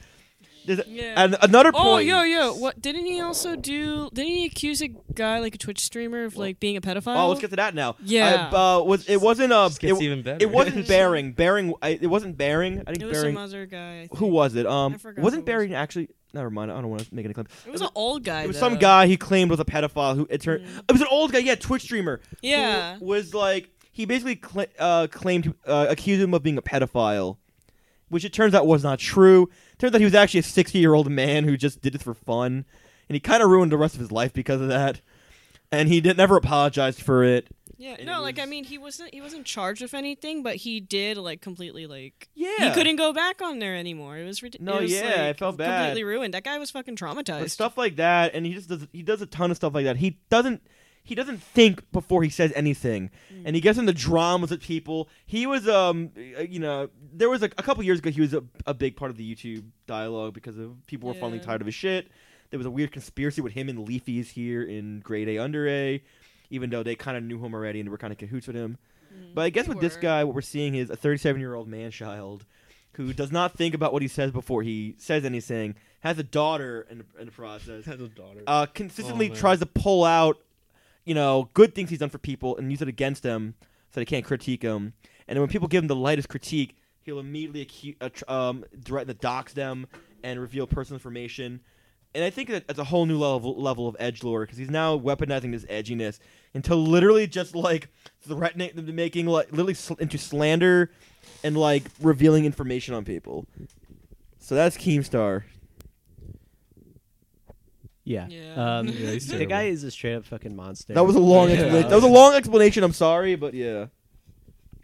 [SPEAKER 3] There's a- and another point.
[SPEAKER 5] Oh, yo, yo, what didn't he also do? Didn't he accuse a guy like a Twitch streamer of like being a pedophile?
[SPEAKER 3] Oh, let's get to that now.
[SPEAKER 5] Yeah.
[SPEAKER 3] I, uh, was it wasn't uh,
[SPEAKER 2] gets
[SPEAKER 3] it,
[SPEAKER 2] even better.
[SPEAKER 3] It
[SPEAKER 2] [LAUGHS]
[SPEAKER 3] wasn't Baring. Baring. I, it wasn't Baring. I think
[SPEAKER 5] It was
[SPEAKER 3] Baring.
[SPEAKER 5] some other guy, I
[SPEAKER 3] Who was it? Um,
[SPEAKER 5] I forgot
[SPEAKER 3] wasn't Baring actually? Never mind. I don't want to make any claim.
[SPEAKER 5] It was an old guy.
[SPEAKER 3] It was some
[SPEAKER 5] though.
[SPEAKER 3] guy he claimed was a pedophile. Who it turned. It was an old guy. Yeah, Twitch streamer. who
[SPEAKER 5] Yeah.
[SPEAKER 3] was like he basically cla uh, claimed uh, accused him of being a pedophile, which it turns out was not true. Turns out he was actually a sixty year old man who just did this for fun, and he kind of ruined the rest of his life because of that. And he did, never apologized for it.
[SPEAKER 5] Yeah, no, like I mean, he wasn't he wasn't charged with anything, but he did like completely like
[SPEAKER 3] Yeah.
[SPEAKER 5] he couldn't go back on there anymore. It was ridiculous.
[SPEAKER 3] No, yeah, I felt bad.
[SPEAKER 5] Completely ruined. That guy was fucking
[SPEAKER 3] But
[SPEAKER 5] traumatized.
[SPEAKER 3] stuff like that, and he just does he does a ton of stuff like that. He doesn't he doesn't think before he says anything, and he gets into dramas with people. He was um uh, you know there was a, a couple years ago he was a, a big part of the YouTube dialogue because of people were finally
[SPEAKER 2] Yeah.
[SPEAKER 3] tired of his shit. There was a weird conspiracy with him and Leafy's here in grade A under A, even though they kind of knew him already and were kind of cahoots with him. But I guess with this guy, what we're seeing is a 37 year old man child who does not think about what he says before he says anything, has a daughter in the, in the process. Has
[SPEAKER 2] a daughter.
[SPEAKER 3] Uh, consistently
[SPEAKER 2] Oh, man.
[SPEAKER 3] tries to pull out, you know, good things he's done for people and use it against them so they can't critique him. And then when people give him the lightest critique, he'll immediately acu- uh, tr- um, threaten to dox them and reveal personal information. And I think that that's a whole new level level of edge lore because he's now weaponizing this edginess into literally just like threatening, making like literally sl- into slander and like revealing information on people. So that's Keemstar.
[SPEAKER 4] Yeah.
[SPEAKER 3] Yeah.
[SPEAKER 4] Um,
[SPEAKER 3] Yeah, he's
[SPEAKER 4] the
[SPEAKER 3] terrible.
[SPEAKER 4] guy is a straight up fucking monster.
[SPEAKER 3] That was a long
[SPEAKER 4] Yeah.
[SPEAKER 3] explanation. That was a long explanation. I'm sorry, but yeah.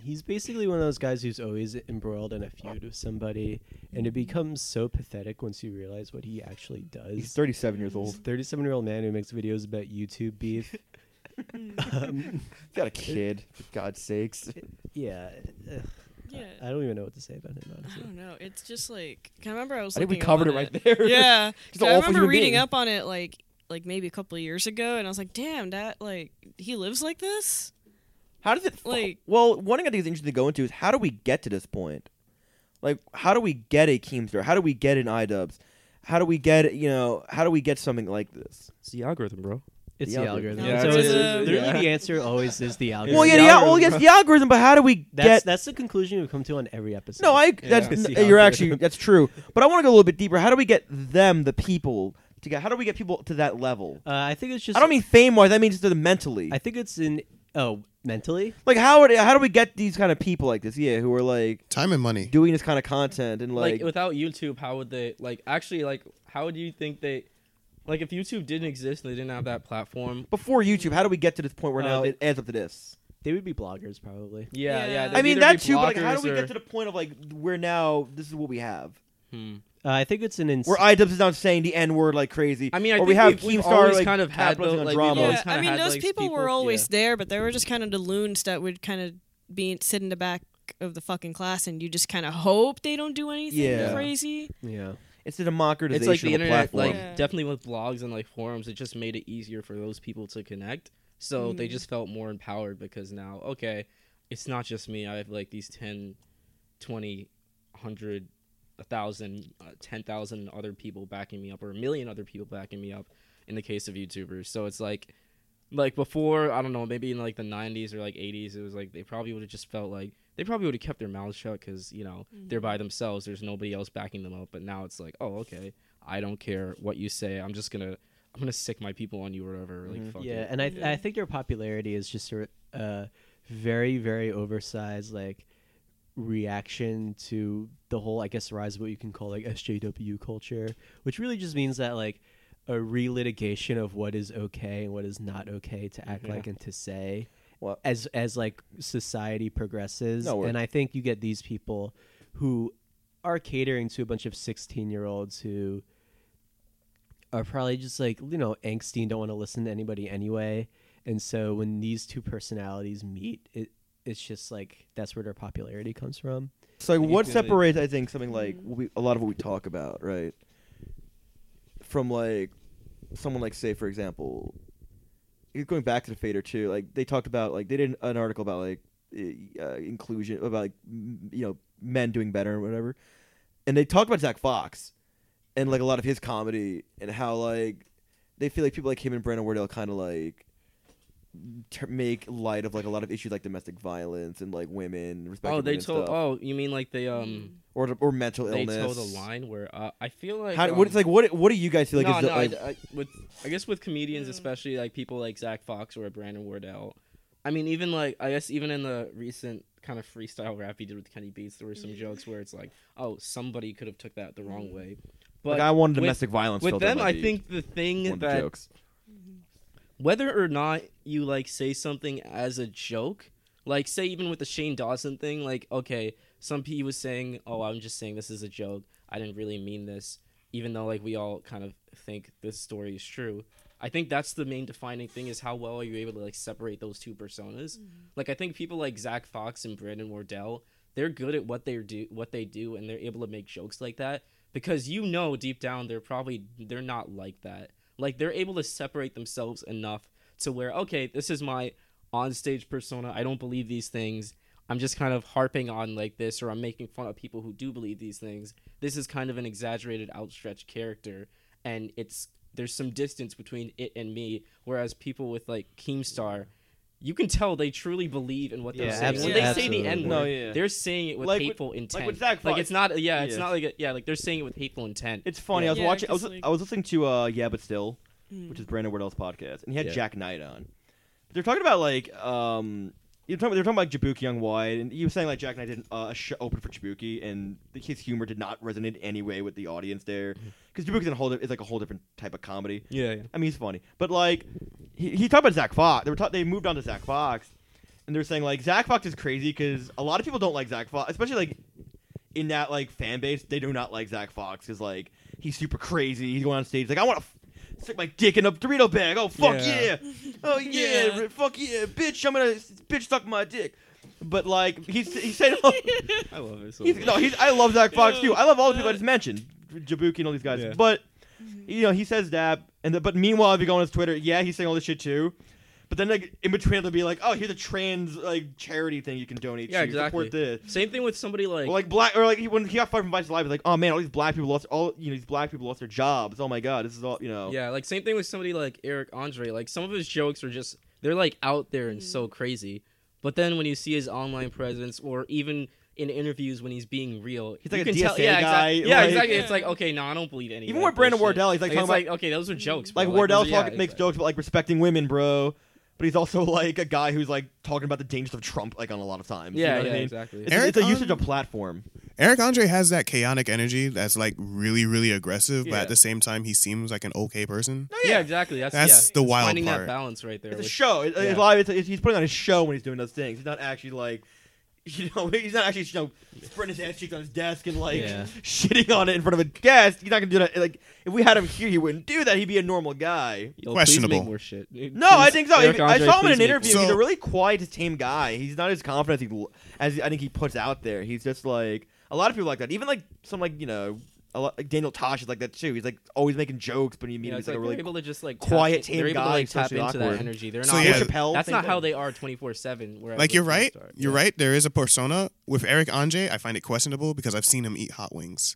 [SPEAKER 4] He's basically one of those guys who's always embroiled in a feud with somebody, and it becomes so pathetic once you realize what he actually does. He's
[SPEAKER 3] 37 years old.
[SPEAKER 4] 37 year old man who makes videos about YouTube beef. um,
[SPEAKER 3] Got a kid, for God's sakes.
[SPEAKER 4] yeah. uh,
[SPEAKER 5] Yeah.
[SPEAKER 4] I I don't even know what to say about him.
[SPEAKER 5] I
[SPEAKER 4] Honestly.
[SPEAKER 5] don't know. It's just like 'cause I remember I was.
[SPEAKER 3] I think we
[SPEAKER 5] looking up
[SPEAKER 3] covered
[SPEAKER 5] on
[SPEAKER 3] it right there. [LAUGHS]
[SPEAKER 5] Yeah,
[SPEAKER 3] Just
[SPEAKER 5] 'cause
[SPEAKER 3] an
[SPEAKER 5] I
[SPEAKER 3] awful
[SPEAKER 5] remember
[SPEAKER 3] human
[SPEAKER 5] reading
[SPEAKER 3] being.
[SPEAKER 5] up on it like like maybe a couple of years ago, and I was like, damn, that like he lives like this.
[SPEAKER 3] How does it
[SPEAKER 5] like?
[SPEAKER 3] Well, one thing I think is interesting to go into is how do we get to this point? Like, how do we get a Keemstar? How do we get an iDubbbz? How do we get you know? How do we get something like this?
[SPEAKER 2] It's the algorithm, bro.
[SPEAKER 4] It's the algorithm.
[SPEAKER 2] Yeah,
[SPEAKER 4] so
[SPEAKER 2] it's
[SPEAKER 4] it's,
[SPEAKER 2] the-
[SPEAKER 4] literally
[SPEAKER 2] yeah.
[SPEAKER 4] the answer always is the algorithm.
[SPEAKER 3] Well, yeah, the al- well, yes, the algorithm. But how do we
[SPEAKER 4] That's
[SPEAKER 3] get?
[SPEAKER 4] that's the conclusion we've come to on every episode.
[SPEAKER 3] no, I. That's
[SPEAKER 4] [LAUGHS] It's
[SPEAKER 3] n-
[SPEAKER 4] the
[SPEAKER 3] you're
[SPEAKER 4] algorithm.
[SPEAKER 3] actually that's true. But I want to go a little bit deeper. How do we get them, the people, to get? How do we get people to that level?
[SPEAKER 4] Uh, I think it's just.
[SPEAKER 3] I don't mean fame wise. I mean just to the mentally.
[SPEAKER 4] I think it's in. Oh, mentally.
[SPEAKER 3] like how would, how do we get these kind of people like this? Yeah, who are like
[SPEAKER 13] time and money
[SPEAKER 3] doing this kind of content and
[SPEAKER 2] like,
[SPEAKER 3] like,
[SPEAKER 2] without YouTube, how would they like actually like how do you think they like if YouTube didn't exist and they didn't have that platform?
[SPEAKER 3] before YouTube. How do we get to this point where
[SPEAKER 2] Uh,
[SPEAKER 3] now
[SPEAKER 2] they-
[SPEAKER 3] it adds up to this?
[SPEAKER 4] They would be bloggers probably.
[SPEAKER 2] Yeah, yeah.
[SPEAKER 3] I mean that too, but like, how do we get to the point of like we're now this is what we have?
[SPEAKER 5] Hmm.
[SPEAKER 4] Uh, I think it's an. Ins-
[SPEAKER 3] Where iDubbbz is not saying the N word like crazy.
[SPEAKER 2] I mean,
[SPEAKER 3] or
[SPEAKER 2] I think
[SPEAKER 3] we have
[SPEAKER 2] we've- we've
[SPEAKER 3] Keemstar
[SPEAKER 2] always
[SPEAKER 3] like,
[SPEAKER 2] kind of had
[SPEAKER 3] capitalizing
[SPEAKER 2] those,
[SPEAKER 3] on
[SPEAKER 2] like, we've
[SPEAKER 3] drama.
[SPEAKER 2] always
[SPEAKER 5] I
[SPEAKER 2] kinda
[SPEAKER 5] mean,
[SPEAKER 2] had,
[SPEAKER 5] those
[SPEAKER 2] like,
[SPEAKER 5] people, were
[SPEAKER 2] people-
[SPEAKER 5] always
[SPEAKER 2] yeah.
[SPEAKER 5] there, but they were just kind of the loons that would kind of be sit in the back of the fucking class, and you just kind of hope they don't do anything
[SPEAKER 3] Yeah.
[SPEAKER 5] crazy.
[SPEAKER 4] yeah,
[SPEAKER 3] it's the democratization
[SPEAKER 2] It's like the
[SPEAKER 3] of the
[SPEAKER 2] internet,
[SPEAKER 3] platform.
[SPEAKER 2] like definitely with blogs and like forums, it just made it easier for those people to connect. So they
[SPEAKER 5] Mhm.
[SPEAKER 2] just felt more empowered because now, okay, it's not just me. I have like these 10, 20, 100, 1,000, uh, 10,000 other people backing me up or a million other people backing me up in the case of YouTubers. So it's like, like before, I don't know, maybe in like the 90s or like 80s, it was like they probably would have just felt like they probably would have kept their mouths shut because, you know, they're
[SPEAKER 4] Mm-hmm.
[SPEAKER 2] by themselves. There's nobody else backing them up. But now it's like, oh, okay, I don't care what you say. I'm just going to, I'm going to sick my people on you or whatever. Like, fuck
[SPEAKER 4] Mm-hmm. yeah,
[SPEAKER 2] it.
[SPEAKER 4] and I I think their popularity is just a uh, very very oversized like reaction to the whole I guess rise of what you can call like SJW culture, which really just means that like a relitigation of what is okay and what is not okay to act
[SPEAKER 3] Yeah.
[SPEAKER 4] like and to say
[SPEAKER 3] Well-
[SPEAKER 4] as as like society progresses
[SPEAKER 3] No, we're-
[SPEAKER 4] and I think you get these people who are catering to a bunch of 16 year olds who are probably just like you know angsty and don't want to listen to anybody anyway and so when these two personalities meet it it's just like that's where their popularity comes from
[SPEAKER 3] So like,
[SPEAKER 4] But you
[SPEAKER 3] what
[SPEAKER 4] can, like-
[SPEAKER 3] separates? I think something like we, a lot of what we talk about, right? from like someone like say for example, going back to the fader too. Like they talked about like they did an article about like uh, inclusion about like m- you know men doing better or whatever, and they talked about Zach Fox and like a lot of his comedy and how like they feel like people like him and Brandon Wardell kind of like ter- make light of like a lot of issues like domestic violence and like women. respecting
[SPEAKER 2] Oh, they
[SPEAKER 3] women
[SPEAKER 2] told.
[SPEAKER 3] Stuff. Mm.
[SPEAKER 2] Oh, you mean like they um.
[SPEAKER 3] Or, or mental
[SPEAKER 2] they
[SPEAKER 3] illness.
[SPEAKER 2] told a line where uh, I feel like
[SPEAKER 3] How-
[SPEAKER 2] um,
[SPEAKER 3] what- it's like, what- what do you guys feel like
[SPEAKER 2] No,
[SPEAKER 3] is the,
[SPEAKER 2] no,
[SPEAKER 3] like-
[SPEAKER 2] I, I, with I guess with comedians, especially like people like Zach Fox or Brandon Wardell. I mean, even like I guess even in the recent kind of freestyle rap he did with Kenny Beats, there were some jokes where it's like, oh, somebody could have took that the wrong way. But
[SPEAKER 3] I want a
[SPEAKER 2] with-
[SPEAKER 3] domestic violence
[SPEAKER 2] with
[SPEAKER 3] filter
[SPEAKER 2] them.
[SPEAKER 3] might
[SPEAKER 2] I
[SPEAKER 3] be
[SPEAKER 2] think the thing
[SPEAKER 3] one of the
[SPEAKER 2] that
[SPEAKER 3] jokes.
[SPEAKER 2] whether or not you like say something as a joke, like say even with the Shane Dawson thing, like okay, some he was saying, "Oh, I'm just saying this is a joke. I didn't really mean this," even though like we all kind of think this story is true. I think that's the main defining thing is how well are you able to like separate those two personas. Like I think people like Zach Fox and Brandon Wardell, they're good at what they do, what they do, and they're able to make jokes like that because you know deep down they're probably they're not like that like they're able to separate themselves enough to where okay this is my onstage persona i don't believe these things i'm just kind of harping on like this or i'm making fun of people who do believe these things this is kind of an exaggerated outstretched character and it's there's some distance between it and me whereas people with like keemstar you can tell they truly believe in what they're
[SPEAKER 4] Yeah,
[SPEAKER 2] saying.
[SPEAKER 4] absolutely.
[SPEAKER 2] When they say
[SPEAKER 4] Absolutely.
[SPEAKER 2] the N word,
[SPEAKER 4] No, yeah.
[SPEAKER 2] they're saying it with
[SPEAKER 4] Like with-
[SPEAKER 2] hateful
[SPEAKER 4] like
[SPEAKER 2] intent.
[SPEAKER 4] with Zach Fox.
[SPEAKER 2] it's not, yeah, it's
[SPEAKER 4] Yeah.
[SPEAKER 2] not like, a, yeah, like they're saying it with hateful intent.
[SPEAKER 3] It's funny. I was
[SPEAKER 2] Yeah,
[SPEAKER 3] watching. I was
[SPEAKER 2] 'cause, like-
[SPEAKER 3] I was listening to uh, Yeah But Still,
[SPEAKER 2] Mm.
[SPEAKER 3] which is Brandon Wardell's podcast, and he had
[SPEAKER 2] Yeah.
[SPEAKER 3] Jack Knight on. They're talking about like um, you're talking, they're talking about Jabuki Young Wide, and he was saying like Jack Knight did uh, a show open for Jabuki, and his humor did not resonate in any way with the audience there, because Jabuki's in a whole di- it's like a whole different type of comedy.
[SPEAKER 2] Mm-hmm. Yeah, yeah.
[SPEAKER 3] I mean he's funny, but like he, he talked about Zach Fox. They were ta- they moved on to Zach Fox, and they're saying like Zach Fox is crazy because a lot of people don't like Zach Fox, especially like in that like fan base, they do not like Zach Fox because like he's super crazy. He's going on stage like I want to f- stick my dick in a Dorito bag. Oh fuck yeah!
[SPEAKER 16] Yeah.
[SPEAKER 3] Oh yeah! r- Fuck yeah! Bitch, I'm gonna bitch suck my dick. But like he's he's saying,
[SPEAKER 2] [LAUGHS] I love it. So
[SPEAKER 3] he's,
[SPEAKER 2] much.
[SPEAKER 3] no, he's, I love Zach Fox too. I love all the people I just mentioned, Jabuki and all these guys. But
[SPEAKER 2] Mm-hmm.
[SPEAKER 3] you know he says that, and the, but meanwhile, if you go on his Twitter, yeah, he's saying all this shit too. But then like in between, they'll be like, oh, here's a trans like charity thing you can donate.
[SPEAKER 2] Yeah,
[SPEAKER 3] to.
[SPEAKER 2] exactly.
[SPEAKER 3] Support this.
[SPEAKER 2] Same thing with somebody like
[SPEAKER 3] Or like black, or like he- when he got fired from Vice Live, he's like, oh man, all these black people lost all, you know, these black people lost their jobs. Oh my god, this is all, you know.
[SPEAKER 2] yeah, like same thing with somebody like Eric Andre. Like some of his jokes are just they're like out there and so crazy. But then when you see his online presence or even in interviews when he's being real,
[SPEAKER 3] He's like
[SPEAKER 2] you
[SPEAKER 3] a
[SPEAKER 2] can tell.
[SPEAKER 3] DSA
[SPEAKER 2] Yeah,
[SPEAKER 3] guy,
[SPEAKER 2] exactly. Yeah,
[SPEAKER 3] like-
[SPEAKER 2] exactly. It's like okay, no, I don't believe any. of
[SPEAKER 3] Even
[SPEAKER 2] that
[SPEAKER 3] with Brandon
[SPEAKER 2] bullshit.
[SPEAKER 3] Wardell, he's like, talking
[SPEAKER 2] it's
[SPEAKER 3] about-
[SPEAKER 2] like okay, those are jokes. bro.
[SPEAKER 3] Like Wardell
[SPEAKER 2] those are- yeah,
[SPEAKER 3] talk, makes
[SPEAKER 2] exactly.
[SPEAKER 3] jokes about like respecting women, bro. But he's also like a guy who's like talking about the dangers of Trump, like on a lot of times. you
[SPEAKER 2] Yeah,
[SPEAKER 3] know what I
[SPEAKER 2] yeah,
[SPEAKER 3] mean?
[SPEAKER 2] exactly.
[SPEAKER 3] It's,
[SPEAKER 1] Eric
[SPEAKER 3] it's a
[SPEAKER 1] Andre-
[SPEAKER 3] usage of platform.
[SPEAKER 1] Eric Andre has that chaotic energy that's like really, really aggressive, but
[SPEAKER 2] Yeah.
[SPEAKER 1] at the same time, he seems like an okay person.
[SPEAKER 2] Yeah, exactly. That's,
[SPEAKER 1] That's
[SPEAKER 2] yeah.
[SPEAKER 1] the
[SPEAKER 2] it's
[SPEAKER 1] wild
[SPEAKER 2] finding
[SPEAKER 1] part.
[SPEAKER 2] that balance right there.
[SPEAKER 3] It's a
[SPEAKER 2] which-
[SPEAKER 3] show. It,
[SPEAKER 2] yeah.
[SPEAKER 3] it's live. It's, it's, he's putting on a show when he's doing those things. He's not actually like, [LAUGHS] you know, he's not actually you know spreading his ass cheeks on his desk and like
[SPEAKER 4] Yeah.
[SPEAKER 3] [LAUGHS] shitting on it in front of a guest. He's not gonna do that. Like if we had him here, he wouldn't do that. He'd be a normal guy.
[SPEAKER 2] Yo, please
[SPEAKER 1] Questionable.
[SPEAKER 2] Make more shit. [LAUGHS]
[SPEAKER 3] No, I think so.
[SPEAKER 2] Eric
[SPEAKER 3] I
[SPEAKER 2] Andre,
[SPEAKER 3] saw him in
[SPEAKER 2] please
[SPEAKER 3] an
[SPEAKER 2] make
[SPEAKER 3] interview.
[SPEAKER 2] more.
[SPEAKER 3] he's a really quiet, tame guy. He's not as confident as, he, as I think he puts out there. He's just like a lot of people like that. Even like some like you know. A lot, like Daniel Tosh is like that too. He's like always making jokes, but you meet
[SPEAKER 2] Yeah,
[SPEAKER 3] him,
[SPEAKER 2] it's
[SPEAKER 3] he's like, a
[SPEAKER 2] like
[SPEAKER 3] really
[SPEAKER 2] they're able to just like tap
[SPEAKER 3] quiet,
[SPEAKER 2] in-
[SPEAKER 3] tame
[SPEAKER 2] they're able
[SPEAKER 3] guy.
[SPEAKER 2] to, like,
[SPEAKER 3] socially
[SPEAKER 2] tap into
[SPEAKER 3] awkward.
[SPEAKER 2] that energy. They're
[SPEAKER 1] So,
[SPEAKER 2] not.
[SPEAKER 1] yeah.
[SPEAKER 3] Chappelle,
[SPEAKER 2] that's
[SPEAKER 3] same
[SPEAKER 2] not
[SPEAKER 3] thing.
[SPEAKER 2] how they are twenty four seven.
[SPEAKER 1] Like you're right, you're right. There is a persona with Eric Andre. I find it questionable because I've seen him eat hot wings,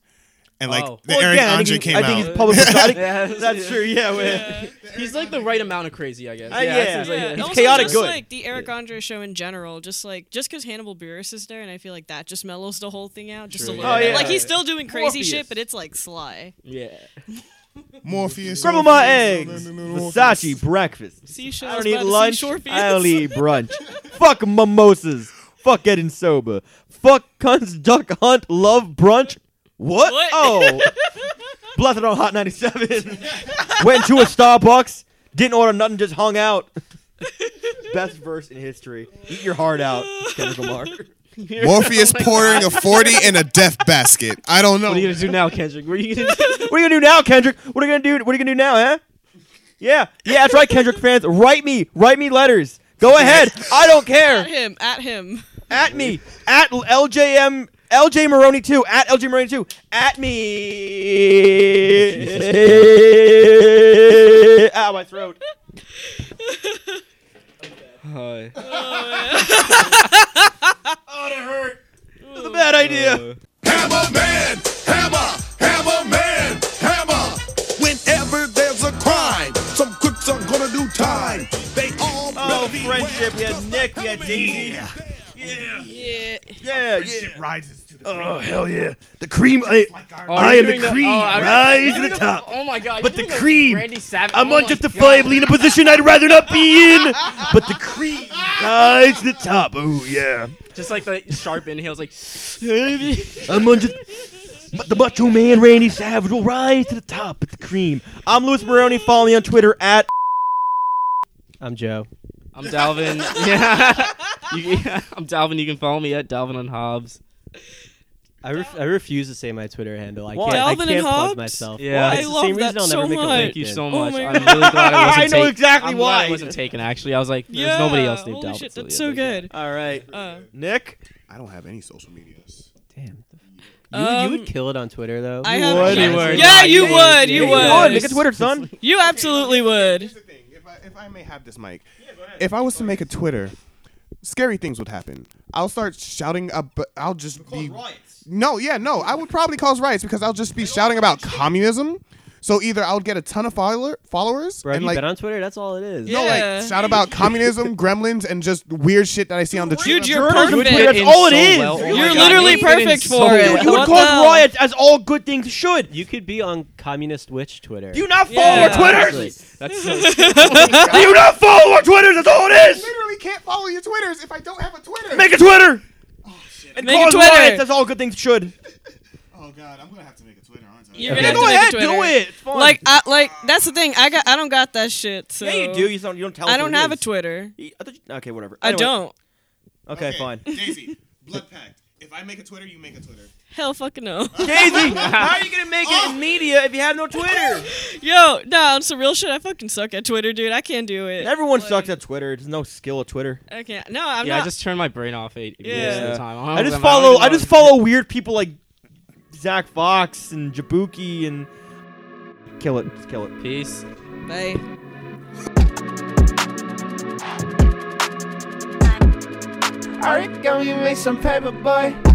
[SPEAKER 1] and like
[SPEAKER 2] Oh.
[SPEAKER 1] the
[SPEAKER 2] Well,
[SPEAKER 1] Eric
[SPEAKER 2] yeah, I think
[SPEAKER 1] Andre
[SPEAKER 2] he-
[SPEAKER 1] came
[SPEAKER 2] I
[SPEAKER 1] out.
[SPEAKER 2] think he's
[SPEAKER 3] public- I think-
[SPEAKER 2] [LAUGHS] Yeah,
[SPEAKER 3] that's true, yeah, well-
[SPEAKER 2] [LAUGHS] He's like the right amount of crazy, I guess.
[SPEAKER 3] Uh,
[SPEAKER 2] yeah,
[SPEAKER 3] yeah.
[SPEAKER 2] it seems like-
[SPEAKER 3] Yeah,
[SPEAKER 5] And
[SPEAKER 3] He's
[SPEAKER 5] also
[SPEAKER 3] chaotic
[SPEAKER 5] just
[SPEAKER 3] good.
[SPEAKER 5] like the Eric Andre show in general, just like just because Hannibal Buress is there, and I feel like that just mellows the whole thing out just
[SPEAKER 2] True,
[SPEAKER 5] a little
[SPEAKER 2] yeah. Oh,
[SPEAKER 5] bit.
[SPEAKER 2] yeah.
[SPEAKER 5] Like he's still doing crazy
[SPEAKER 2] Morpheus.
[SPEAKER 5] shit, but it's like sly.
[SPEAKER 2] Yeah.
[SPEAKER 1] Morpheus.
[SPEAKER 3] Crumble my eggs. Versace breakfast.
[SPEAKER 5] Seashells
[SPEAKER 3] I don't
[SPEAKER 5] by
[SPEAKER 3] eat
[SPEAKER 5] the
[SPEAKER 3] lunch.
[SPEAKER 5] seashore
[SPEAKER 3] I
[SPEAKER 5] fields.
[SPEAKER 3] only eat brunch. Fuck mimosas. Fuck getting sober. Fuck cunts, duck hunt, love brunch. What?
[SPEAKER 5] What?
[SPEAKER 3] Oh. Bluffed it on Hot 97. Went to a Starbucks. Didn't order nothing, just hung out. Best verse in history. Eat your heart out, Kendrick Lamar.
[SPEAKER 1] Morpheus pouring a forty in a death basket. I don't know.
[SPEAKER 2] What are you gonna do now, Kendrick? What are you gonna do?
[SPEAKER 3] What are you gonna do now, Kendrick? What are you gonna do? What are you gonna do now, huh? Yeah, yeah, that's right, Kendrick fans. Write me, write me letters. Go ahead. I don't
[SPEAKER 5] At
[SPEAKER 3] care.
[SPEAKER 5] him, at him.
[SPEAKER 3] At me, at LJM LJ Maroney two at LJ Maroney two at
[SPEAKER 1] [LAUGHS]
[SPEAKER 3] me.
[SPEAKER 2] Jesus.
[SPEAKER 3] Ow, my throat.
[SPEAKER 2] Hi.
[SPEAKER 15] Oh, that hurt.
[SPEAKER 3] It was a bad idea.
[SPEAKER 16] Hammer man, hammer, hammer man, hammer. Whenever there's a crime, some crooks are gonna do time. They all
[SPEAKER 3] Oh, friendship. We had Nick. We had Daisy.
[SPEAKER 5] Yeah.
[SPEAKER 3] Yeah.
[SPEAKER 16] Friendship rises to the
[SPEAKER 17] Oh hell yeah! The cream, I,
[SPEAKER 2] Oh,
[SPEAKER 17] I
[SPEAKER 2] you're
[SPEAKER 17] am the
[SPEAKER 2] doing the-
[SPEAKER 17] cream,
[SPEAKER 2] oh, I-
[SPEAKER 17] rise
[SPEAKER 2] you're
[SPEAKER 17] to the
[SPEAKER 2] doing
[SPEAKER 17] top.
[SPEAKER 2] Oh my god!
[SPEAKER 17] But
[SPEAKER 2] you're
[SPEAKER 17] the
[SPEAKER 2] doing
[SPEAKER 17] cream,
[SPEAKER 2] Randy Savage.
[SPEAKER 17] I'm
[SPEAKER 2] oh my
[SPEAKER 17] unjustifiably in a position I'd rather not be in. But the
[SPEAKER 2] [LAUGHS]
[SPEAKER 17] cream, rise to the top. Oh yeah!
[SPEAKER 2] Just like the sharp inhales, [LAUGHS] like
[SPEAKER 17] I'm unjust. But the macho man Randy Savage will rise to the top.
[SPEAKER 3] But the cream. I'm Louis Maroney. Follow me on Twitter at.
[SPEAKER 4] I'm Joe.
[SPEAKER 2] I'm [LAUGHS] Dalvin. yeah. You- yeah, I'm Dalvin. You can follow me at Dalvin on Hobbs.
[SPEAKER 4] I, ref- I refuse to say my Twitter handle. I
[SPEAKER 2] Why?
[SPEAKER 4] can't, I
[SPEAKER 2] Dalvin and
[SPEAKER 4] can't plug
[SPEAKER 2] Hobbs?
[SPEAKER 4] myself.
[SPEAKER 2] Yeah.
[SPEAKER 4] Why?
[SPEAKER 2] I
[SPEAKER 4] It's the
[SPEAKER 2] love
[SPEAKER 4] same
[SPEAKER 2] that
[SPEAKER 4] reason I'll
[SPEAKER 2] so
[SPEAKER 4] never make a
[SPEAKER 2] much.
[SPEAKER 4] link
[SPEAKER 2] Thank you
[SPEAKER 4] then.
[SPEAKER 2] so much. I'm really glad I wasn't take- I'm glad I wasn't taken. Actually, I was like, there's
[SPEAKER 5] Yeah,
[SPEAKER 2] nobody else named
[SPEAKER 5] holy
[SPEAKER 2] Dalvin.
[SPEAKER 5] shit,
[SPEAKER 2] so
[SPEAKER 5] that's
[SPEAKER 2] yeah,
[SPEAKER 5] [LAUGHS] so
[SPEAKER 2] there's
[SPEAKER 5] good.
[SPEAKER 3] All right.
[SPEAKER 5] Uh,
[SPEAKER 3] Nick?
[SPEAKER 1] I don't have any social medias.
[SPEAKER 4] Damn. You,
[SPEAKER 5] Um,
[SPEAKER 4] you would kill it on Twitter though.
[SPEAKER 5] I
[SPEAKER 4] You
[SPEAKER 5] have.
[SPEAKER 4] would.
[SPEAKER 5] yeah,
[SPEAKER 4] You would.
[SPEAKER 5] Yeah, you would.
[SPEAKER 4] Yeah,
[SPEAKER 5] You
[SPEAKER 4] you
[SPEAKER 5] would.
[SPEAKER 4] would. Make a Twitter, son.
[SPEAKER 5] [LAUGHS] You absolutely would.
[SPEAKER 1] have this mic. If I was to make a Twitter, scary things would happen. I'll start shouting up, but I'll just be No, yeah, no. I would probably cause riots because I'll just be shouting about communism. So either I'll get a ton of follower, followers
[SPEAKER 4] Bro, have
[SPEAKER 1] and
[SPEAKER 4] you
[SPEAKER 1] like
[SPEAKER 4] been on Twitter? That's all it is.
[SPEAKER 1] no, like shout [LAUGHS]
[SPEAKER 17] [LAUGHS]
[SPEAKER 1] about communism, gremlins, and just weird shit that I see on the
[SPEAKER 5] Dude, you're
[SPEAKER 1] Journals
[SPEAKER 5] perfect.
[SPEAKER 1] would-
[SPEAKER 5] You fit in so well. Oh my You're God, literally you fit in perfect so for well. it.
[SPEAKER 3] You would
[SPEAKER 5] What
[SPEAKER 3] cause
[SPEAKER 5] the hell? [LAUGHS]
[SPEAKER 3] riots as all good things should.
[SPEAKER 4] You could be on communist witch Twitter.
[SPEAKER 3] Do you not follow our Twitters.
[SPEAKER 4] That's
[SPEAKER 5] [LAUGHS]
[SPEAKER 17] Do you not follow our Twitters? That's all it is.
[SPEAKER 1] Literally can't follow your Twitters if I don't have a Twitter.
[SPEAKER 17] Make a Twitter.
[SPEAKER 3] And
[SPEAKER 17] Make a
[SPEAKER 3] cause
[SPEAKER 17] Twitter.
[SPEAKER 3] riots as all good things should.
[SPEAKER 1] Oh god, I'm gonna have to make a Twitter, aren't I?
[SPEAKER 5] You're
[SPEAKER 3] Yeah,
[SPEAKER 5] gonna have
[SPEAKER 3] go
[SPEAKER 5] to make a
[SPEAKER 3] ahead, do
[SPEAKER 5] Twitter.
[SPEAKER 3] it. It's fun.
[SPEAKER 5] Like, I, like that's the thing. I got. I don't got that shit. So
[SPEAKER 3] Yeah, you do. You just don't. You don't tell.
[SPEAKER 5] I
[SPEAKER 3] us what
[SPEAKER 5] don't
[SPEAKER 3] it
[SPEAKER 5] have a
[SPEAKER 3] is.
[SPEAKER 5] Twitter.
[SPEAKER 3] Y- I thought you- Okay, whatever.
[SPEAKER 5] I
[SPEAKER 3] Anyway.
[SPEAKER 5] don't.
[SPEAKER 3] Okay, fine.
[SPEAKER 2] [LAUGHS]
[SPEAKER 1] Daisy, blood pact. If I make a Twitter, you make a Twitter.
[SPEAKER 5] Hell
[SPEAKER 3] [LAUGHS]
[SPEAKER 5] fucking no. [LAUGHS]
[SPEAKER 3] Daisy, how are you gonna make it in media if you have no Twitter?
[SPEAKER 5] Yo, nah, on some real shit, I fucking suck at Twitter, dude. I can't do it.
[SPEAKER 3] Everyone sucks at Twitter. There's no skill at Twitter.
[SPEAKER 5] I can't. No, I'm
[SPEAKER 2] yeah,
[SPEAKER 5] not.
[SPEAKER 2] I just turn my brain off eight years at a time.
[SPEAKER 3] I just follow. I just follow weird people like Zach Fox and Jabuki and kill it. Just kill it.
[SPEAKER 2] Peace.
[SPEAKER 5] Bye.
[SPEAKER 18] Alright, go you make some paper, boy.